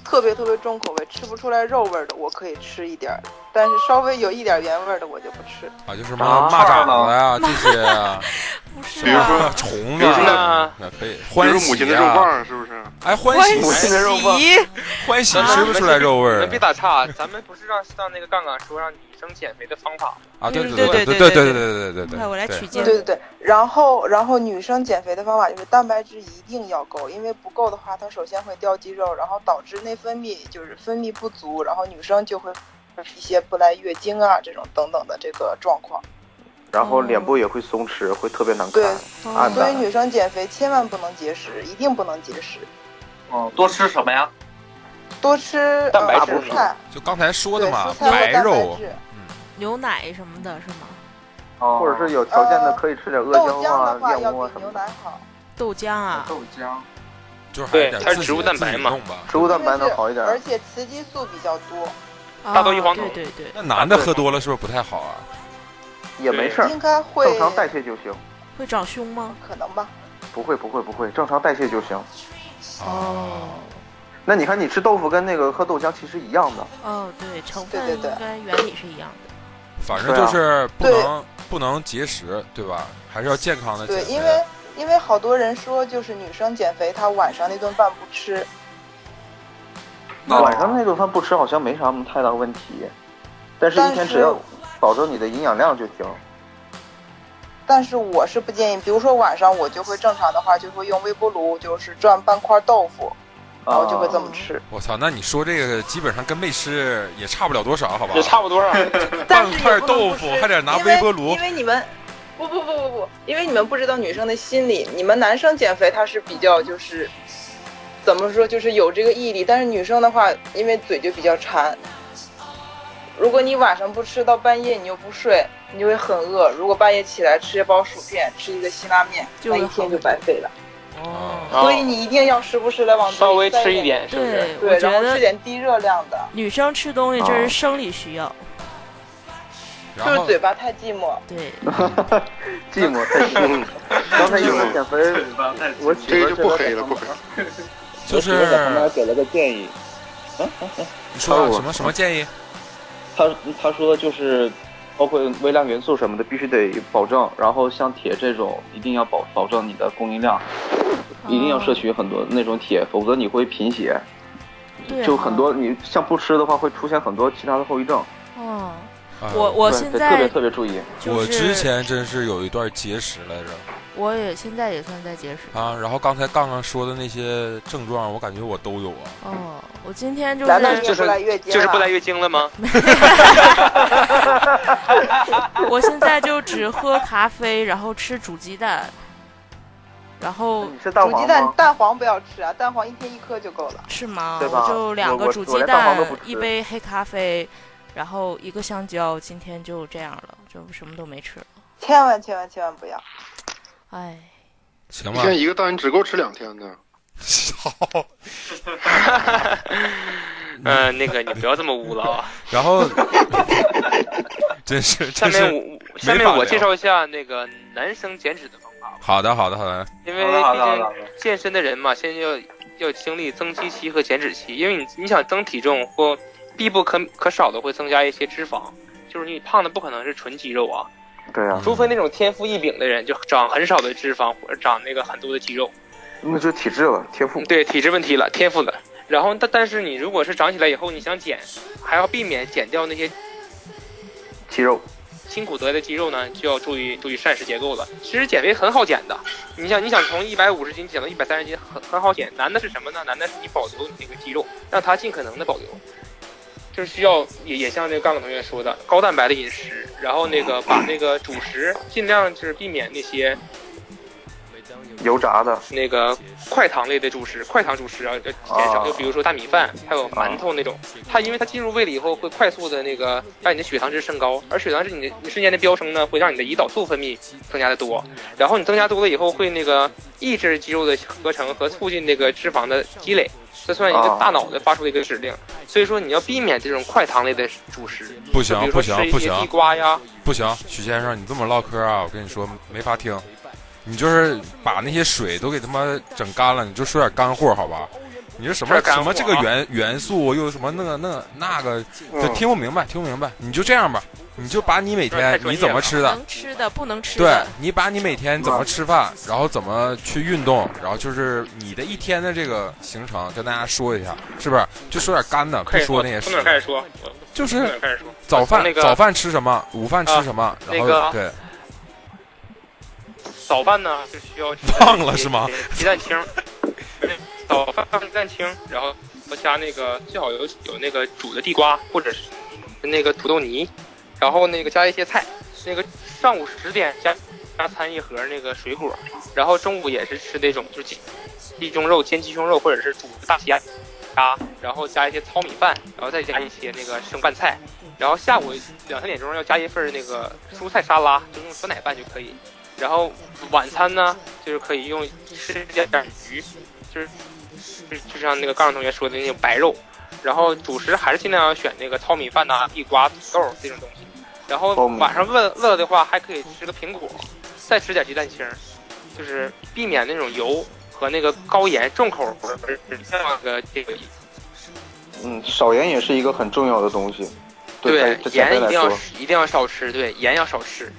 S1: 特别特别重口味，吃不出来肉味儿的，我可以吃一点儿，但是稍微有一点原味儿的我就不吃。
S3: 啊，就是什么蚂蚱子呀这些啊，
S8: 不是
S4: 比如说
S8: 吧？
S3: 啊虫子
S4: 比如说
S3: 啊
S5: 那，
S3: 那可以
S4: 比
S3: 欢
S4: 如母
S3: 喜
S4: 亲的肉
S3: 啊，
S4: 棒是不是？
S3: 哎欢喜
S8: 欢
S3: 哎
S8: 喜
S10: 的肉棒
S3: 欢喜吃不出来肉味
S5: 你
S3: 儿
S5: 们别打岔，咱们不是让让那个杠杠说让女生减肥的方法吗？
S3: 啊，对
S8: 嗯
S3: 对对对
S8: 对对对
S3: 对
S8: 对
S3: 对对对对，
S8: 快我来
S3: 对
S8: 取经
S1: 对。对对，然后然后女生减肥的方法就是蛋白质一定要够，因为不够的话，它首先会掉肌肉，然后导致内分泌就是分泌不足，然后女生就会一些不来月经啊这种等等的这个状况。
S10: 然后脸部也会松弛，会特别难看
S1: 哦对，哦
S8: 哦
S10: 暗
S1: 所以
S10: 淡。
S1: 女生减肥千万不能节食，一定不能节食，
S7: 哦，多吃什么呀？
S1: 多吃
S5: 蛋白
S1: 呃
S5: 质
S1: 蔬菜，
S3: 就刚才说
S1: 对
S3: 的嘛
S1: 蔬，菜和
S3: 白
S1: 蛋
S3: 肉
S1: 白质。
S8: 牛奶什么的，是吗？
S7: 哦，
S10: 或者是有条件的可以吃点阿
S1: 豆
S10: 胶
S1: 浆的
S10: 啊、
S1: 话
S10: 燕
S1: 要
S10: 窝啊
S1: 比
S10: 什
S1: 牛
S10: 么
S1: 奶
S10: 的。
S1: 好，
S8: 豆浆啊，
S7: 豆浆。
S3: 就是还
S5: 对
S3: 是得
S5: 它是
S3: 自己
S5: 植物蛋白
S3: 自己
S5: 嘛
S3: 弄吧
S10: 植物蛋白能好
S3: 啊
S10: 一点。
S1: 而且雌激素比较多，
S8: 大
S5: 大豆异黄酮
S8: 对对对，
S3: 那男
S4: 啊
S3: 的喝多了是不是不太好啊？
S10: 也没事儿，
S1: 应该会
S10: 正常代谢就行。
S8: 会长胸吗？
S1: 可能吧。
S10: 不会不会不会，正常代谢就行。
S3: 哦，
S10: 那你看，你吃豆腐跟那个喝豆浆其实一样的，
S8: 哦，对，成分
S1: 对
S8: 应
S1: 对对
S8: 该原理是一样的。
S3: 反正
S4: 啊
S3: 就是不能不能节食，对吧？还是要健康的
S1: 对，
S3: 减
S1: 因
S3: 肥
S1: 为。因为好多人说，就是女生减肥，她晚上那顿饭不吃，
S3: 那
S10: 晚上那顿饭不吃好像没啥太大问题，但是一天只要保证你的营养量就行。
S6: [laughs]
S1: 但是我是不建议。比如说晚上我就会正常的话，就会用微波炉，就是转半块豆腐，然后就会这么吃。
S3: 我操，那你说这个基本上跟没吃也差不了多少，好吧？
S5: 也差不
S1: [laughs]
S5: 多啊。
S1: 但
S3: 半
S1: 是也
S3: 块
S1: 不能
S3: 豆
S1: 不
S3: 腐
S1: 吃
S3: 还得拿
S1: 因
S3: 微
S1: 为
S3: 波炉
S1: 因，为你们。不不不不不，因为你们不知道女生的心理，你们男生减肥他是比较就是，怎么说就是有这个毅力，但是女生的话，因为嘴就比较馋，如果你晚上不吃到半夜，你又不睡，你就会很饿。如果半夜起来吃一包薯片，吃一个辛拉面，
S8: 就
S1: 那
S8: 会
S1: 一天就白费了。
S3: 哦
S1: 所以你一定要时不时来往
S5: 稍微
S1: 嘴里塞
S5: 吃一点，是不是？
S8: 对，我
S1: 对，
S8: 觉
S1: 然后吃
S8: 得
S1: 点低热量的，
S8: 女生吃东西这
S6: 啊
S8: 是生理需要。
S1: 就
S3: 然
S1: 是
S3: 后
S1: 嘴巴太寂寞。
S8: 对，
S10: 寂寞太寂寞。刚才有人减肥，我媳妇
S4: 这个
S10: 现在在
S4: 就不黑了，
S10: 旁
S4: 不
S10: 边
S4: 黑。了。
S3: [laughs] 就
S6: 我媳妇在旁边
S3: 是
S6: 给了个建议，
S3: 啊你说
S6: 她
S3: 吧
S6: 我
S3: 什么什么建议？
S6: 他他说就是，包括微量元素什么的必须得保证，然后像铁这种一定要保保证你的供应量，一定要摄取很多那种铁，否则你会贫血，
S8: 对啊
S6: 就
S8: 哈
S6: 很多你像不吃的话会出现很多其他的后遗症。
S5: [laughs]
S3: 啊
S8: 哦，我我
S6: 对
S8: 现
S6: 得特别
S8: 在
S6: 特别注意，
S8: 就是
S3: 我之前真是有一段节食来着。
S8: 我也现在也算在节食。
S3: 啊，然后刚才杠杠说的那些症状，我感觉我都有啊。
S8: 哦，我今天就
S1: 咱们
S8: 是
S5: 就是
S1: 不来月经
S5: 就是不来
S1: [laughs] 了，
S5: 月经了吗？
S8: 我现在就只喝咖啡，然后吃煮鸡蛋，然后
S10: 你是蛋
S1: 煮
S10: 黄
S1: 鸡蛋
S10: 吗？
S1: 蛋黄不要吃啊，蛋黄一天一颗就够了。
S8: 是吗？
S10: 对吧
S8: 我啊就两个
S10: 我
S8: 煮
S10: 我
S8: 鸡
S10: 连蛋
S8: 蛋
S10: 黄都不，吃
S8: 一杯黑咖啡，然后一个香蕉，今天就这样了，就什么都没吃了。
S1: 千万千万千万不要！
S8: 哎，
S3: 行
S4: 一
S3: 吧，
S4: 天一个蛋只够吃两天的，
S3: 好。
S5: 嗯，那个你不要这么污了
S3: [laughs]
S5: 啊。
S3: [laughs] 然后，真是
S5: 下
S3: 真是
S5: 面我下面我介绍一下那个男生减脂的方法吧，
S3: 好的，好的，好的。
S5: 因为
S7: 好了好
S5: 毕
S7: 了好了
S5: 竟
S7: 好了，
S5: 健身的人嘛，先要要经历增肌期和减脂期，因为你你想增体重或必不可可少的会增加一些脂肪，就是你胖的不可能是纯肌肉啊，
S10: 对
S3: 嗯
S10: 啊，
S5: 除非那种天赋异禀的人，就长很少的脂肪或者长那个很多的肌肉，
S10: 那就体质了，天赋。
S5: 嗯对体质问题了，天赋的。然后但但是你如果是长起来以后，你想减，还要避免减掉那些
S10: 肌肉，
S5: 辛苦得来的肌肉呢，就要注意注意膳食结构了。其实减肥很好减的，你想你想从一百五十斤减到一百三十斤，很很好减。难的是什么呢？难的是你保留你那个肌肉，让它尽可能的保留。就是需要也也像那个杠杠同学说的，高蛋白的饮食，然后那个把那个主食尽量就是避免那些
S10: 油炸的，
S5: 那个快糖类的主食，快糖主食啊要减
S10: 哦
S5: 少，就比如说大米饭，还有馒头那种，它因为它进入胃里以后会快速的那个让你的血糖值升高，而血糖值你的瞬间的飙升呢，会让你的胰岛素分泌增加的多，然后你增加多了以后会那个抑制肌肉的合成和促进那个脂肪的积累，这算一个
S10: 哦
S5: 大脑的发出的一个指令，所以说你要避免这种快糖类的主食，
S3: 不
S5: 就
S3: 行
S5: 比，如
S3: 不
S5: 说
S3: 行
S5: 吃，一
S3: 不
S5: 些地
S3: 行，
S5: 瓜呀，
S3: 不行，许先生，你这么唠嗑啊，我跟你说没法听。你就是把那些水都给他妈整干了，你就说点干货好吧？你是什么
S5: 这是干
S3: 什
S5: 货
S3: 么
S5: 啊
S3: 这个元元素又什么那个那个那个，就
S4: 嗯
S3: 听不明白，听不明白。你就这样吧，你就把你每
S5: 不是太
S3: 天
S5: 专
S3: 你
S5: 业
S3: 怎么
S5: 了嗯
S3: 吃的，
S8: 能吃的不能吃
S3: 对
S8: 的，
S3: 你把你每天怎么吃饭，然后怎么去运动，然后就是你的一天的这个行程，跟大家说一下，是不是？就说点干的，不
S5: 开始
S3: 说
S5: 说
S3: 那些
S5: 从哪儿开
S3: 事，
S5: 始说？我
S3: 就
S5: 从哪儿
S3: 是
S5: 开始说？
S3: 早饭
S5: 从那个
S3: 早饭吃什么，午饭吃什么，然
S5: 那个
S3: 后
S5: 啊
S3: 对，
S5: 早饭呢就需要吃
S3: 忘了是吗？
S5: 鸡蛋清儿， [laughs] 早饭放鸡蛋清儿，然后加那个最好有有那个煮的地瓜或者是那个土豆泥，然后那个加一些菜。那个上午十点加加餐一盒那个水果，然后中午也是吃那种就是鸡鸡胸肉煎鸡胸肉或者是煮的大虾鸭，然后加一些糙米饭，然后再加一些那个生拌菜。然后下午两三点钟要加一份那个蔬菜沙拉，就用酸奶拌就可以。然后晚餐呢，就是可以用吃一点点鱼，就是就就像那个杠上同学说的那种白肉。然后主食还是尽量要选那个糙米饭呐、地瓜、土豆这种东西。然后
S10: 糙米
S5: 晚上饿饿了的话，还可以吃个苹果，再吃点鸡蛋清儿，就是避免那种油和那个高盐重口味儿那个这个
S6: 嗯，少盐也是一个很重要的东西。对，对
S5: 盐
S6: 减肥
S5: 一
S6: 来
S5: 定要
S6: 说，
S5: 一定要少吃，对，盐要少吃。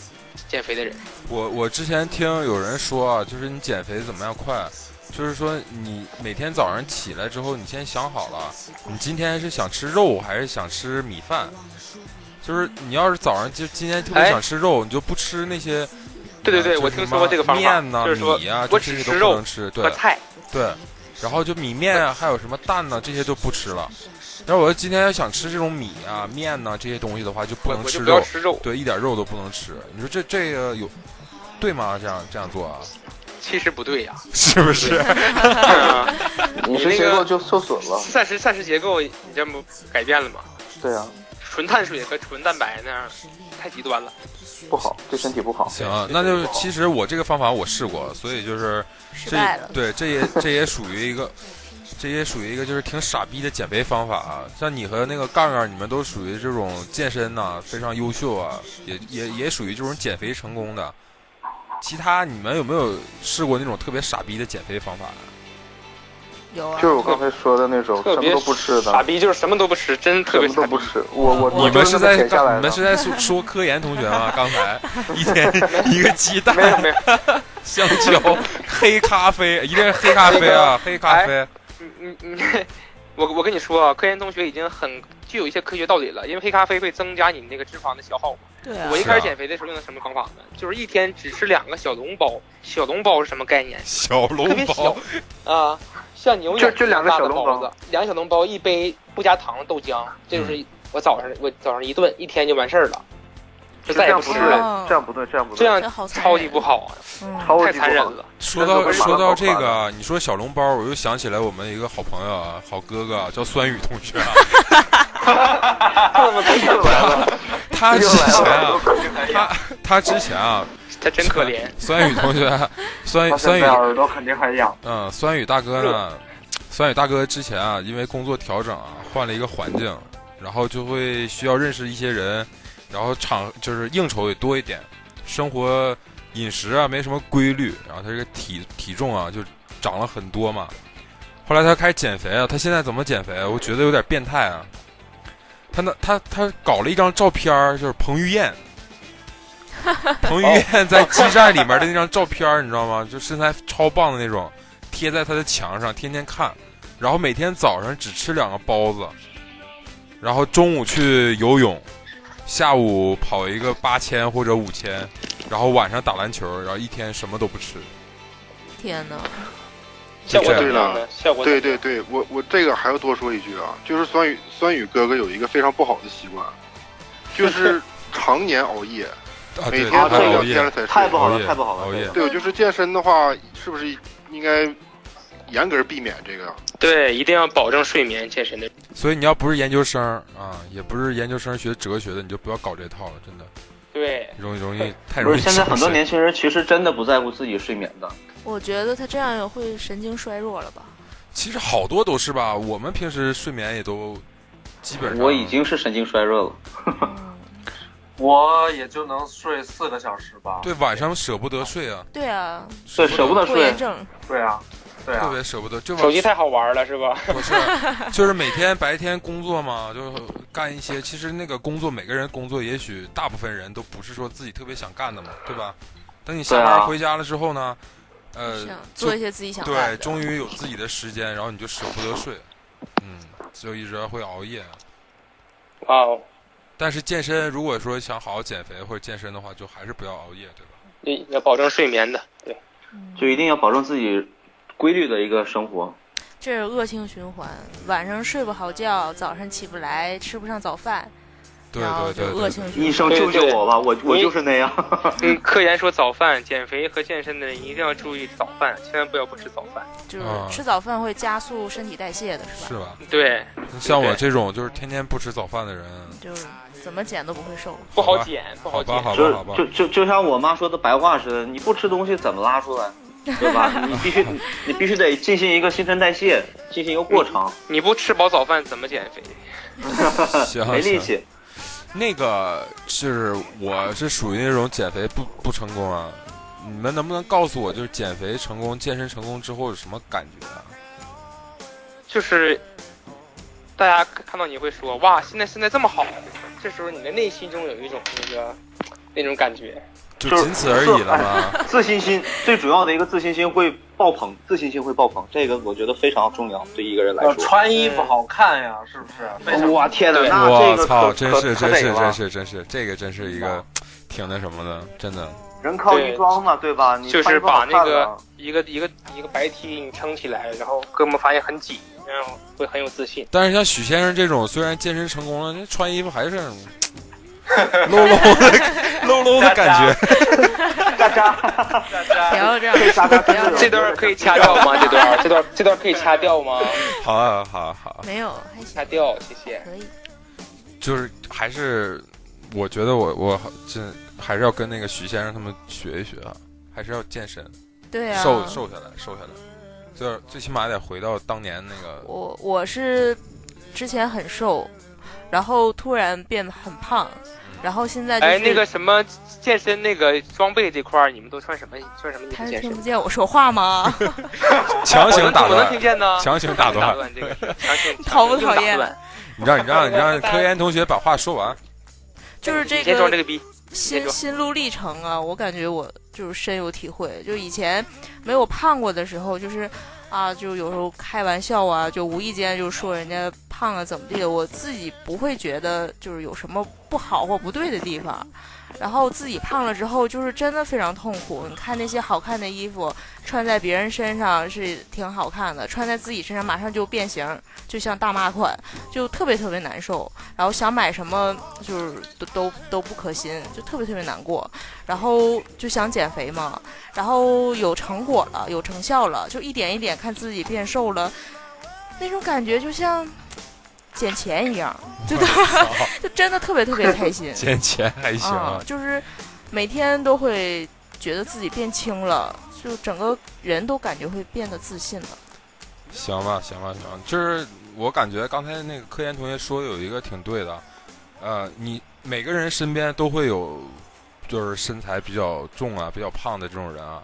S5: 减肥的人，
S3: 我我之前听有人说啊，就是你减肥怎么样快，就是说你每天早上起来之后，你先想好了，你今天是想吃肉还是想吃米饭。就是你要是早上就今天特别
S5: 哎
S3: 想吃肉，你就不吃那些
S5: 对对对，
S3: 啊
S5: 我
S3: 就是
S5: 听
S3: 什
S5: 说
S3: 么
S5: 过这个方法，
S3: 面呐、
S5: 就是说
S3: 米呀、
S5: 我
S3: 这
S5: 只
S3: 些都
S5: 吃
S3: 不
S5: 肉
S3: 能吃，
S5: 和
S3: 对
S5: 菜，
S3: 对。然后就米面啊，还有什么蛋呐、这些就不吃了。然后我今天要想吃这种米啊、面呐、这些东西的话，就不
S5: 我
S3: 能
S5: 我
S3: 吃
S5: 就不要
S3: 肉，
S5: 吃肉。
S3: 对，一点肉都不能吃。你说这这个有对吗？这样这样做啊，
S5: 其实不对呀，
S3: 是不是？
S6: 饮
S5: 你
S6: 食
S5: 那
S6: 结
S5: 个
S6: 构就受损了。
S5: 膳食膳食结构你这不改变了吗？
S10: 对啊，
S5: 纯碳水和纯蛋白那样，太极端了。
S6: 不好，对身体不好。
S3: 行啊，那就是其实我这个方法我试过，所以就是
S8: 失
S3: 这
S8: 败了
S3: 对这也这也属于一个，这也属于一个就是挺傻逼的减肥方法啊。像你和那个杠杠，你们都属于这种健身呐、非常优秀啊，也也也属于这种减肥成功的。其他你们有没有试过那种特别傻逼的减肥方法？啊
S8: 有啊
S6: 就，是我刚才说的那种，
S5: 特
S6: 什么
S5: 别
S6: 都不吃的，
S5: 傻逼就是什么都不吃，真
S6: 什
S5: 特别
S6: 么
S5: 傻逼
S6: 都不。吃。我我
S8: 我
S3: 你们是在
S6: 写下
S3: 刚
S6: 来
S3: 你们
S6: 的，
S3: 是在说说科研同学吗？刚
S6: [laughs]
S3: 才一天一个鸡蛋
S5: 没、有没有，
S3: [laughs] 香蕉、黑咖啡，一定是 [laughs] 黑咖啡啊，黑咖
S6: 哎
S3: 啡。
S5: 你你你，嗯 [laughs] 我我跟你说啊，科研同学已经很具有一些科学道理了，因为黑咖啡会增加你那个脂肪的消耗嘛。
S8: 对啊
S5: 我，一
S3: 是
S5: 开
S3: 啊
S5: 始减肥的时候用的什么方法呢？就是一天只吃两个小笼包。小笼包是什么概念？
S3: 小笼
S5: 特别
S3: 包 [laughs]
S5: 小，啊，像牛
S6: 就
S5: 奶
S6: 就两个
S5: 大的
S6: 小笼
S5: 包
S6: 包
S5: 子，两个小笼包，一杯不加糖的豆浆，这就是
S3: 嗯
S5: 我早上我早上一顿一天就完事儿了，就
S6: 这
S5: 再也
S6: 样
S5: 不
S6: 不
S5: 吃
S6: 对
S5: 了，
S8: 了，
S6: 这样不对，这样不
S5: 这
S6: 对，
S5: 样
S8: 这好残忍
S5: 超级不好啊，
S8: 嗯，
S6: 超
S5: 太
S6: 级不
S5: 残忍
S6: 好。
S5: 了。
S3: 说到
S6: 那就会
S3: 说
S6: 马上
S3: 到这
S6: 爆发
S3: 个啊，你说小笼包，我又想起来我们一个好朋友啊，好哥哥啊，叫酸雨同
S6: [laughs]
S3: 学啊，
S6: 这么又来了，
S3: 他之
S6: 又来
S3: 前
S6: 了
S3: 啊，，他他
S6: [laughs]
S3: 之前啊，
S5: 他真可怜，
S3: [laughs] 酸雨同学，酸
S7: 他
S3: 酸
S7: 现
S3: 雨
S7: 在耳朵肯定还痒。
S3: 嗯，酸雨大哥呢，酸雨大哥之前啊，因为工作调整啊，换了一个环境，然后就会需要认识一些人，然后场就是应酬也多一点，生活饮食啊没什么规律，然后他这个体体重啊就涨了很多嘛。后来他开始减肥啊，他现在怎么减肥啊？我觉得有点变态啊。他那他他搞了一张照片儿，就是彭于晏，彭于晏在基站里面的那张照片儿，你知道吗？就身材超棒的那种，贴在他的墙上，天天看，然后每天早上只吃两个包子，然后中午去游泳，下午跑一个八千或者五千，然后晚上打篮球，然后一天什么都不吃。
S8: 天哪，
S5: 效果
S3: 就这样
S5: 怎么样呢？效果
S4: 对
S5: 怎么
S4: 对
S5: 样，
S4: 对，我我这个还要多说一句啊，就是酸雨酸雨哥哥有一个非常不好的习惯，
S5: [laughs]
S4: 就是常年熬夜，
S3: 啊，
S4: 每
S3: 对，
S4: 天
S3: 他
S4: 都
S3: 还
S4: 要
S3: 熬
S4: 天
S3: 夜
S4: 了，才睡。
S6: 太不好
S3: 熬夜
S6: 了，太不好了，
S3: 熬夜
S6: 这个
S4: 对，就是健身的话，是不是应该严格避免这个呀？
S5: 对，一定要保证睡眠健身的。
S3: 所以你要不是研究生啊，也不是研究生学哲学的，你就不要搞这套了，真的
S5: 对，
S3: 容易容
S6: [laughs]
S3: 易太
S6: 不
S3: 容易
S6: 是，
S3: 上身。
S6: 现在很多年轻人其实真的不在乎自己睡眠的，
S8: 我觉得他这样也会神经衰弱了吧？
S3: 其实好多都是吧，我们平时睡眠也都基本上
S6: 我已经是神经衰弱了。
S8: 嗯，
S7: 我也就能睡四个小时吧。
S3: 对晚上舍不得睡啊，
S8: 对啊，
S6: 对，舍不得
S8: 拖延
S10: 嗯
S6: 睡，
S8: 症，
S7: 对啊，对
S3: 特
S7: 啊，
S3: 别舍不得，就晚
S5: 手机太好玩了，是吧？
S3: 不是，
S8: [laughs]
S3: 就是每天白天工作嘛，就干一些。其实那个工作，每个人工作，也许大部分人都不是说自己特别想干的嘛，对吧？等你下
S6: 对
S3: 班
S6: 啊
S3: 回家了之后呢，呃
S8: 想，
S3: 就
S8: 做一些自己想干
S3: 对，
S8: 的
S3: 终于有自己的时间，然后你就舍不得睡，嗯，就一直会熬夜。
S5: 哇哦，
S3: 但是健身，如果说想好好减肥或者健身的话，就还是不要熬夜，对吧？
S5: 要要保证睡眠的。对，
S6: 就一定要保证自己规律的一个生活。
S8: [laughs] 这是恶性循环，晚上睡不好觉，早上起不来，吃不上早饭，
S3: 对
S8: 然后
S3: 对
S8: 就
S3: 对
S8: 恶
S3: 对
S8: 性
S3: 对，
S8: 循环。
S6: 医生救救我吧，我我就是那样。
S5: 嗯，科研说早饭减肥和健身的人一定要注意早饭，千万不要不吃早饭。
S8: 就是
S3: 啊
S8: 吃早饭会加速身体代谢的，是
S3: 是
S8: 吧？
S3: 吧？
S5: 对，
S3: 像我
S5: 对
S3: 这种就是天天不吃早饭的人，
S8: 就是怎么减都不会瘦。
S5: 不
S3: 好
S5: 好
S3: 吧
S5: 减，不
S3: 好
S5: 减
S3: 吧，。啊好吧，好吧
S6: 就，就就就像我妈说的白话似的，你不吃东西怎么拉出来，对吧？你必须
S3: [laughs]
S6: 你你必须得进行一个新陈代谢，进行一个过程，
S5: 你不吃饱早饭怎么
S6: [laughs]
S5: 减肥？
S3: 行
S6: 没力
S3: 行
S6: 气。
S3: 那个是我是属于那种减肥不不成功啊，你们能不能告诉我，就是减肥成功、健身成功之后有什么感觉啊？
S5: 就是大家看到你会说哇，现在现在这么好，这时候你的内心中有一种那个那种感觉。
S3: 就
S6: 就是
S3: 仅此而已了吗？
S6: 自信心最主要的一个自信心会爆棚，自信心会爆棚，这个我觉得非常重要，对一个人来
S7: 要
S6: 说。嗯
S7: 穿衣服好看呀，是不是？非常
S6: 哇天哪，
S5: 对
S6: 那这
S3: 我
S6: 个
S3: 操，
S6: 可
S3: 真
S6: 可
S3: 是
S6: 可
S3: 真 [laughs]
S6: 得
S3: 是
S6: 了嗯
S3: 真是真是，这个真是一个挺那什么的，真的。
S6: 人靠衣装嘛，对吧？你
S5: 就是把
S6: 穿衣服
S5: 那
S6: 好看
S5: 个
S6: 了
S5: 一个一个一个白 T 你撑起来，然后胳膊发现很紧，然后会很有自信。
S3: 但是像许先生这种，虽然健身成功了，那穿衣服还是
S6: [laughs]
S3: low low 的 low low 的感觉。 [laughs]
S6: 渣 [laughs] 渣，
S8: 不要这样，
S6: 渣渣
S8: 不要
S5: 这段可以掐掉吗？这段这段这段可以掐掉吗？
S3: 好啊，好啊，好啊。
S8: 没有，还行，
S5: 掐掉，谢谢。
S8: 可以。
S3: 就是还是我觉得我我这还是要跟那个徐先生他们学一学啊，还是要健身，
S8: 对啊
S3: 瘦瘦下来，瘦下来，最最起码得回到当年那个
S8: 我我是之前很瘦，然后突然变得很胖，然后现在就是、
S5: 哎，那个什么健身那个装备这块儿，你们都穿什么穿什么衣服
S8: 他是
S5: 健身
S8: 听？不见我说话吗？ [laughs]
S3: 强行打断
S5: 我能听见呢，
S3: 强行打断
S5: 强 [laughs] 行这个是强行
S8: 讨不讨
S5: 强行
S8: 厌
S5: 打断
S3: 你让你让你让科研同学把话说完。
S8: 就是
S5: 你
S8: 这
S5: 先装这
S8: 个
S5: 个逼，接
S8: 心
S5: 着
S8: 心路历程啊，我感觉我就是深有体会。就以前没有胖过的时候，就是啊，就有时候开玩笑啊，就无意间就说人家胖啊怎么地的，我自己不会觉得就是有什么不好或不对的地方。然后自己胖了之后，就是真的非常痛苦。你看那些好看的衣服穿在别人身上是挺好看的，穿在自己身上马上就变形，就像大妈款，就特别特别难受。然后想买什么就是都都都不可心，就特别特别难过。然后就想减肥嘛，然后有成果了，有成效了，就一点一点看自己变瘦了，那种感觉就像捡钱一样，就 [laughs] 就真的特别特别开心。
S3: 捡钱 [laughs] 还行
S8: 啊，
S3: 啊，
S8: 就是每天都会觉得自己变轻了，就整个人都感觉会变得自信了。
S3: 行吧，行吧，行吧。就是我感觉刚才那个科研同学说有一个挺对的，呃，你每个人身边都会有，就是身材比较重啊、比较胖的这种人啊。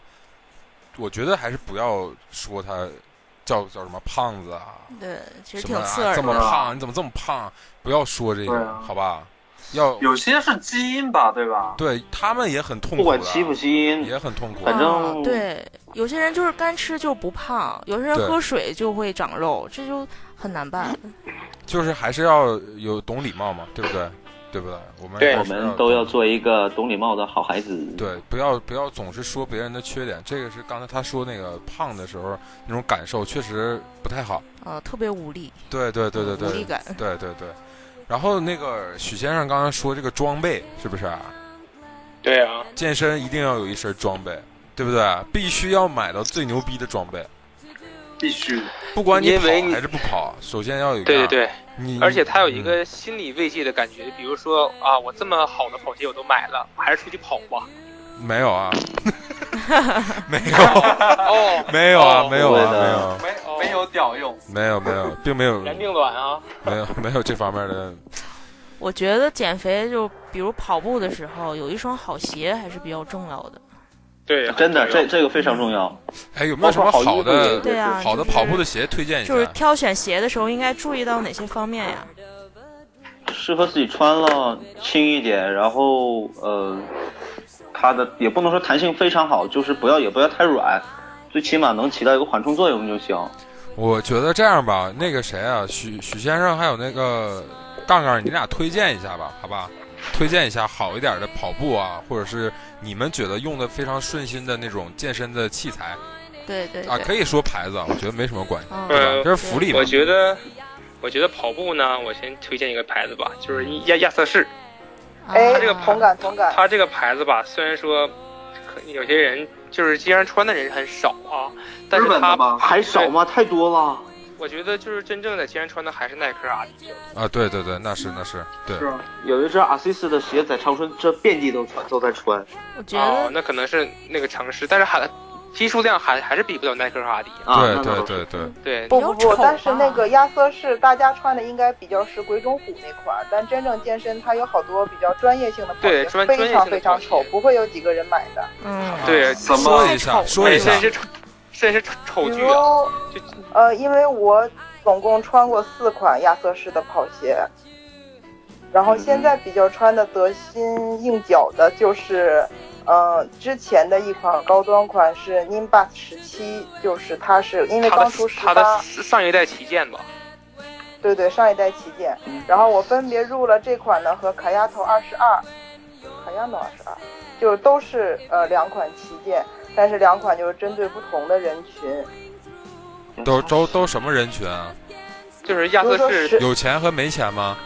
S3: 我觉得还是不要说他叫叫什么胖子啊，
S8: 对，其实
S3: 什
S8: 挺
S3: 么啊
S8: 刺耳
S3: 这么
S8: 的。
S3: 胖，你怎么这么胖？啊不要说这
S7: 对
S3: 个，
S7: 啊
S3: 好吧？要
S7: 有些是基因吧，对吧？
S3: 对他们也很痛苦的，啊
S6: 不管基不基因，
S3: 也很痛苦。
S6: 反正
S8: 啊、对，有些人就是干吃就不胖，有些人
S3: 对
S8: 喝水就会长肉，这就很难办。
S3: 就是还是要有懂礼貌嘛，对不对？对不对？我们
S5: 对
S3: 还
S6: 我
S3: 是
S6: 们都要做一个懂礼貌的好孩子。
S3: 对，不要不要总是说别人的缺点。这个是刚才他说那个胖的时候那种感受，确实不太好。
S8: 呃，特别无力，
S3: 对对对对
S8: 无
S3: 对
S8: 力感。
S3: 对对对。然后那个许先生刚刚说这个装备是不是啊、
S5: 对啊，
S3: 健身一定要有一身装备，对不对？必须要买到最牛逼的装备，
S7: 必须。
S3: 不管你
S5: 因
S3: 跑
S5: 为你
S3: 还是不跑，首先要有一
S5: 对对
S3: 个。
S5: 对，
S3: 啊你嗯
S5: 而且它有一个心理慰藉的感觉，比如说啊，我这么好的跑鞋我都买了，我还是出去跑吧。
S3: 没有啊，没有
S5: 哦，
S3: 没有啊
S5: 哦
S3: 没有
S6: 不会的
S3: 啊
S7: 没
S5: 哦
S7: 没有屌用，
S3: 没有没有没有，并没有
S5: 然并卵啊，
S3: 没有没有这方面的
S8: 我觉得减肥就比如跑步的时候，有一双好鞋还是比较重要的。
S5: 对，
S6: 啊真的，
S5: 很重
S6: 这
S5: 要
S6: 这个非常重要。
S3: 哎，有没有什么
S6: 包括好衣
S3: 好
S6: 服
S3: 的
S6: 也
S8: 对啊
S3: 好的
S8: 就是
S3: 跑步的鞋推荐一下？
S8: 就是挑选鞋的时候应该注意到哪些方面呀？
S6: 适合自己穿了，轻一点，然后呃，它的也不能说弹性非常好，就是不要也不要太软，最起码能起到一个缓冲作用就行。
S3: 我觉得这样吧，那个谁啊，许许先生还有那个杠杠，你俩推荐一下吧，好吧？推荐一下好一点的跑步啊，或者是你们觉得用的非常顺心的那种健身的器材
S8: 对对对。
S3: 啊，可以说牌子，啊，我觉得没什么关系，
S8: 嗯
S3: 对吧
S5: 呃？
S3: 这是福利嘛
S5: 我。觉得，我觉得跑步呢，我先推荐一个牌子吧，就是亚亚瑟士。
S1: 哎
S8: 啊，
S5: 这个
S1: 同感同感。
S5: 它这个牌子吧，虽然说可有些人就是街上穿的人很少啊，但
S7: 日
S5: 是
S7: 本
S5: 它
S7: 的吗？
S6: 还少吗？太多了。
S5: 我觉得就是真正的街上穿的还是耐克、阿迪。
S3: 啊，对对对，那是那是，对
S7: 是
S1: 啊
S10: 有一只阿 C 斯的鞋在长春这遍地都穿都在穿，
S8: 我觉
S5: 哦，
S8: 得
S5: 那可能是那个城市，但是还批数量还还是比不了耐克、和阿迪。
S6: 啊，那
S3: 对对
S6: 倒是
S3: 对对，
S5: 对，
S1: 嗯不
S8: 比较
S1: 不不，
S8: 丑
S1: 但是
S8: 吧
S1: 那个亚瑟士大家穿的应该比较是鬼冢虎那款，但真正健身它有好多比较专业性的跑
S5: 对
S1: 鞋，
S5: 专专业
S1: 非
S5: 性
S1: 常
S5: 的
S1: 非常
S5: 跑鞋
S1: 丑，不会有几个人买的。
S8: [laughs] 嗯，
S5: 对
S7: 怎
S3: 说
S7: 么
S3: 一下，
S8: 太丑
S3: 说一下
S5: 甚，至哎是丑甚至是丑
S1: 比
S5: 剧
S1: 如
S5: 啊，就
S1: 呃，因为我总共穿过四款亚瑟士的跑鞋，然后现在比较穿的得心应脚的就是，呃，之前的一款高端款是 Nimbus 十七，就是它是因为
S5: 他
S1: 刚出
S5: 的
S1: 十
S5: 他
S1: 八
S5: 的，上一代旗舰吧，
S1: 对对，上一代旗舰，
S5: 嗯
S1: 然后我分别入了这款呢和卡亚头二十二，卡亚诺二十二，就是都是呃两款旗舰，但是两款就是针对不同的人群，
S3: 都都都什么人群啊？
S5: 就是亚
S1: 比如
S5: 瑟
S1: 说
S5: 士
S1: 十，
S3: 有钱和没钱吗？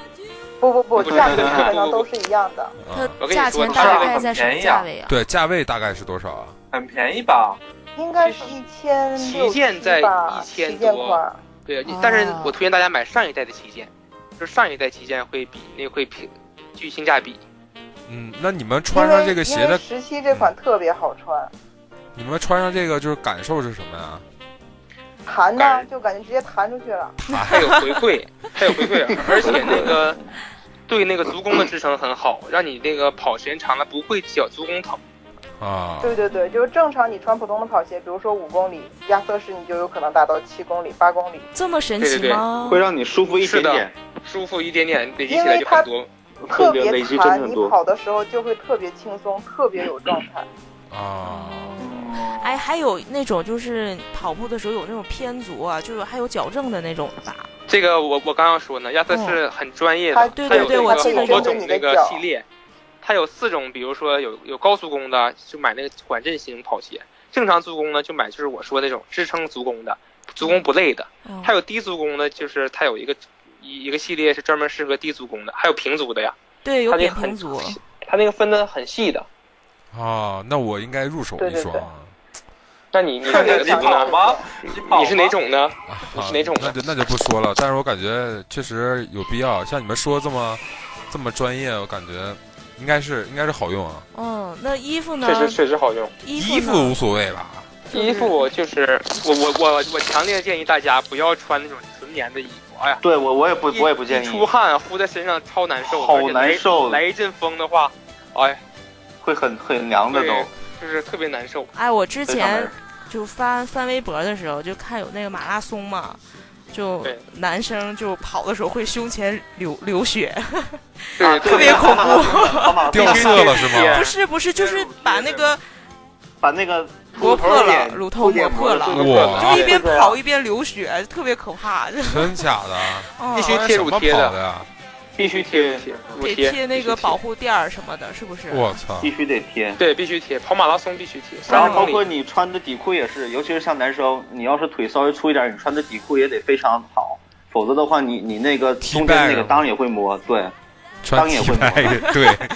S1: 不不不，
S5: 不
S1: 价格
S5: 是
S1: 基本上都是一样的。
S3: 啊，
S5: 我
S8: 它
S5: 跟你
S8: 价
S5: 说
S8: 钱
S5: 它
S8: 大
S7: 这个
S8: 概
S7: 很
S8: 在什么
S7: 便宜
S8: 价
S7: 啊
S8: 位啊？
S3: 对，价位大概是多少啊？
S7: 很便宜吧？
S1: 应该是一千
S5: 旗
S1: 六
S5: 舰在
S1: 吧，
S5: 1000
S1: 旗舰
S5: 多
S1: 款。啊
S5: 对
S8: 哦，
S5: 但是我推荐大家买上一代的旗舰，就上一代旗舰会比那会平，具性价比。
S3: 嗯，那你们穿上这个鞋
S1: 因为
S3: 的，
S1: 十七这款特别好穿，
S3: 你们穿上这个就是感受是什么
S5: [laughs]
S3: 呀？
S1: 弹
S5: 感
S1: 呢
S5: 人
S1: 就感觉直接弹出去了。
S5: 它有回馈，它有回馈，而且那
S1: [laughs]
S5: 个对那个足弓的支撑很好，让你那个跑时间长了不会脚足弓疼。
S3: 啊，
S1: 对对对，就是正常你穿普通的跑鞋，比如说五公里压测试，你就有可能达到七公里、八公里，
S8: 这么神
S5: 对
S8: 奇
S5: 对对
S8: 吗？
S6: 会让你舒服一点点，
S5: 舒服一点点，累积起来就很多。
S1: 特
S6: 对
S1: 别
S6: 累积真的
S1: 弹，
S6: 很
S1: 你
S6: 多。
S1: 跑的时候就会特别轻松，特别有状态。
S3: 啊，
S8: 哎，还有那种就是跑步的时候有那种偏足啊，就是还有矫正的那种的吧？
S5: 这个我我刚刚说呢，亚瑟是很专业的
S1: 它，
S8: 嗯啊
S5: 它
S8: 对对
S5: 有
S8: 对
S5: 这
S8: 我
S5: 个
S8: 记得
S5: 好多
S1: 就是
S5: 种
S1: 你的
S5: 那个
S1: 脚
S5: 系列，它有四种，比如说有有高足弓的，就买那个缓震型跑鞋；正常足弓呢，就买就是我说那种支撑足弓的，足弓不累的。
S8: 嗯
S5: 还有低足弓的，就是它有一个一一个系列是专门适合低足弓的，还有平足的呀，
S8: 对，有
S5: 它那
S8: 扁
S5: 个
S8: 平
S5: 很
S8: 足。
S5: 它那个分的很细的。
S3: 啊，那我应该入手
S1: 对
S3: 一
S1: 对
S3: 双
S1: 对
S3: 啊
S5: 那你你是
S7: 看
S5: 哪
S7: 见
S5: 个
S7: 你
S5: 足
S7: 跑
S5: 呢？
S7: 吗？你跑吗
S5: [laughs] 你是哪？种呢？
S3: 啊
S5: 你是哪种
S3: 那就
S5: 的
S3: 那就不说了，但是我感觉确实有必要。像你们说这么这么专业，我感觉应该是应该是好用啊。
S8: 嗯，那衣服呢
S5: 确？实确实好用。
S8: 衣
S3: 衣
S8: 服
S3: 服
S8: 呢
S3: 无所谓吧？
S5: 衣服就是我我我我强烈建议大家不要穿那种纯棉的衣服，哎呀。
S6: 对我我也不
S5: 一
S6: 我也不建
S5: 一
S6: 议，
S5: 出汗呼在身上超难受，
S6: 好
S5: 而且
S6: 难
S5: 来
S6: 受
S5: 来一阵风的话，哎，
S6: 会很很凉的
S5: 对
S6: 都。，
S5: 就是特别难受。
S8: 哎，我之
S6: 非常难
S8: 前就翻翻微博的时候，就看有那个马拉松嘛，就
S5: 对
S8: 男生就跑的时候会胸前流流血，
S5: 对，
S8: 特别恐怖。
S6: 怖
S3: 掉色了
S8: [laughs]
S3: 是吗？
S8: 不是不是，就是把那个
S6: 把那个
S8: 磨破了，
S6: 点
S8: 乳头磨破了，
S3: 哇，
S8: 就一边
S5: 啊
S8: 跑一边流血，特别可怕。就
S3: 啊 [laughs] 真假的？啊
S8: 嗯
S5: 必须
S3: 穿
S5: 贴
S3: 什
S5: 乳
S3: 么
S5: 贴
S3: 跑
S5: 的
S3: 的呀？
S5: 啊必须贴乳
S8: 得
S5: 贴，
S8: 贴那个保，护垫儿什么的，是不是？
S3: 我操！
S6: 必须得贴。
S5: 对，必须贴。跑马拉松必须贴，三
S6: 然后
S5: 十
S6: 包
S5: 公
S6: 括
S5: 里。
S6: 你穿的底裤也是，尤其是像男生，你要是腿稍微粗一点，你穿的底裤也得非常好，否则的话你，你那个
S3: 提
S6: 中间那
S3: 带
S6: 个
S3: 儿
S6: 裆也会磨。对，
S3: 穿
S6: 裆也
S3: 皮
S6: 会
S3: 带
S6: 磨
S3: 的， [laughs] 对，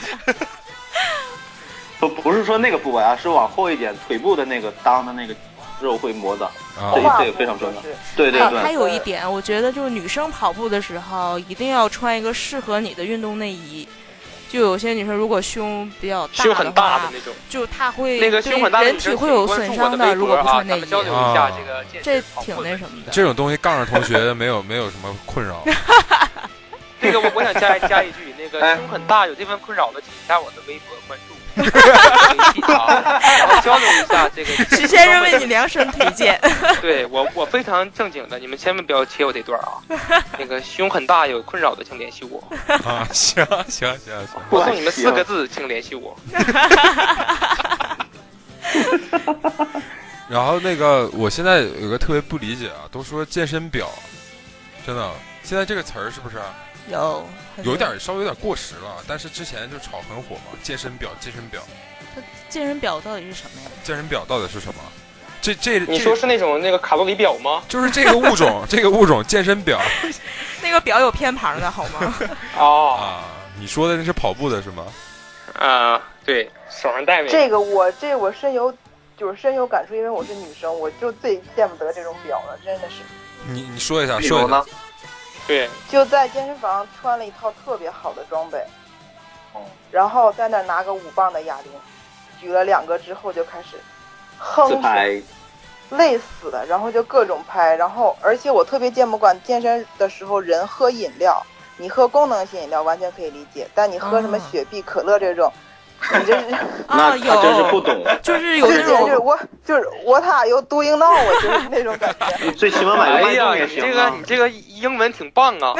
S6: 不不是说那个部位啊，是往后一点，腿部的那个裆的那个肉会磨的。
S3: 啊
S6: 对，
S1: 画
S6: 这个
S1: 布
S6: 非常重要
S1: 就是
S6: 对对
S8: 还有还
S6: 对，
S8: 有一点，我觉得就是女生跑步的时候一定要穿一个适合你的运动内衣。就有些女生如果胸比较大
S5: 胸很大
S8: 话
S5: 的那种，
S8: 就它会
S5: 那个
S8: 对
S5: 胸很大的
S8: 人
S5: 女
S8: 体
S5: 生，
S8: 会有
S5: 请
S8: 损
S5: 关注我
S8: 伤
S5: 的微
S8: 如
S5: 博
S8: 果不
S5: 啊，
S8: 穿内
S5: 咱们
S8: 衣
S5: 交，流一下这个健
S8: 这
S5: 身跑
S8: 挺
S5: 步的
S8: 那
S5: 事。
S8: 什么的。
S3: 这种东西杠上同学没有没有什么困扰。
S5: 那个我我想加加一 [laughs] 句，那个
S7: 哎
S5: 胸很大有这份困扰的，请加我的微博关注。 [laughs] 微
S8: [laughs]
S5: 信啊然后交流一下这个。
S8: 许先生为你量身推荐， [laughs]
S5: 对我，我非常正经的，你们千万不要切我这段啊！
S8: [laughs]
S5: 那个胸很大有困扰的，请联系
S6: [laughs]
S5: 我。
S3: 啊，行行行行，
S5: 我送你们四个字，请联系我。
S6: 啊
S3: 然后那个，我现在有个特别不理解啊，都说健身表，真的，现在这个词儿是不是
S8: [laughs]
S3: 啊
S8: 有很
S3: [laughs] 有
S8: 多
S3: 点稍微有点过时了？但是之前就炒很火嘛，健身表，健身表，
S8: 健身表到底是什么呀？
S3: 健身表到底是什么？这这
S5: 你
S3: 这
S5: 说是那种那个卡路里表吗？
S3: 就是这个物
S8: [laughs]
S3: 种，这个物种健身表
S8: 那个表有偏旁的好吗？
S5: 哦，
S3: 啊？你说的那是跑步的是吗？
S5: 啊，对，手上戴那个。
S1: 这个我这我深有就是深有感触，因为我是女生，我就最见不得这种表了，真的是。
S3: 你你说一下，
S7: 比
S3: 说
S7: 如
S3: 一下
S7: 呢，？
S3: [laughs]
S5: 对，
S1: 就在健身房穿了一套特别好的装备，
S6: 哦
S1: 然后在那儿拿个五磅的哑铃，举了两个之后就开始
S6: 自
S1: 哼着，
S6: 拍
S1: 累死了，然后就各种拍，然后而且我特别见不惯健身的时候人喝饮料，你喝功能性饮料完全可以理解，但你喝什么
S8: 啊
S1: 雪碧、可乐这种，你这是。
S8: 啊，
S6: 那他真是不
S8: 有，
S6: 懂，
S8: 就是有那
S1: 就是
S8: 种
S1: 我就是我他有 doing now，我就是那种
S6: [laughs]
S1: 感觉。
S6: 你最起码买个
S5: 哎
S6: 脉
S5: 呀，
S6: 动也
S5: 你
S6: 行
S5: 这个
S6: 啊
S5: 你。这个英文挺棒
S6: [laughs]
S5: 啊！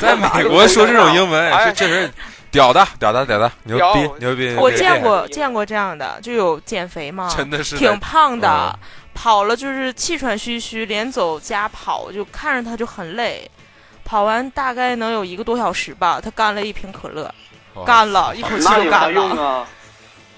S3: 在美国说这种英文也
S5: 哎
S3: 是确实屌的，屌的，屌的，牛逼，牛逼！牛
S8: 我
S3: 逼
S8: 见过见过这样的，就有减肥嘛，
S3: 真的是
S8: 挺胖的
S3: 嗯，
S8: 跑了就是气喘吁吁，连走加跑，就看着他就很累。跑完大概能有一个多小时吧，他干了一瓶可乐，
S3: 哇
S8: 干了一口气
S6: 那
S8: 就
S6: 有啥
S8: 干
S6: 用
S8: 了。
S6: 啊？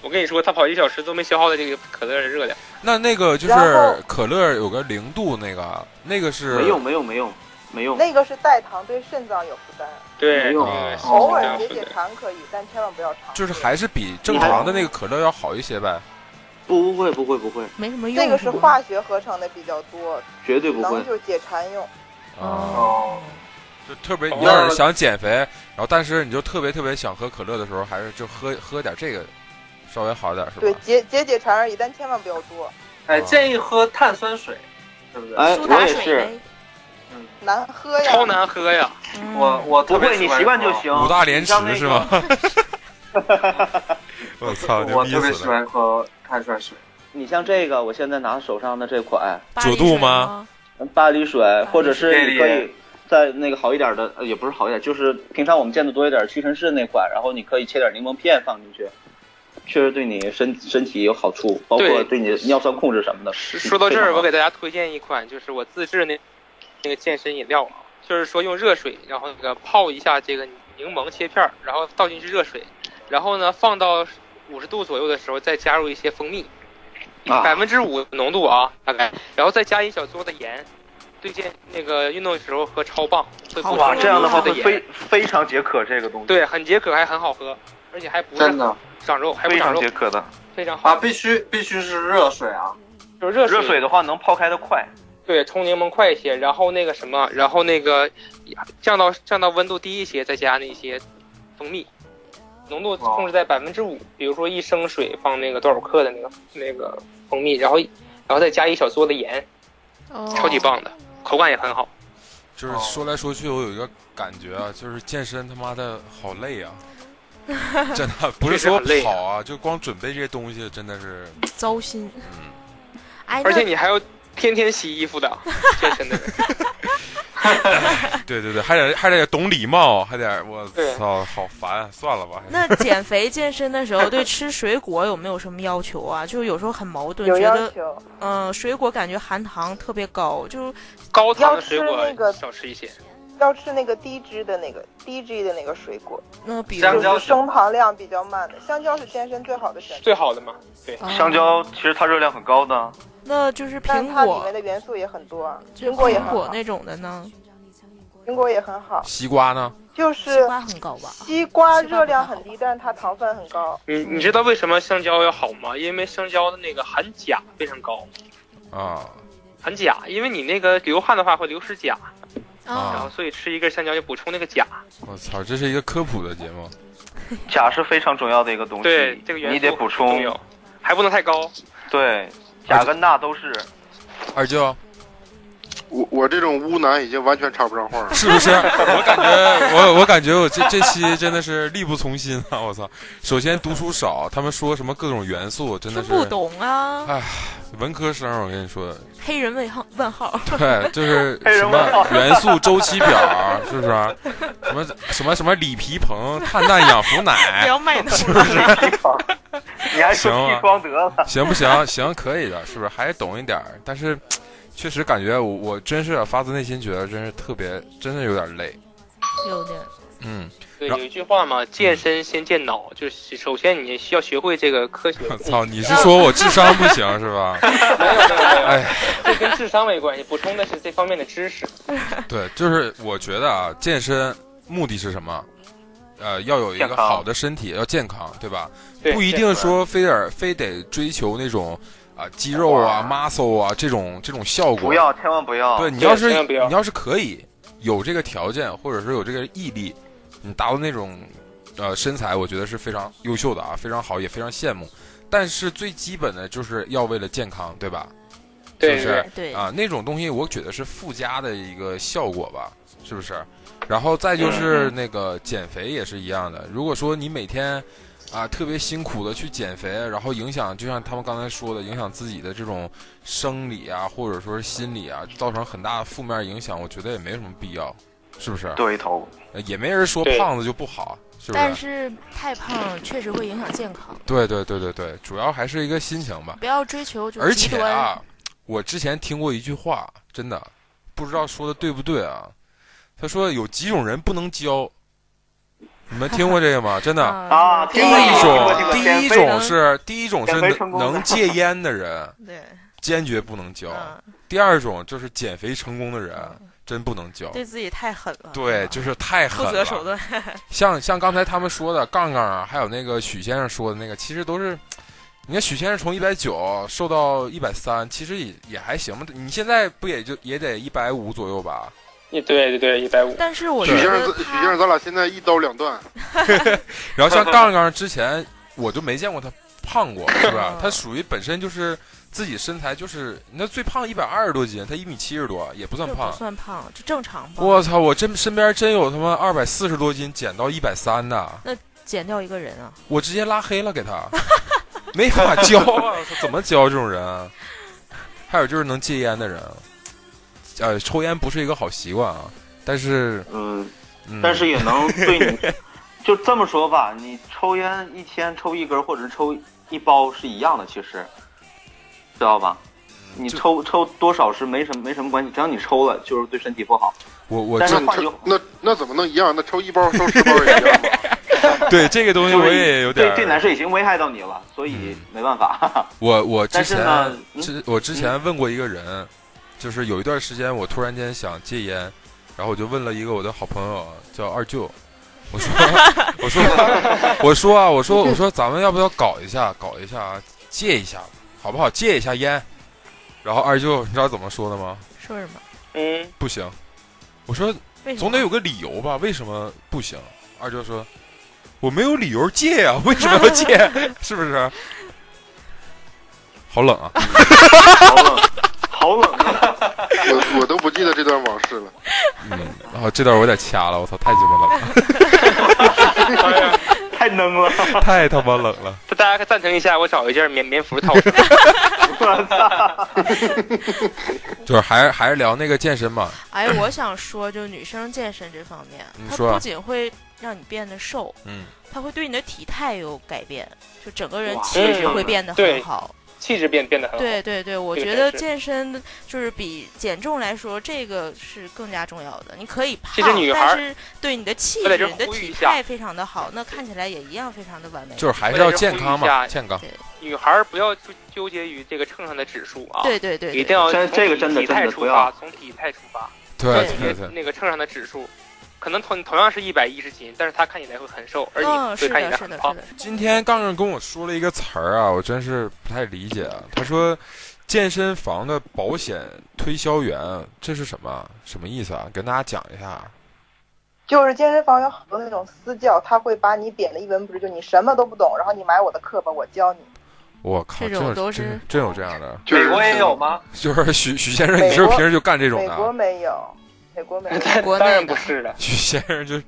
S5: 我跟你说，他跑一小时都没消耗的这个可乐的热量。
S3: 那那个就
S1: 然后
S3: 是可乐有个零度那个，那个是
S6: 没用，没用，没用，没用。
S1: 那个是代糖，对肾脏有负担，
S5: 对，哎
S6: 没有
S5: 对
S6: 哦
S1: 偶尔解
S5: 是
S1: 解
S5: 的
S1: 馋可以，但千万不要常。
S3: 就是还是比正常的那个可乐要好一些呗。
S6: 不不会，不会，不会，
S8: 没什么用。
S1: 这个是
S8: 吗
S1: 化学合成的比较多，
S6: 绝对不会
S1: 能。就解馋用。
S3: 啊，
S7: 哦，
S3: 就特别
S5: 哦
S3: 你要是想减肥，然后但是你就特别特别想喝可乐的时候，还是就喝喝点这个，稍微好点是
S1: 对
S3: 吧？啊
S1: 解解解馋而已，但千万不要多，
S7: 哎，建议喝碳酸水，对不对？嗯
S6: 哎，
S8: 苏
S6: 我
S8: 打
S6: 也
S8: 水
S6: 是，
S8: 呗。
S1: 难喝呀。
S5: 超难喝呀！
S8: 嗯
S7: 我我
S6: 不
S7: 特别
S6: 会，你
S7: 爱
S6: 习惯就
S7: 喝
S6: 行。
S3: 五大连
S6: 你像
S3: 池是
S6: 那个
S3: 吗？ [laughs] 我
S7: [laughs]
S3: 操，牛
S7: 我
S3: 逼
S7: 特别
S3: 死
S7: 喜
S3: 了！
S7: 欢喝碳酸水，
S6: 你像这个，我现在拿手上的这款
S8: 巴黎
S3: 九度
S8: 水
S3: 吗？
S5: 啊
S6: 巴黎水，或者是你可
S7: 这
S6: 以在那个好一点的，呃也不是好一点，就是平常我们见的多一点屈臣氏那款，然后你可以切点柠檬片放进去，确实对你身身体有好处，包括
S5: 对
S6: 对你的尿酸控制什么的。
S5: 说到这
S6: 非
S5: 儿，
S6: 常好
S5: 我给大家推荐一款，就是我自制那那个健身饮料啊，就是说用热水，然后那个泡一下这个柠檬切片儿，然后倒进去热水，然后呢放到五十度左右的时候，再加入一些蜂蜜，
S6: 啊
S5: 百分之五浓度啊，大概，然后再加一小撮的盐。对健那个运动的时候喝超棒，会补充
S10: 哇，这样的话
S5: 的
S10: 会非
S5: 盐，
S10: 非常解渴，这个东西
S5: 对，很解渴，还很好喝，而且还不是
S7: 真的
S5: 长肉，还不
S10: 非
S5: 长
S10: 常
S5: 肉
S10: 解，渴的。
S5: 非常
S7: 啊，
S5: 好。
S7: 必须必须是热水啊！
S5: 就是热
S10: 热水的话能泡开的快，
S5: 对，冲柠檬快一些，然后那个什么，然后那个降到降到温度低一些，再加那些蜂蜜，浓度
S10: 哦
S5: 控制在百分之五。比如说一升水放那个多少克的那个那个蜂蜜，然后然后再加一小撮的盐，
S8: 哦
S5: 超级棒的，口感也很好。
S3: 就是说来说去，我有一个感觉
S5: 哦
S3: 啊，就是健身他妈的好累
S5: [laughs]
S3: 啊，真的不是说
S5: 确实很累啊
S3: 跑啊，就光准备这些东西真的是，
S8: 糟心。
S3: 嗯，
S8: 哎，
S5: 而且
S8: 那
S5: 你还要天天洗衣服
S8: [laughs]
S5: 的，健身的人。
S3: [laughs] 对对对，还得还得懂礼貌，还得我
S5: 对
S3: 操，好烦，啊算了吧。
S8: 那减肥健身的时候，对吃水果有没有什么要求啊？就是有时候很矛盾，
S1: 有
S8: 觉
S1: 要
S8: 得
S1: 求，
S8: 嗯、呃水果感觉含糖特别高，就是
S5: 高糖的水
S1: 要吃那个
S5: 果少吃一些，
S1: 要吃那个低脂的那个低脂的那个水果，
S8: 那比如
S7: 香
S1: 就
S7: 蕉
S1: 是
S7: 是
S1: 升糖量比较慢的。香蕉是健身最好的选择，
S5: 最好的嘛。对，
S8: 哦
S10: 香蕉其实它热量很高的。
S8: 那就是
S1: 但
S8: 苹
S1: 它里
S8: 果
S1: 面，的元素也很多啊，
S8: 就是
S1: 苹果也
S8: 苹
S1: 很
S8: 果
S1: 好，
S8: 那种的呢，
S1: 苹果也很好，
S3: 西瓜呢？
S1: 就
S8: 西
S1: 是
S8: 瓜很高吧？
S1: 西瓜热量很低，但是它糖分很高。
S5: 你你知道为什么香蕉要好吗？因为香蕉的那个含钾非常高，
S3: 啊，
S5: 含钾，因为你那个流汗的话会流失钾。
S8: 哦
S5: 然
S3: 啊
S5: 后所以吃一根香蕉就补充那个钾。
S3: 我操，这是一个科普的节目。
S10: 钾是非常重要的一个东西，
S5: 对，这个元素
S10: 你得补
S5: 很重
S10: 充。
S5: 要，还不能太高。
S10: 对，钾跟钠都是。
S3: 二舅
S4: 我我这种污男已经完全插不上话了。
S3: 是不是？我感觉我我感觉我这这期真的是力不从心啊！我 [laughs] 操，首先读书少，他们说什么各种元素真
S8: 听
S3: 的是
S8: 不懂啊，
S3: 文科生，我跟你
S8: [laughs]
S3: 说，
S8: 黑人问号问号， [laughs]
S3: 对，就是
S5: 哎
S10: 黑人
S3: 什
S10: 问
S3: 么元素周期表啊，是不是啊？什么什么什么里皮硼、碳氮氧氟
S8: [laughs] 不
S3: 奶，
S8: 要卖弄。
S10: [laughs] 你还说
S3: 行啊
S10: 剃光德了？
S3: [laughs] 行不行？行，可以的，是不是？还是懂一点儿，但是确实感觉我我真是发自内心觉得，真是特别，真的有点累。
S8: 有点
S3: 嗯，
S5: 对，
S3: 然后
S5: 有一句话嘛，健身先健脑，就是首先你需要学会这个科学。
S3: 我操，你
S5: 啊
S3: 是说我智商不
S5: [laughs]
S3: 行是吧？ [laughs]
S5: 没有没有没有，
S3: 哎。
S5: 这跟智商没关系，补充的是这方面的知识。
S3: 对，就是我觉得啊，健身目的是什么？呃，要有一个
S10: 健康
S3: 好的身体，要健康，对吧？
S5: 对，
S3: 不一定说非得非得追求那种啊、肌肉啊、muscle 啊这种这种效果
S10: 不。要，千万不要。
S3: 对你要是
S5: 千万不要
S3: 你要是可以有这个条件，或者是有这个毅力，你达到那种呃身材，我觉得是非常优秀的啊，非常好，也非常羡慕。但是最基本的就是要为了健康，对吧？
S5: 对
S3: 是
S5: 对
S3: 不是
S5: 对
S8: 对，
S3: 啊，那种东西我觉得是附加的一个效果吧，是不是？然后再
S5: 嗯
S3: 就是那个减肥也是一样的，如果说你每天啊特别辛苦的去减肥，然后影响就像他们刚才说的，影响自己的这种生理啊，或者说是心理啊，造成很大的负面影响，我觉得也没什么必要，是不是？
S10: 对头，
S3: 呃也没人说
S5: 对
S3: 胖子就不好，是啊不
S8: 但
S3: 是？
S8: 是太胖确实会影响健康，
S3: 对对对对对，主要还是一个心情吧。
S8: 不要追求就
S3: 而
S8: 是极
S3: 且
S8: 端。
S3: 啊，我之前听过一句话，真的不知道说的对不对啊。他说有几种人不能交，你们听过这个吗？真的，
S10: 啊
S3: 第
S10: 听过
S3: 一种
S10: 听过，听过
S3: 第一
S10: 减肥
S3: 种
S10: 能
S3: 是第一种是
S10: 减肥成
S3: 能
S10: 功的
S3: 能戒烟的人，
S8: [laughs] 对，
S3: 坚决不能交；
S8: 嗯，
S3: 第二种就是减肥成功的人，真不能交。
S8: 啊对自己太狠了，
S3: 对，就是太
S8: 不
S3: 狠
S8: 择手
S3: 了。
S8: 段。 [laughs]
S3: 像像刚才他们说的杠杠啊，还有那个许先生说的那个，其实都是，你看许先生从一百九瘦到一百三，其实也也还行吧。你现在不也就也得一百五左右吧？ [laughs]
S5: 一对对对，一百五。
S8: [laughs] 但是我觉
S4: 许先
S8: 得
S4: 生，许先生，咱俩现在一刀两断，
S3: 然后像杠杠之前我就没见过他胖过，是吧
S8: 嗯？
S3: 他属于本身就是自己身材就是，那最胖一百二十多斤，他一米七十多也不算
S8: 这
S3: 胖
S8: 不。算胖，这正常吧？
S3: 我操！我真身边真有他妈二百四十多斤减到一百三的，
S8: 减掉一个人啊，
S3: 我直接拉黑了给他，没法教啊！怎么教这种人啊？还有就是能戒烟的人，啊呃，抽烟不是一个好习惯啊，但是，
S6: 嗯，
S3: 嗯、
S6: 但是也能对你，就这么说吧，你抽烟一天抽一根或者抽一包是一样的，其实，知道吧？你
S3: 嗯就
S6: 抽抽多少是没什么没什么关系，只要你抽了就是对身体不好。
S3: 我我
S6: 但
S3: 这
S6: 是
S4: 那
S6: 话
S4: 抽
S6: 就
S4: 那那怎么能一样？那抽一包抽十包也一样吗？
S3: 对这个东西
S6: 就
S3: 我
S6: 是
S3: 也有点
S6: 对
S3: 儿嗯
S6: 对男士已经危害到你了，所以没办法。
S3: 我我之
S6: 但是
S3: 前
S6: 呢嗯
S3: 之我之前问过一个人，就是有一段时间我突然间想戒烟，然后我就问了一个我的好朋友叫二舅，我说我
S6: [laughs]
S3: 说我说啊我说我说咱们要不要搞一下搞一下啊戒一下好不好戒一下烟？然后二舅你知道怎么说的吗？
S8: 说什么？
S5: 嗯，
S3: 不行，我说
S8: 为什么？
S3: 总得有个理由吧？为什么不行？二舅说我没有理由戒啊，为什
S8: [laughs]
S3: 么要戒？是不是？好冷啊！
S4: [laughs]
S6: 好冷，好冷啊！
S4: 我我都不记得这段往事了。
S3: 嗯，然后这段我得掐了，我操，太鸡巴冷了，
S6: 太能了，
S3: 太他妈冷了。
S5: 不，大家可赞成一下，我找一件棉棉服套上。 [laughs]
S6: 我操！
S3: 就是还是还是聊那个健身吧，
S8: 哎，我想说，就女生健身这方面，
S3: 你
S8: 它
S3: 说啊
S8: 不仅会让你变得瘦，
S3: 嗯，
S8: 它会对你的体态有改变，就整个人
S6: 哇
S8: 气质
S5: 嗯
S8: 会变得
S5: 对
S8: 很好。
S5: 气质变变得很好。
S8: 对对对，我
S5: 这个
S8: 觉
S5: 真
S8: 得
S5: 是
S8: 健身就是比减重来说，这个是更加重要的。你可以
S5: 其实
S8: 胖，
S5: 女孩儿
S8: 但是对你的气
S5: 我在这
S8: 质、你的
S5: 呼吁
S8: 体
S5: 一下
S8: 态非常的好，那看起来也一样非常的完美。
S3: 就是还是要健康
S5: 我
S3: 嘛，
S5: 也是
S3: 健康。
S5: 女孩儿不要纠纠结于这个秤上的指数啊，
S8: 对对对，对
S5: 一定要
S6: 这
S5: 从
S6: 这个真的
S5: 体态
S6: 真的
S5: 出
S6: 不
S5: 发
S6: 要，
S5: 从体态出发，
S3: 对
S8: 对
S3: 对对，
S5: 那那个秤上的指数，可能同同样是一百一十斤，但是她看起来会很瘦，而
S8: 嗯，
S5: 你会
S8: 是
S5: 看起
S8: 的，
S5: 来
S8: 是
S5: 很
S8: 的，
S5: 胖
S8: 是。的。
S3: 今天杠杠跟我说了一个词儿啊，我真是不太理解啊。他说健身房的保险推销员，这是什么什么意思啊？跟大家讲一下。
S1: 就是健身房有很多那种私教，他会把你贬得一文不值，就你什么都不懂，然后你买我的课吧，我教你。
S3: 我靠，
S8: 这
S3: 真
S8: 种
S3: 有
S8: 都
S3: 真
S8: 是
S3: 真有这样的，
S4: 就是
S7: 美国也有吗？
S3: 就是许许先生，你
S1: 美
S3: 是不是
S1: 国
S3: 平时就干这种
S1: 美
S3: 的
S1: 国
S3: 啊？
S1: 没有，美国没有。
S5: [laughs]
S8: 国
S5: 当
S8: 内
S5: 然
S8: 的
S5: 不是了，
S3: [laughs] 许先生就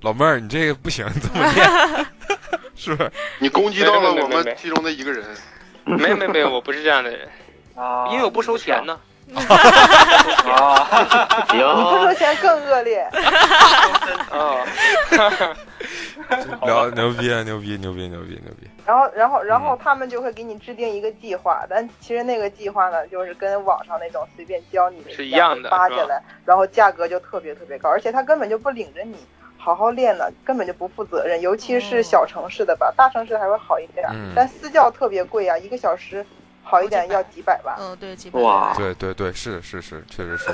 S3: 老妹儿，你这个不行，你这么
S5: [laughs]
S3: 练是不是？
S4: [laughs] 你攻击到了
S5: 没没
S4: 我
S5: 没没
S4: 们
S5: 没
S4: 其中的一个人，
S5: 没没没，我不是这样的
S6: [laughs]
S5: 人，
S7: 啊，
S5: 因为我不收钱呢。
S7: 啊，
S1: 你不
S6: 行
S5: 哦
S1: 收，钱更恶劣，
S5: [laughs] 啊，
S3: 聊牛逼啊，牛逼，牛逼，牛逼，牛逼！
S1: 然后，然
S5: 嗯
S1: 后，然后他们就会给你制定一个计划，但其实那个计划呢，就是跟网上那种随便教你的
S5: 是一样的
S1: 扒
S5: 是
S1: 下
S5: 吧
S1: 来，然后价格就特别特别高，而且他根本就不领着你好好练呢，根本就不负责任，尤其是小城市的
S5: 嗯
S1: 吧，大城市还会好一点，
S3: 嗯
S1: 但私教特别贵啊，一个小时好一点要几百吧。
S8: 嗯，对，基本
S6: 哇，
S3: 对对对，是是是，确实是。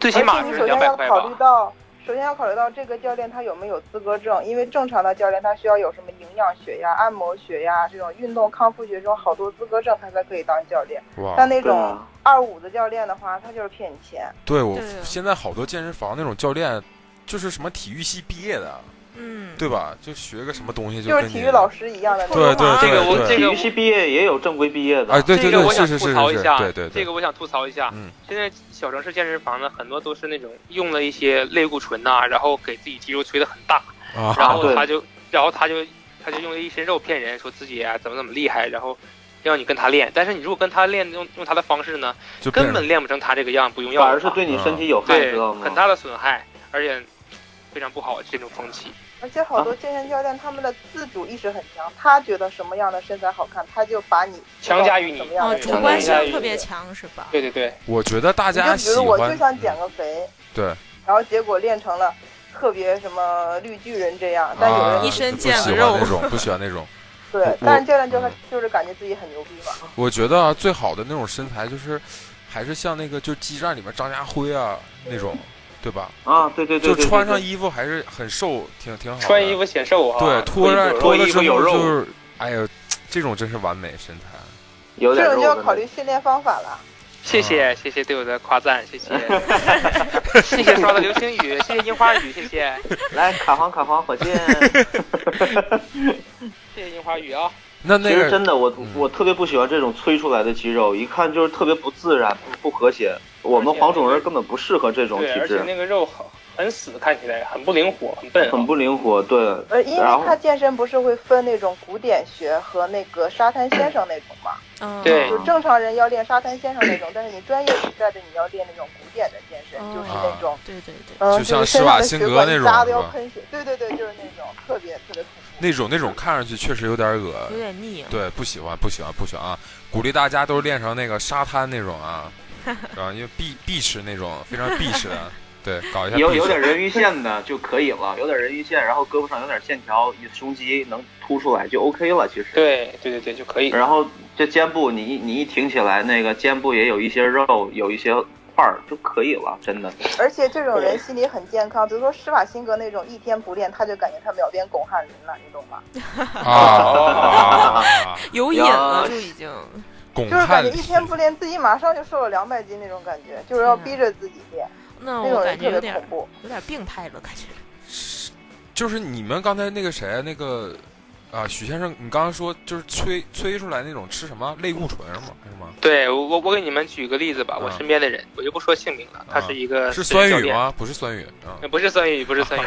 S5: 最起
S1: 而
S5: 码
S1: 且你
S5: 是
S1: 首
S5: 两
S1: 先
S5: 百块
S1: 要考虑
S5: 吧。
S1: 到，首先要考虑到这个教练他有没有资格证，因为正常的教练他需要有什么营养学呀、按摩学呀这种运动康复学这种好多资格证，他才可以当教练。
S3: 哇
S1: 但，那
S6: 对
S1: 种
S6: 啊，
S1: 二五的教练的话，他就是骗你钱。
S3: 对我
S8: 对啊
S3: 现在好多健身房那种教练，就是什么体育系毕业的，
S8: 嗯，
S3: 对吧？就学个什么东西
S1: 就是
S3: 跟
S1: 体
S3: 你
S1: 育老师一样的那
S3: 对
S1: 种。啊
S3: 对对
S5: 这个我
S3: 对
S5: 这
S6: 体
S5: 个
S6: 育
S5: 我
S6: 系毕业也
S5: [laughs]
S6: 有正规毕业的
S3: 啊，对对
S5: 这个
S3: 对，
S5: 我
S3: 是
S5: 想
S3: 是
S5: 吐
S3: 是是
S5: 槽
S3: 是，
S5: 一下，
S3: 对对
S5: 这
S3: 对
S5: 个，我想吐槽一下。
S3: 嗯
S5: 现在小城市健身房呢，很多都是那种用了一些类固醇呐、然后给自己肌肉吹得很大，
S3: 啊，
S5: [laughs] 然后
S6: 对
S5: 他就，然后他就，他就用一身肉骗人，说自己啊怎么怎么厉害，然后让你跟他练。但是你如果跟他练，用用他的方式呢，
S3: 就嗯变
S5: 根本练不成他这个样，不用药
S6: 反
S5: 了
S6: 而是对你身体有害，
S5: 对
S6: 知道吗
S5: 很？大的损害，而且非常不好这种风气。
S1: 而且好多健身教练他们的自主意识很强，他觉得什么样的身材好看，他就把你
S5: 强加于你
S1: 什么样
S8: 哦
S1: 的，
S8: 主
S1: 身材
S8: 观
S5: 一
S8: 性
S5: 下
S8: 特别强是吧？
S5: 对对对，
S3: 我觉得大
S1: 你
S3: 家
S1: 就比
S3: 喜
S1: 如我就
S3: 欢
S1: 想减个肥，
S3: 对，
S1: 然后结果练成了特别什么绿巨人这样，但有人、
S3: 啊
S8: 一身
S3: 不
S8: 腱
S3: 喜
S8: 子
S3: 欢
S8: 肉
S3: 那种，不喜欢那种。
S1: [laughs] 对
S3: 我，
S1: 但是教练就
S3: 嗯
S1: 就是感觉自己很牛逼嘛。
S3: 我觉得啊，最好的那种身材就是，还是像那个就激战里面张家辉啊那种，对吧？
S6: 啊，对对对，
S3: 就
S6: 对
S3: 穿上
S6: 对
S3: 衣服还是很瘦，挺挺好的。
S5: 穿衣服显瘦啊，
S3: 对，脱
S5: 衣服
S3: 了
S5: 有肉
S3: 脱了
S6: 衣
S3: 之
S6: 服
S3: 后
S6: 有肉
S3: 就是，哎呀，这种真是完美身材。
S6: 有
S1: 这
S6: 点
S1: 种就
S6: 肉
S1: 要
S6: 的
S1: 考
S6: 那
S1: 虑训练方法了。
S5: 谢谢
S6: 啊
S5: 谢谢对我的夸赞，
S6: [laughs]
S5: 谢谢谢谢刷的流星雨，谢谢樱花雨，谢谢
S6: 来，卡皇卡皇火箭。
S5: 谢谢樱花雨啊！
S3: 那
S6: 其
S3: 那
S6: 实
S3: 个嗯
S6: 真的，我我特别不喜欢这种催出来的肌肉，一看就是特别不自然、不不和谐。我们黄种人根本不适合这种
S5: 对，
S6: 体
S5: 而且
S6: 质，
S5: 那个肉很很死，看起来很不灵活，很笨啊。
S6: 很不灵活。对，
S1: 呃，因
S6: 然后
S1: 为他健身不是会分那种古典学和那个沙滩先生那种嘛，
S8: 嗯，
S5: 对
S1: 就正常人要练沙滩先生那种，但是你专业比赛的你要练那种古典的健身，
S3: 哦
S5: 嗯
S1: 就是那种。
S8: 哦对对对，
S1: 嗯，
S3: 就像
S1: 是身
S3: 施瓦
S1: 上的
S3: 辛
S1: 血
S3: 格
S1: 管
S3: 那
S5: [laughs]
S1: 一
S3: 种
S1: 扎都
S3: 是
S1: 要
S3: 吧
S1: 喷血，对对对，就是那种特别特别恐怖。
S3: 那种那种看上去确实有点恶
S8: 有点腻啊。
S3: 对，不喜欢，不喜欢，不喜欢啊！鼓励大家都练成那个沙滩那种
S8: [laughs]
S3: 啊，然后因为必必吃那种非常必吃的，啊对，搞一下
S6: 有
S3: 必
S6: 有
S3: 吃
S6: 点人鱼线的就可以了，有点人鱼线，然后胳膊上有点线条，胸肌能凸出来就 OK 了，其实。。
S5: 对对对对，就可以。
S6: 然后这肩部你一你一挺起来，那个肩部也有一些肉，有一些块儿就可以了，
S5: [laughs]
S6: 真的。
S1: 而且这种人心理很健康，比如说施瓦辛格那种一天不练，他就感觉他秒变巩汉林了，你懂
S8: [laughs]
S1: 吗？
S3: 啊
S5: 哦
S3: [laughs] 啊，啊
S8: 有瘾了
S6: 呀
S8: 就已经，
S3: 巩
S1: 就是感
S3: 汉
S1: 觉
S3: 林
S1: 一天不练，自己马上就瘦了两百斤那种感觉，就是要逼着自己练，
S8: [laughs] 那
S1: 那种
S8: 我
S1: 人
S8: 感觉
S1: 特
S8: 有
S1: 别
S8: 点
S1: 恐怖。
S8: 有点病态了，感觉。
S3: 就是你们刚才那个谁那个啊，许先生，你刚刚说就是催催出来那种吃什么类固醇是吗？还是吗？
S5: 对我我我给你们举个例子吧，
S3: 嗯
S5: 我
S6: 啊
S5: 身边的人，我就不说姓名了，他是一个
S3: 是
S5: 私人
S3: 酸
S5: 呃教
S3: 雨
S5: 练？
S3: 吗？不是酸雨啊
S5: 呃不是酸雨，不是酸
S6: [laughs]
S5: 雨，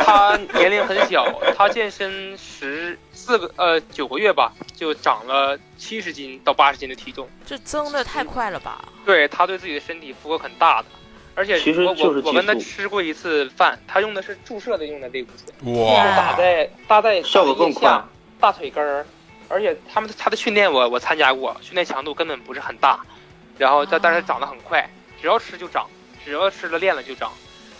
S5: 他年龄很小，他健身十四个呃九个月吧，就长了七十斤到八十斤的体重。
S8: 这增的太快了吧？
S5: 对他对自己的身体负荷很大的，而且
S6: 其实
S5: 我
S6: 就是
S5: 我
S6: 激
S5: 我跟他
S6: 素
S5: 吃过一次饭，他用的是注射的用的类固醇，
S3: 哇
S5: 打在搭在
S6: 效果更快
S5: 下大腿根儿，而且他们他的训练我我参加过，训练强度根本不是很大，然后但但是长得很快，只要吃就长，只要吃了练了就长。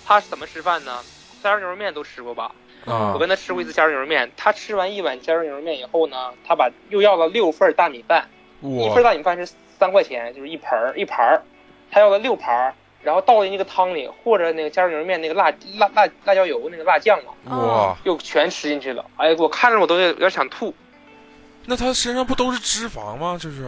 S5: 他是怎么吃饭呢？虾仁牛肉面都吃过吧？
S3: 啊
S5: 我！跟他吃过一次虾仁牛肉面，他吃完一碗虾仁牛肉面以后呢，他把又要了六份儿大米饭，一份
S3: 我
S5: 大米饭是三块钱，就是一盆儿一盘儿，他要了六盘儿，然后倒进那个汤里，和着那个加入牛肉面那个辣辣辣辣椒油那个辣酱嘛，
S3: [laughs]
S8: 嗯
S3: 哇，
S5: 又全吃进去了。哎呀，我看着我都有点想吐。
S3: 那他身上不都是脂肪吗？就是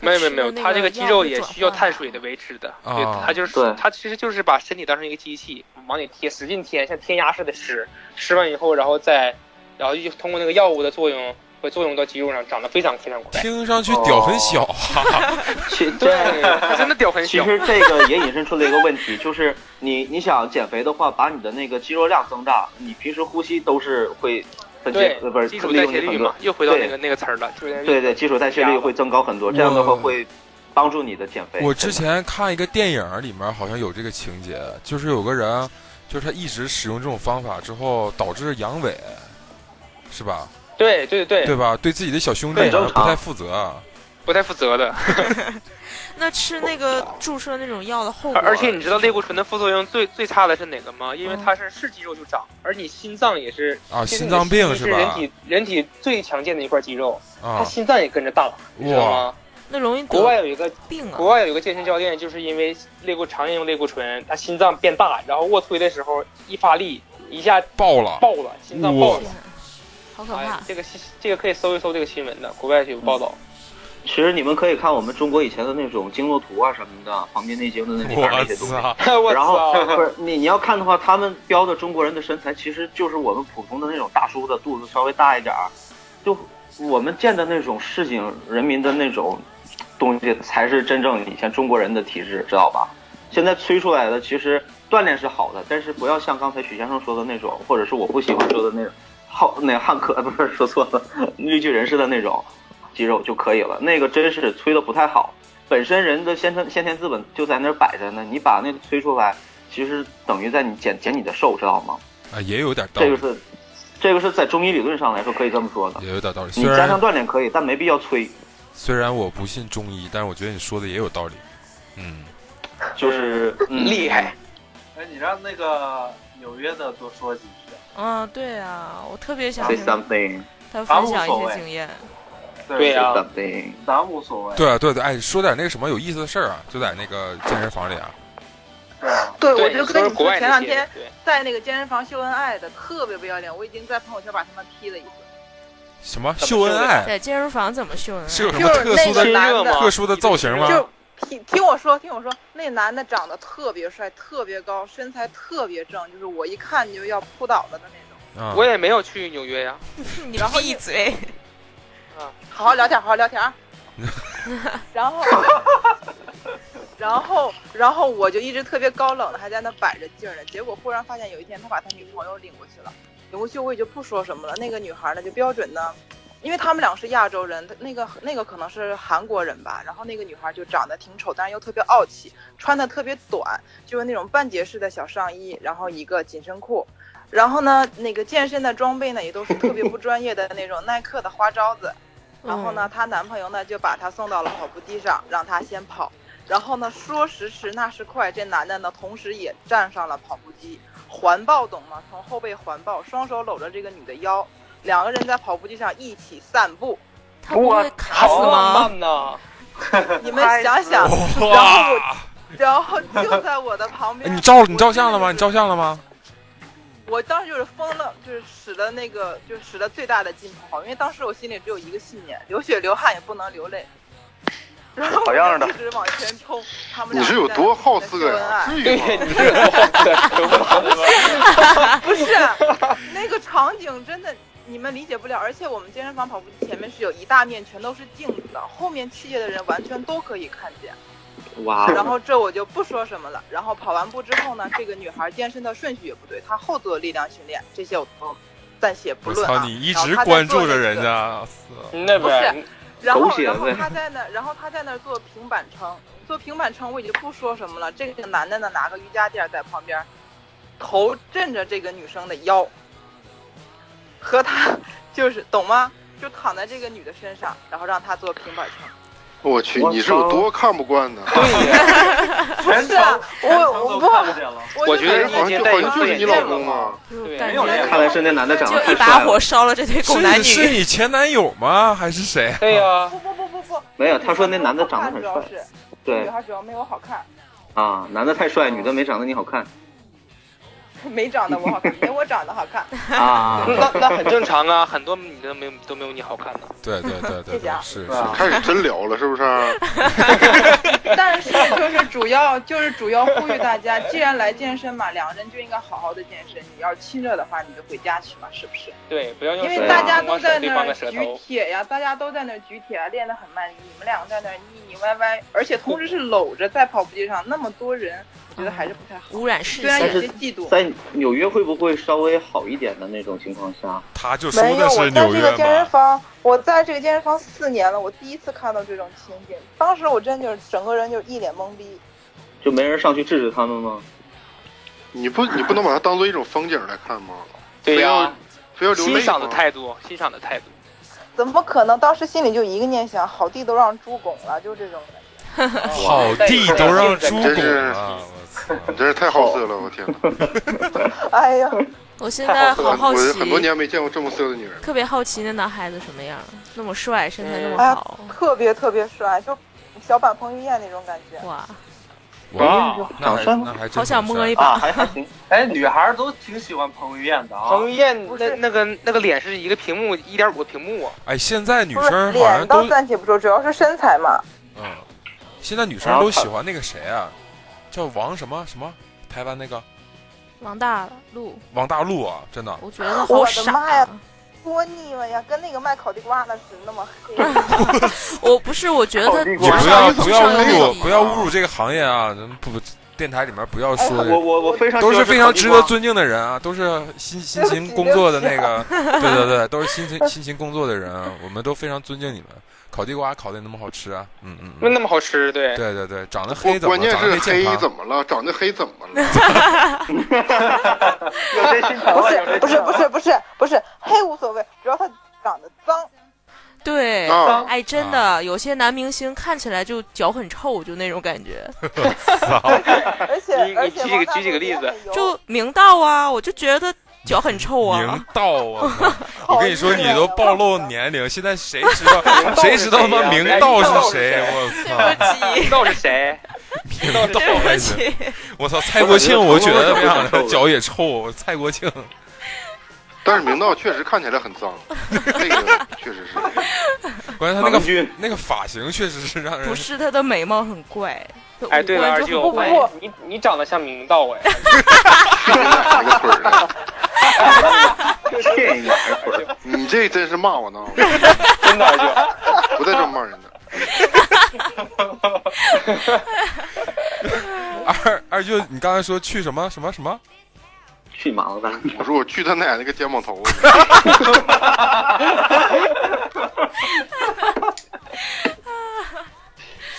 S5: 没有没有没有，
S8: 吃了那
S5: 他
S8: 个
S5: 这个肌肉也需要碳水的维持的，
S3: 啊
S5: 对，他就是
S6: 对
S5: 他其实就是把身体当成一个机器，往里贴，使劲贴，像填鸭似的吃，吃完以后，然后再，然后就通过那个药物的作用，会作用到肌肉上，长得非常非常快。
S3: 听上去屌很小啊！
S6: 其
S5: [laughs] 对，
S3: [laughs]
S5: 他 [laughs] 真的屌很
S6: 其
S5: 小。
S6: 实这个也引申出了一个问题，就是你你想减肥的话，把你的那个肌肉量增大，你平时呼吸都是会分解
S5: 对，，
S6: 呃不是
S5: 基础
S6: 利
S5: 代
S6: 用
S5: 谢
S6: 你
S5: 率
S6: 很
S5: 嘛
S6: 多，，
S5: 又回到那
S6: 对
S5: 个那个词儿了，基础代谢率。
S6: 对对，基础代谢率会增高很多，这样的话会帮助你的减肥。
S3: 嗯我
S6: 真
S3: 之
S6: 的
S3: 前看一个电影，里面好像有这个情节，就是有个人，就是他一直使用这种方法之后，导致阳痿，是吧？
S5: 对对对
S3: 对吧？对自己的小兄弟
S6: 很
S3: 好
S6: 正
S3: 像不太
S6: 常
S3: 负责。啊
S5: 不太负责的。
S8: [laughs] 那吃那个注射那种药的后
S5: [laughs]
S8: 果，
S5: 而而且你知道类固醇的副作用最最差的是哪个
S8: 嗯
S5: 吗？因为它是是肌肉就长，而你心脏也是
S3: 啊
S5: 其实
S3: 心
S5: 你
S3: 脏病
S5: 你
S3: 是
S5: 是
S3: 吧
S5: 人体人体最强健的一块肌肉，它
S3: 啊
S5: 心脏也跟着大，你知道吗？
S8: 那容易
S5: 国
S8: 得
S5: 外有一个
S8: 病啊。
S5: 国外有一个健身教练，就是因为类固常用类固醇，他心脏变大，然后卧推的时候一发力一下
S3: 爆了！
S5: 爆了，心脏爆
S8: 天
S5: 了。
S8: 啊好可
S5: 哎
S8: 怕，！
S5: 这个新这个可以搜一搜这个新闻的，国外有报道。
S6: 其实你们可以看我们中国以前的那种经络图啊什么的，旁边内经的那里边那
S3: 我
S6: 些东西。
S5: [laughs]
S3: 操！
S5: 我
S6: 然后
S5: 操！
S6: 不是你你要看的话，他们标的中国人的身材，其实就是我们普通的那种大叔的肚子稍微大一点儿，就我们见的那种市井人民的那种东西，才是真正以前中国人的体质，知道吧？现在催出来的，其实锻炼是好的，但是不要像刚才许先生说的那种，或者是我不喜欢说的那种，好那汉克呃不是说错了， [laughs] 绿巨人似的那种肌肉就可以了，那个真是催的不太好。本身人的先天先天资本就在那儿摆着呢，你把那个催出来，其实等于在你减减你的寿，知道吗？
S3: 啊，也有点道
S6: 这
S3: 理
S6: 个，是，这个是在中医理论上来说可以这么说的。
S3: 也有点道理。
S6: 你
S3: 虽
S6: 加
S3: 然
S6: 强锻炼可以，但没必要催。
S3: 虽然我不信中医，但是我觉得你说的也有道理。嗯，
S6: 就是、嗯、
S5: 厉害，
S7: 哎，你让那个纽约的多说几句。
S8: 嗯，对啊，我特别想
S6: ，say
S8: 听
S6: something，say
S8: 他分
S7: 咱
S8: 享
S7: 无
S8: 一
S7: 所谓
S8: 些经验。
S5: 对啊呀、
S6: something。
S7: 咱无所谓。
S3: 对对对，哎，说点那个什么有意思的事儿啊，就在那个健身房里啊。
S7: 对啊，
S9: 对，
S5: 对，
S9: 我就跟
S5: 说
S9: 你
S5: 国
S9: 说，
S5: 外
S9: 前
S5: 那
S9: 两
S5: 些
S9: 天
S5: 对
S9: 在那个健身房秀恩爱的特别不要脸，我已经在朋友圈把他们踢了一顿，
S3: 什么
S5: 怎么
S3: 秀恩爱
S8: 在健身房怎么秀恩
S3: 是有
S8: 爱？
S3: 什么
S9: 就是
S3: 特殊
S9: 那
S3: 的
S9: 个
S5: 亲热
S9: 男
S5: 吗
S9: 的，
S3: 特殊的造型吗？
S9: 就
S1: 听听我说，听我说，那男的长得特别帅，特别高，身材特别正，就是我一看就要扑倒了的那种。
S3: 啊
S5: 我，也没有去纽约呀、
S8: [laughs] 你闭嘴！
S1: 好好聊天，好好聊天
S8: [laughs]
S1: 啊。然后，然后，然后我就一直特别高冷的还在那摆着劲儿呢。 [laughs] 结果忽然发现有一天他把他女朋友领过去了，领过去我也就不说什么了。那个女孩呢就标准的，因为他们俩是亚洲人，她那个那个可能是韩国人吧。然后那个女孩就长得挺丑，但是又特别傲气，穿的特别短，就是那种半截式的小上衣，然后一个紧身裤。然后呢，那个健身的装备呢也都是特别不专业的那种耐克的花招子。
S8: 嗯
S1: 然后呢，她男朋友呢就把她送到了跑步机上，让她先跑。然后呢，说时迟，那时快，这男的呢，同时也站上了跑步机，环抱，懂吗？从后背环抱，双手搂着这个女的腰，两个人在跑步机上一起散步。
S8: 他不会卡死
S5: 好浪
S8: 吗？
S5: 漫呐！
S1: [laughs] 你们
S3: [laughs]
S1: 想想，然后我
S3: 啊哇！
S1: 然后就在我的旁
S3: 哎
S1: 边。
S3: 你照你照相了吗？你照相了吗？
S1: 我当时就是疯了，就是使了那个，就是使了最大的劲跑，因为当时我心里只有一个信念：流血流汗也不能
S4: [laughs]
S1: 流泪。然后
S6: 好样的
S1: 我就一直往前冲，他们
S4: 你
S1: 俩
S4: 是有
S1: 在
S4: 多好色
S1: 在秀恩
S4: 呀？
S1: 爱
S4: 啊至
S5: 对
S4: 于
S5: 呀，
S4: 吗？
S5: 你这个好可
S1: [laughs] 不是那个场景真的你们理解不了，而且我们健身房跑步机前面是有一大面全都是镜子的，后面器械的人完全都可以看见。
S6: 哇
S1: 然后这我就不说什么了。然后跑完步之后呢，这个女孩健身的顺序也不对，她后做力量训练这些我都暂且不
S3: 我
S1: 论
S3: 操，
S1: 啊。
S3: 你一
S1: 然后
S3: 直
S1: 她在
S3: 关
S1: 做
S3: 注着
S1: 那
S3: 人
S6: [laughs]
S1: 个
S3: 家，
S5: 那不是
S1: 然后
S6: 狗血
S1: 然后
S6: 呗
S1: 他在那，然后他在那做平板撑，做平板撑我已经不说什么了。这个男的呢拿个瑜伽垫在旁边，头枕着这个女生的腰，和他 [laughs] 就是懂吗？就躺在这个女的身上，然后让她做平板撑。
S4: 我去，你是有多看不惯呢？
S5: 对呀，
S7: [laughs] 全
S1: 是啊
S7: 程全程
S1: 我
S7: 都
S1: 不
S7: 看不见了。
S1: 我
S5: 我
S1: 就
S5: 觉得
S4: 哎，
S1: 感
S5: 你
S4: 好像
S5: 已经
S4: 就
S5: 戴
S4: 好像就是你老
S5: 有色眼镜了
S4: 公啊
S5: 嘛。！
S8: 就
S5: 对
S8: 感
S7: 没有
S8: 觉
S7: 人
S6: 看来是那男的长得
S8: 就
S6: 太
S8: 一
S6: 帅
S8: 把
S6: 了
S8: 火。烧了这对狗男
S3: 是是
S8: 女。
S3: 你前男友吗？还是谁？
S5: 对呀，
S1: 不不不不不，
S6: 没有，他说那男的长得
S1: 女
S6: 很
S1: 孩主要
S6: 帅。
S1: 是女
S6: 对
S1: 孩主要没我好看，
S6: 啊，男的太帅，
S3: 嗯
S6: 女的没长得你好看
S1: 没长得我好
S6: [laughs]
S1: 看，没我长得好看。 [laughs]
S6: 啊。
S5: 那那
S6: [laughs]
S5: 很正常啊，很多女的没有都没有你好看呢。
S3: 对对对对
S1: 谢谢
S3: 对
S1: 啊，
S3: 是
S7: 对啊
S3: 是，
S4: 开始真聊了，是不是？
S1: 但是就是主要就是主要呼吁大家，既然来健身嘛，两个人就应该好好的健身。你要亲热的话，你就回家去嘛，是不是？
S5: 对，不要用
S1: 因
S5: 手
S1: 为
S6: 对啊
S1: 大
S5: 指
S1: 家
S5: 摸
S1: 都
S5: 手
S1: 在
S5: 对
S1: 那
S5: 方
S1: 儿
S5: 的舌
S1: 举
S5: 头。
S1: 铁呀，大家都在那儿举铁啊，练得很慢。你们两个在那儿腻腻歪歪，而且同时是搂着在跑步机上，那么多人，我觉得还是不太好。
S8: 污染视
S1: 虽然啊有
S8: 线，
S1: 些嫉妒，
S6: 在纽约会不会稍微好一点的那种情况下？
S3: 他就说
S1: 没
S3: 的
S1: 有，
S3: 是
S1: 我在
S3: 纽
S1: 这个
S3: 约
S1: 健身
S3: 嘛。
S1: 房，我在这个健身房四年了，我第一次看到这种情景，当时我真就是整个人就是一脸懵逼。
S6: 就没人上去制止他们吗？
S4: 你不你不能把它当做一种风景来看吗？
S5: 对呀，
S4: 非要流
S5: 欣
S4: 泪
S5: 赏的
S4: 吗？
S5: 态度，欣赏的态度。
S1: 怎么可能？当时心里就一个念想，好地都让猪拱了，就这种感觉。
S3: 好地都让猪
S4: 真
S3: 拱
S4: 是
S3: 了，我操！
S4: 你真是太好色了，我天哪！
S3: [laughs]
S1: 哎呀，
S8: [laughs] 我现在好好
S4: 我
S8: 奇，
S4: 很多年没见过这么色的女人。
S8: 特别好奇那男孩子什么样，那么帅，身材那么
S1: 哎呀
S8: 好，
S1: 特别特别帅，就小版彭于晏那种感觉。
S8: 哇！
S5: 啊
S3: 哇，那
S6: 长
S3: 还
S6: 相
S3: 那还真
S8: 好想
S3: 挺
S8: 摸
S3: 帅
S8: 一
S6: 啊，
S8: 把。
S1: [laughs]
S6: 还还行。
S7: 哎，女孩儿都挺喜欢彭于晏的啊。
S5: 彭于晏
S1: 不是
S5: 那那个那个脸是一个屏幕一点五个屏幕啊，
S3: 哎，现在女
S1: 不是
S3: 生好像
S1: 脸
S3: 都
S1: 倒暂且不说，主要是身材嘛。
S3: 嗯，现在女生都喜欢那个谁啊，叫王什么什么，台湾那个
S8: 王大陆，
S3: 王大陆啊，真的。
S8: 我觉得好
S1: 我
S8: 傻
S1: 的妈呀
S8: 啊。
S1: 多腻歪呀，跟那个卖烤地瓜的是那么
S8: [laughs]
S1: 黑。
S8: 我不是，我觉得他
S3: 你不要不要侮
S8: 上了
S3: 辱
S8: 底
S3: 不要侮辱这个行业啊！咱们不电台里面不要说
S6: 我我我非常
S3: 都
S6: 喜
S3: 是
S6: 欢
S3: 非
S6: 吃
S3: 常
S6: 烤地
S3: 值
S6: 瓜
S3: 得尊敬的人啊，都是辛辛勤工作的那个，对对对，都是辛勤辛勤工作的人啊，我们都非常尊敬你们。烤地瓜烤的那么好吃啊，嗯嗯
S5: 那
S3: 嗯，
S5: 那么好吃，对，
S3: 对对对，长得黑
S4: 关
S3: 怎么
S4: 关
S3: 了
S4: 键
S3: 长
S4: 是
S3: 得健
S4: 黑
S3: 康？
S4: 怎么了？长得黑怎么了？
S6: 有这心疼
S1: 不
S6: 了，
S1: 是
S6: 有这
S1: 不是不是不是不是黑无所谓，主要他长得脏。
S8: 对，
S4: 啊，
S8: 哎，真的，有些男明星看起来就脚很臭，就那种感觉，
S1: 而且
S5: [laughs] 你你
S1: 而
S5: 举
S1: 且
S5: 几个
S1: 王大
S5: 举几个
S1: 陆也
S5: 例子
S1: 很油
S8: 就明道啊，我就觉得脚很臭
S3: 明
S8: 啊。
S3: 道
S8: [laughs]
S3: 啊！我跟你说，你都暴露。年龄，现在谁知道
S5: 道
S3: 谁知道他妈明
S5: 是谁呀
S3: 道是谁？
S5: 明
S3: 我
S8: 对
S3: 操！明道
S5: 你知道是谁？
S8: 不起，对
S3: 还
S8: 不
S3: 是
S8: 起，
S3: 我操！蔡国庆，我觉得那样的
S6: 我
S3: 脚也臭。蔡国庆，
S4: 但是明道确实看起来很脏，这个确实是。
S3: 关键他那
S6: 王
S3: 个
S6: 军
S3: 那个发型确实是让人
S8: 不是她的眉毛很怪，她
S5: 哎，
S8: 五
S5: 对了，
S8: 官
S5: 二
S8: 就
S5: 舅，
S8: 很
S5: 我发
S8: 怪
S5: 现你你长得像明道哎，
S4: 哪个腿儿的？
S6: 骗一眼儿腿儿
S4: 你这真是骂我呢！
S5: [laughs] 真的二舅，
S4: 不带这么骂人的。
S3: 二二舅，你刚才说去什么什么什么？
S6: 去盲了，
S4: [laughs] 我说我去他奶奶个肩膀头， [laughs]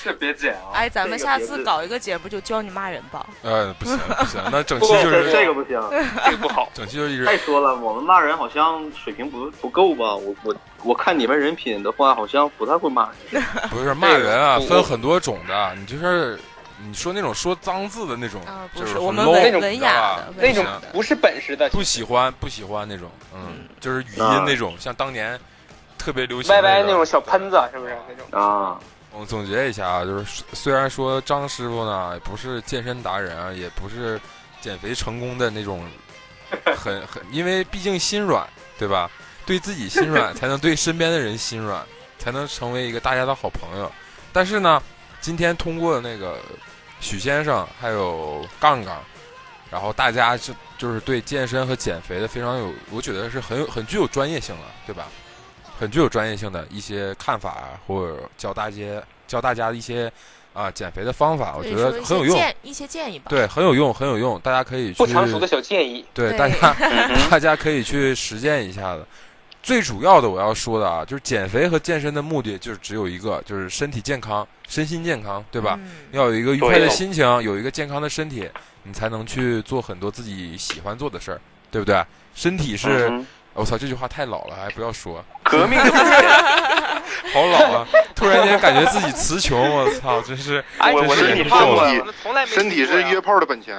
S7: 这别剪啊！
S8: [laughs] 哎，咱们
S6: 这个
S8: 下
S6: 别
S8: 次
S6: 的
S8: 搞一个节目就教你骂人吧。
S3: 呃，不行不行， [laughs] 那整期就
S6: 这这
S3: 是
S6: 个不行。
S5: 这个不好。
S3: 整期就是一
S6: 再
S3: 人。
S6: 说了，我们骂人好像水平不不够吧？我我我看你们人品的话，好像不太会骂人。
S3: [laughs] 不是骂人啊，
S5: 这个
S3: 分很多种的。你就是你说那种说脏字的那种
S8: 啊，，不，
S3: 就是很
S8: 我们
S3: low，
S5: 那
S8: 文
S5: 种
S8: 文
S3: 你知道
S8: 雅
S3: 吧
S8: 的
S5: 那
S3: 不
S5: 种
S3: 行
S5: 不是本事的，
S3: 不喜欢不喜欢那种，嗯，就是语音
S6: 啊
S3: 那种，像当年特别流行
S5: 歪
S3: 的
S5: 歪
S3: 个
S5: 那种小喷子是不是那种？
S6: 啊，
S3: 我总结一下啊，就是虽然说张师傅呢不是健身达人啊，也不是减肥成功的那种很，很因为毕竟心软，对吧？对自己心软，才能对身边的人心软，才能成为一个大家的好朋友。但是呢，今天通过那个许先生还有杠杠，然后大家就就是对健身和减肥的非常有，我觉得是很有很具有专业性的，对吧？很具有专业性的一些看法啊，或者教大家教大家一些啊减肥的方法，我
S8: 所
S3: 觉
S8: 以
S3: 得
S8: 说一
S3: 很有
S8: 些
S3: 用，
S8: 建一些建议吧。
S3: 对，很有用，很有用，大家可以去
S5: 不成熟的小建议，
S3: 对
S8: 对
S3: 大
S8: [laughs]
S3: 家 [laughs]
S6: 嗯
S3: 大家可以去实践一下的。最主要的我要说的啊，就是减肥和健身的目的就是只有一个，就是身体健康、身心健康，对吧？
S8: 嗯
S3: 要有一个愉快的
S6: 对
S3: 心情，有一个健康的身体，你才能去做很多自己喜欢做的事儿，对不对？身体是，哦
S6: 嗯
S3: 我操，这句话太老了，还不要说，
S6: 革
S3: [laughs]
S6: 命的不是
S3: 好老啊！突然间感觉自己词穷，我操，真是
S5: 哎，
S6: 我
S5: 我
S6: 我
S5: 是
S6: 身体
S5: 你胖
S6: 胖
S5: 过
S4: 了
S5: 呀，我们 [laughs] 从来没
S4: 身体
S5: 听过
S4: 是
S5: 呀
S4: 约炮的本钱。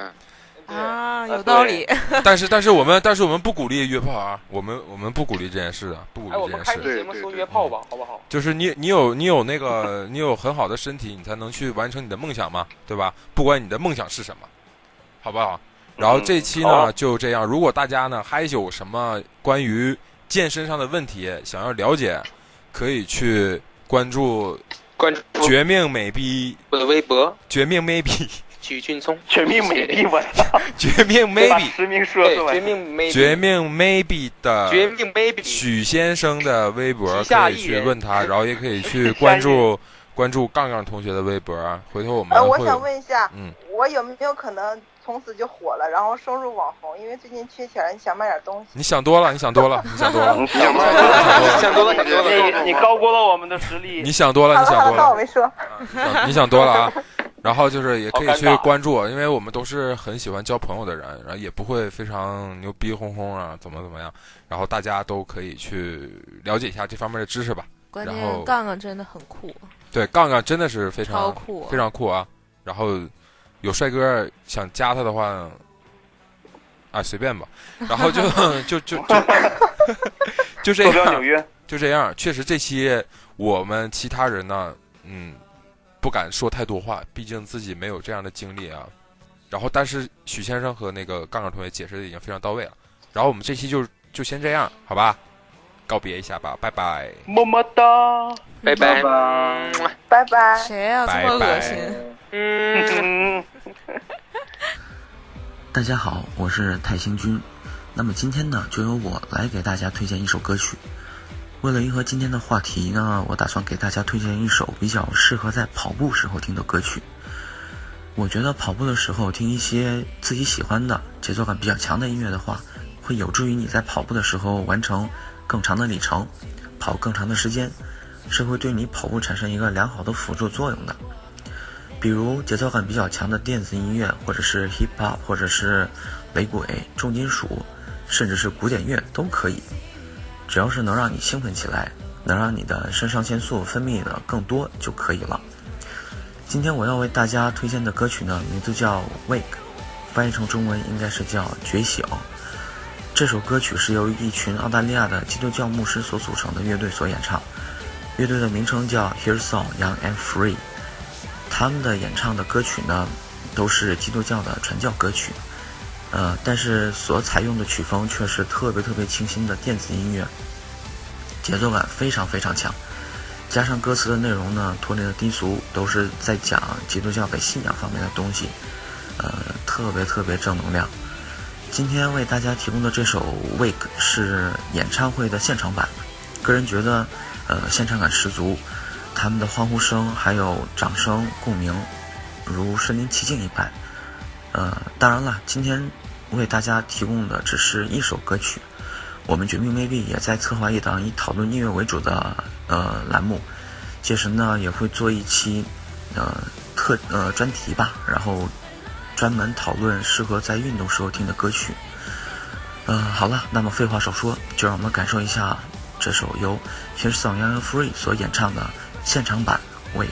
S8: 啊，
S5: 对
S8: 有道理。
S3: 但是但是我们但是我们不鼓励约炮啊，我们我们不鼓励这件事的，不鼓
S5: 哎，我
S3: 励这件
S5: 们开始
S3: 事。
S5: 节目说约炮吧，好不好？
S3: 就是你你有你有那个你有很好的身体，你才能去完成你的梦想嘛，对吧？不管你的梦想是什么，好不好？然后这
S5: 嗯
S3: 期呢、
S5: 啊
S6: 好
S3: 就这样。如果大家呢还有什么关于健身上的问题想要了解，可以去关注
S5: 关注
S3: “绝命美逼
S5: 我的微博”“
S3: 绝命 maybe”“
S5: 曲俊聪
S6: 全民美丽，
S3: [laughs]
S6: 我操！
S3: 绝命 [laughs]
S6: 我把
S3: maybe”“
S6: 实名”，说
S5: 对
S6: 出，
S5: 绝
S6: 来。
S5: 命 maybe，
S3: 绝命 maybe” 的
S5: 绝命 baby，
S3: 许先生的微博
S5: 旗下
S3: 可
S5: 艺
S3: 以去
S5: 人
S3: 问他，然后也可以去关注关注杠杠同学的微博啊。回头我们
S1: 呃，我
S3: 会
S1: 想
S3: 有
S1: 问一下，
S3: 嗯，
S1: 我有没有可能从此就火了，然后收入网红？因为最近缺钱，想卖点东西。
S3: 你想多了，你想多了，你想多了，
S6: 你
S4: 你想
S6: 想
S4: 卖
S6: 卖？
S5: [laughs]
S3: 哦
S5: 想多了想多了，嗯
S6: 你你高估了我们的实力。
S3: 你想多了，
S1: 好
S3: 你
S1: 了好
S3: 想多
S1: 了，那我
S3: 了，
S1: 没说。
S3: [laughs] 嗯你想多了
S5: [laughs]
S3: 啊。然后就是也可以
S5: 好尴
S3: 去
S5: 尬
S3: 关注我，因为我们都是很喜欢交朋友的人，然后也不会非常牛逼哄哄啊，怎么怎么样。然后大家都可以去了解一下这方面的知识吧。
S8: 关
S3: 然后
S8: 键杠杠真的很酷，
S3: 对，杠杠真的是非
S8: 超
S3: 常
S8: 酷
S3: 非。常酷啊。然后有帅哥想加他的话，啊随便吧。然后就就就就 [laughs] 就这
S6: 坐标纽
S3: 样，
S6: 约，
S3: 就这样。确实这期我们其他人呢，嗯，不敢说太多话，毕竟自己没有这样的经历啊。然后但是许先生和那个杠杠同学解释的已经非常到位了。然后我们这期就就先这样，好吧？告别一下吧，拜拜。
S6: 么么哒。
S5: 拜拜
S7: 拜拜。
S1: 拜拜。
S8: 谁呀、这么
S3: 拜拜
S8: 恶心？
S5: 嗯。
S6: 嗯。
S11: 大家好，我是泰星君。那么今天呢，就由我来给大家推荐一首歌曲。为了迎合今天的话题呢，我打算给大家推荐一首比较适合在跑步时候听的歌曲。我觉得跑步的时候听一些自己喜欢的、节奏感比较强的音乐的话，会有助于你在跑步的时候完成更长的里程，跑更长的时间，是会对你跑步产生一个良好的辅助作用的。比如节奏感比较强的电子音乐，或者是 hip hop，或者是雷鬼、重金属，甚至是古典乐都可以。只要是能让你兴奋起来，能让你的肾上腺素分泌的更多就可以了。今天我要为大家推荐的歌曲呢，名字叫《Wake》，翻译成中文应该是叫《觉醒》。这首歌曲是由一群澳大利亚的基督教牧师所组成的乐队所演唱，乐队的名称叫 Hillsong Young and Free。他们的演唱的歌曲呢，都是基督教的传教歌曲，呃，但是所采用的曲风却是特别特别清新的电子音乐，节奏感非常非常强，加上歌词的内容呢，脱离了低俗，都是在讲基督教给信仰方面的东西，呃，特别特别正能量。今天为大家提供的这首《Wake》是演唱会的现场版，个人觉得，呃，现场感十足，他们的欢呼声还有掌声共鸣，如身临其境一般。呃，当然了，今天为大家提供的只是一首歌曲，我们绝命 maybe 也在策划一档以讨论音乐为主的呃栏目，届时呢也会做一期呃特呃专题吧，然后专门讨论适合在运动时候听的歌曲。呃，好了，那么废话少说，就让我们感受一下这首由全 h 桑 n 洋 Free 所演唱的现场版《Wake》。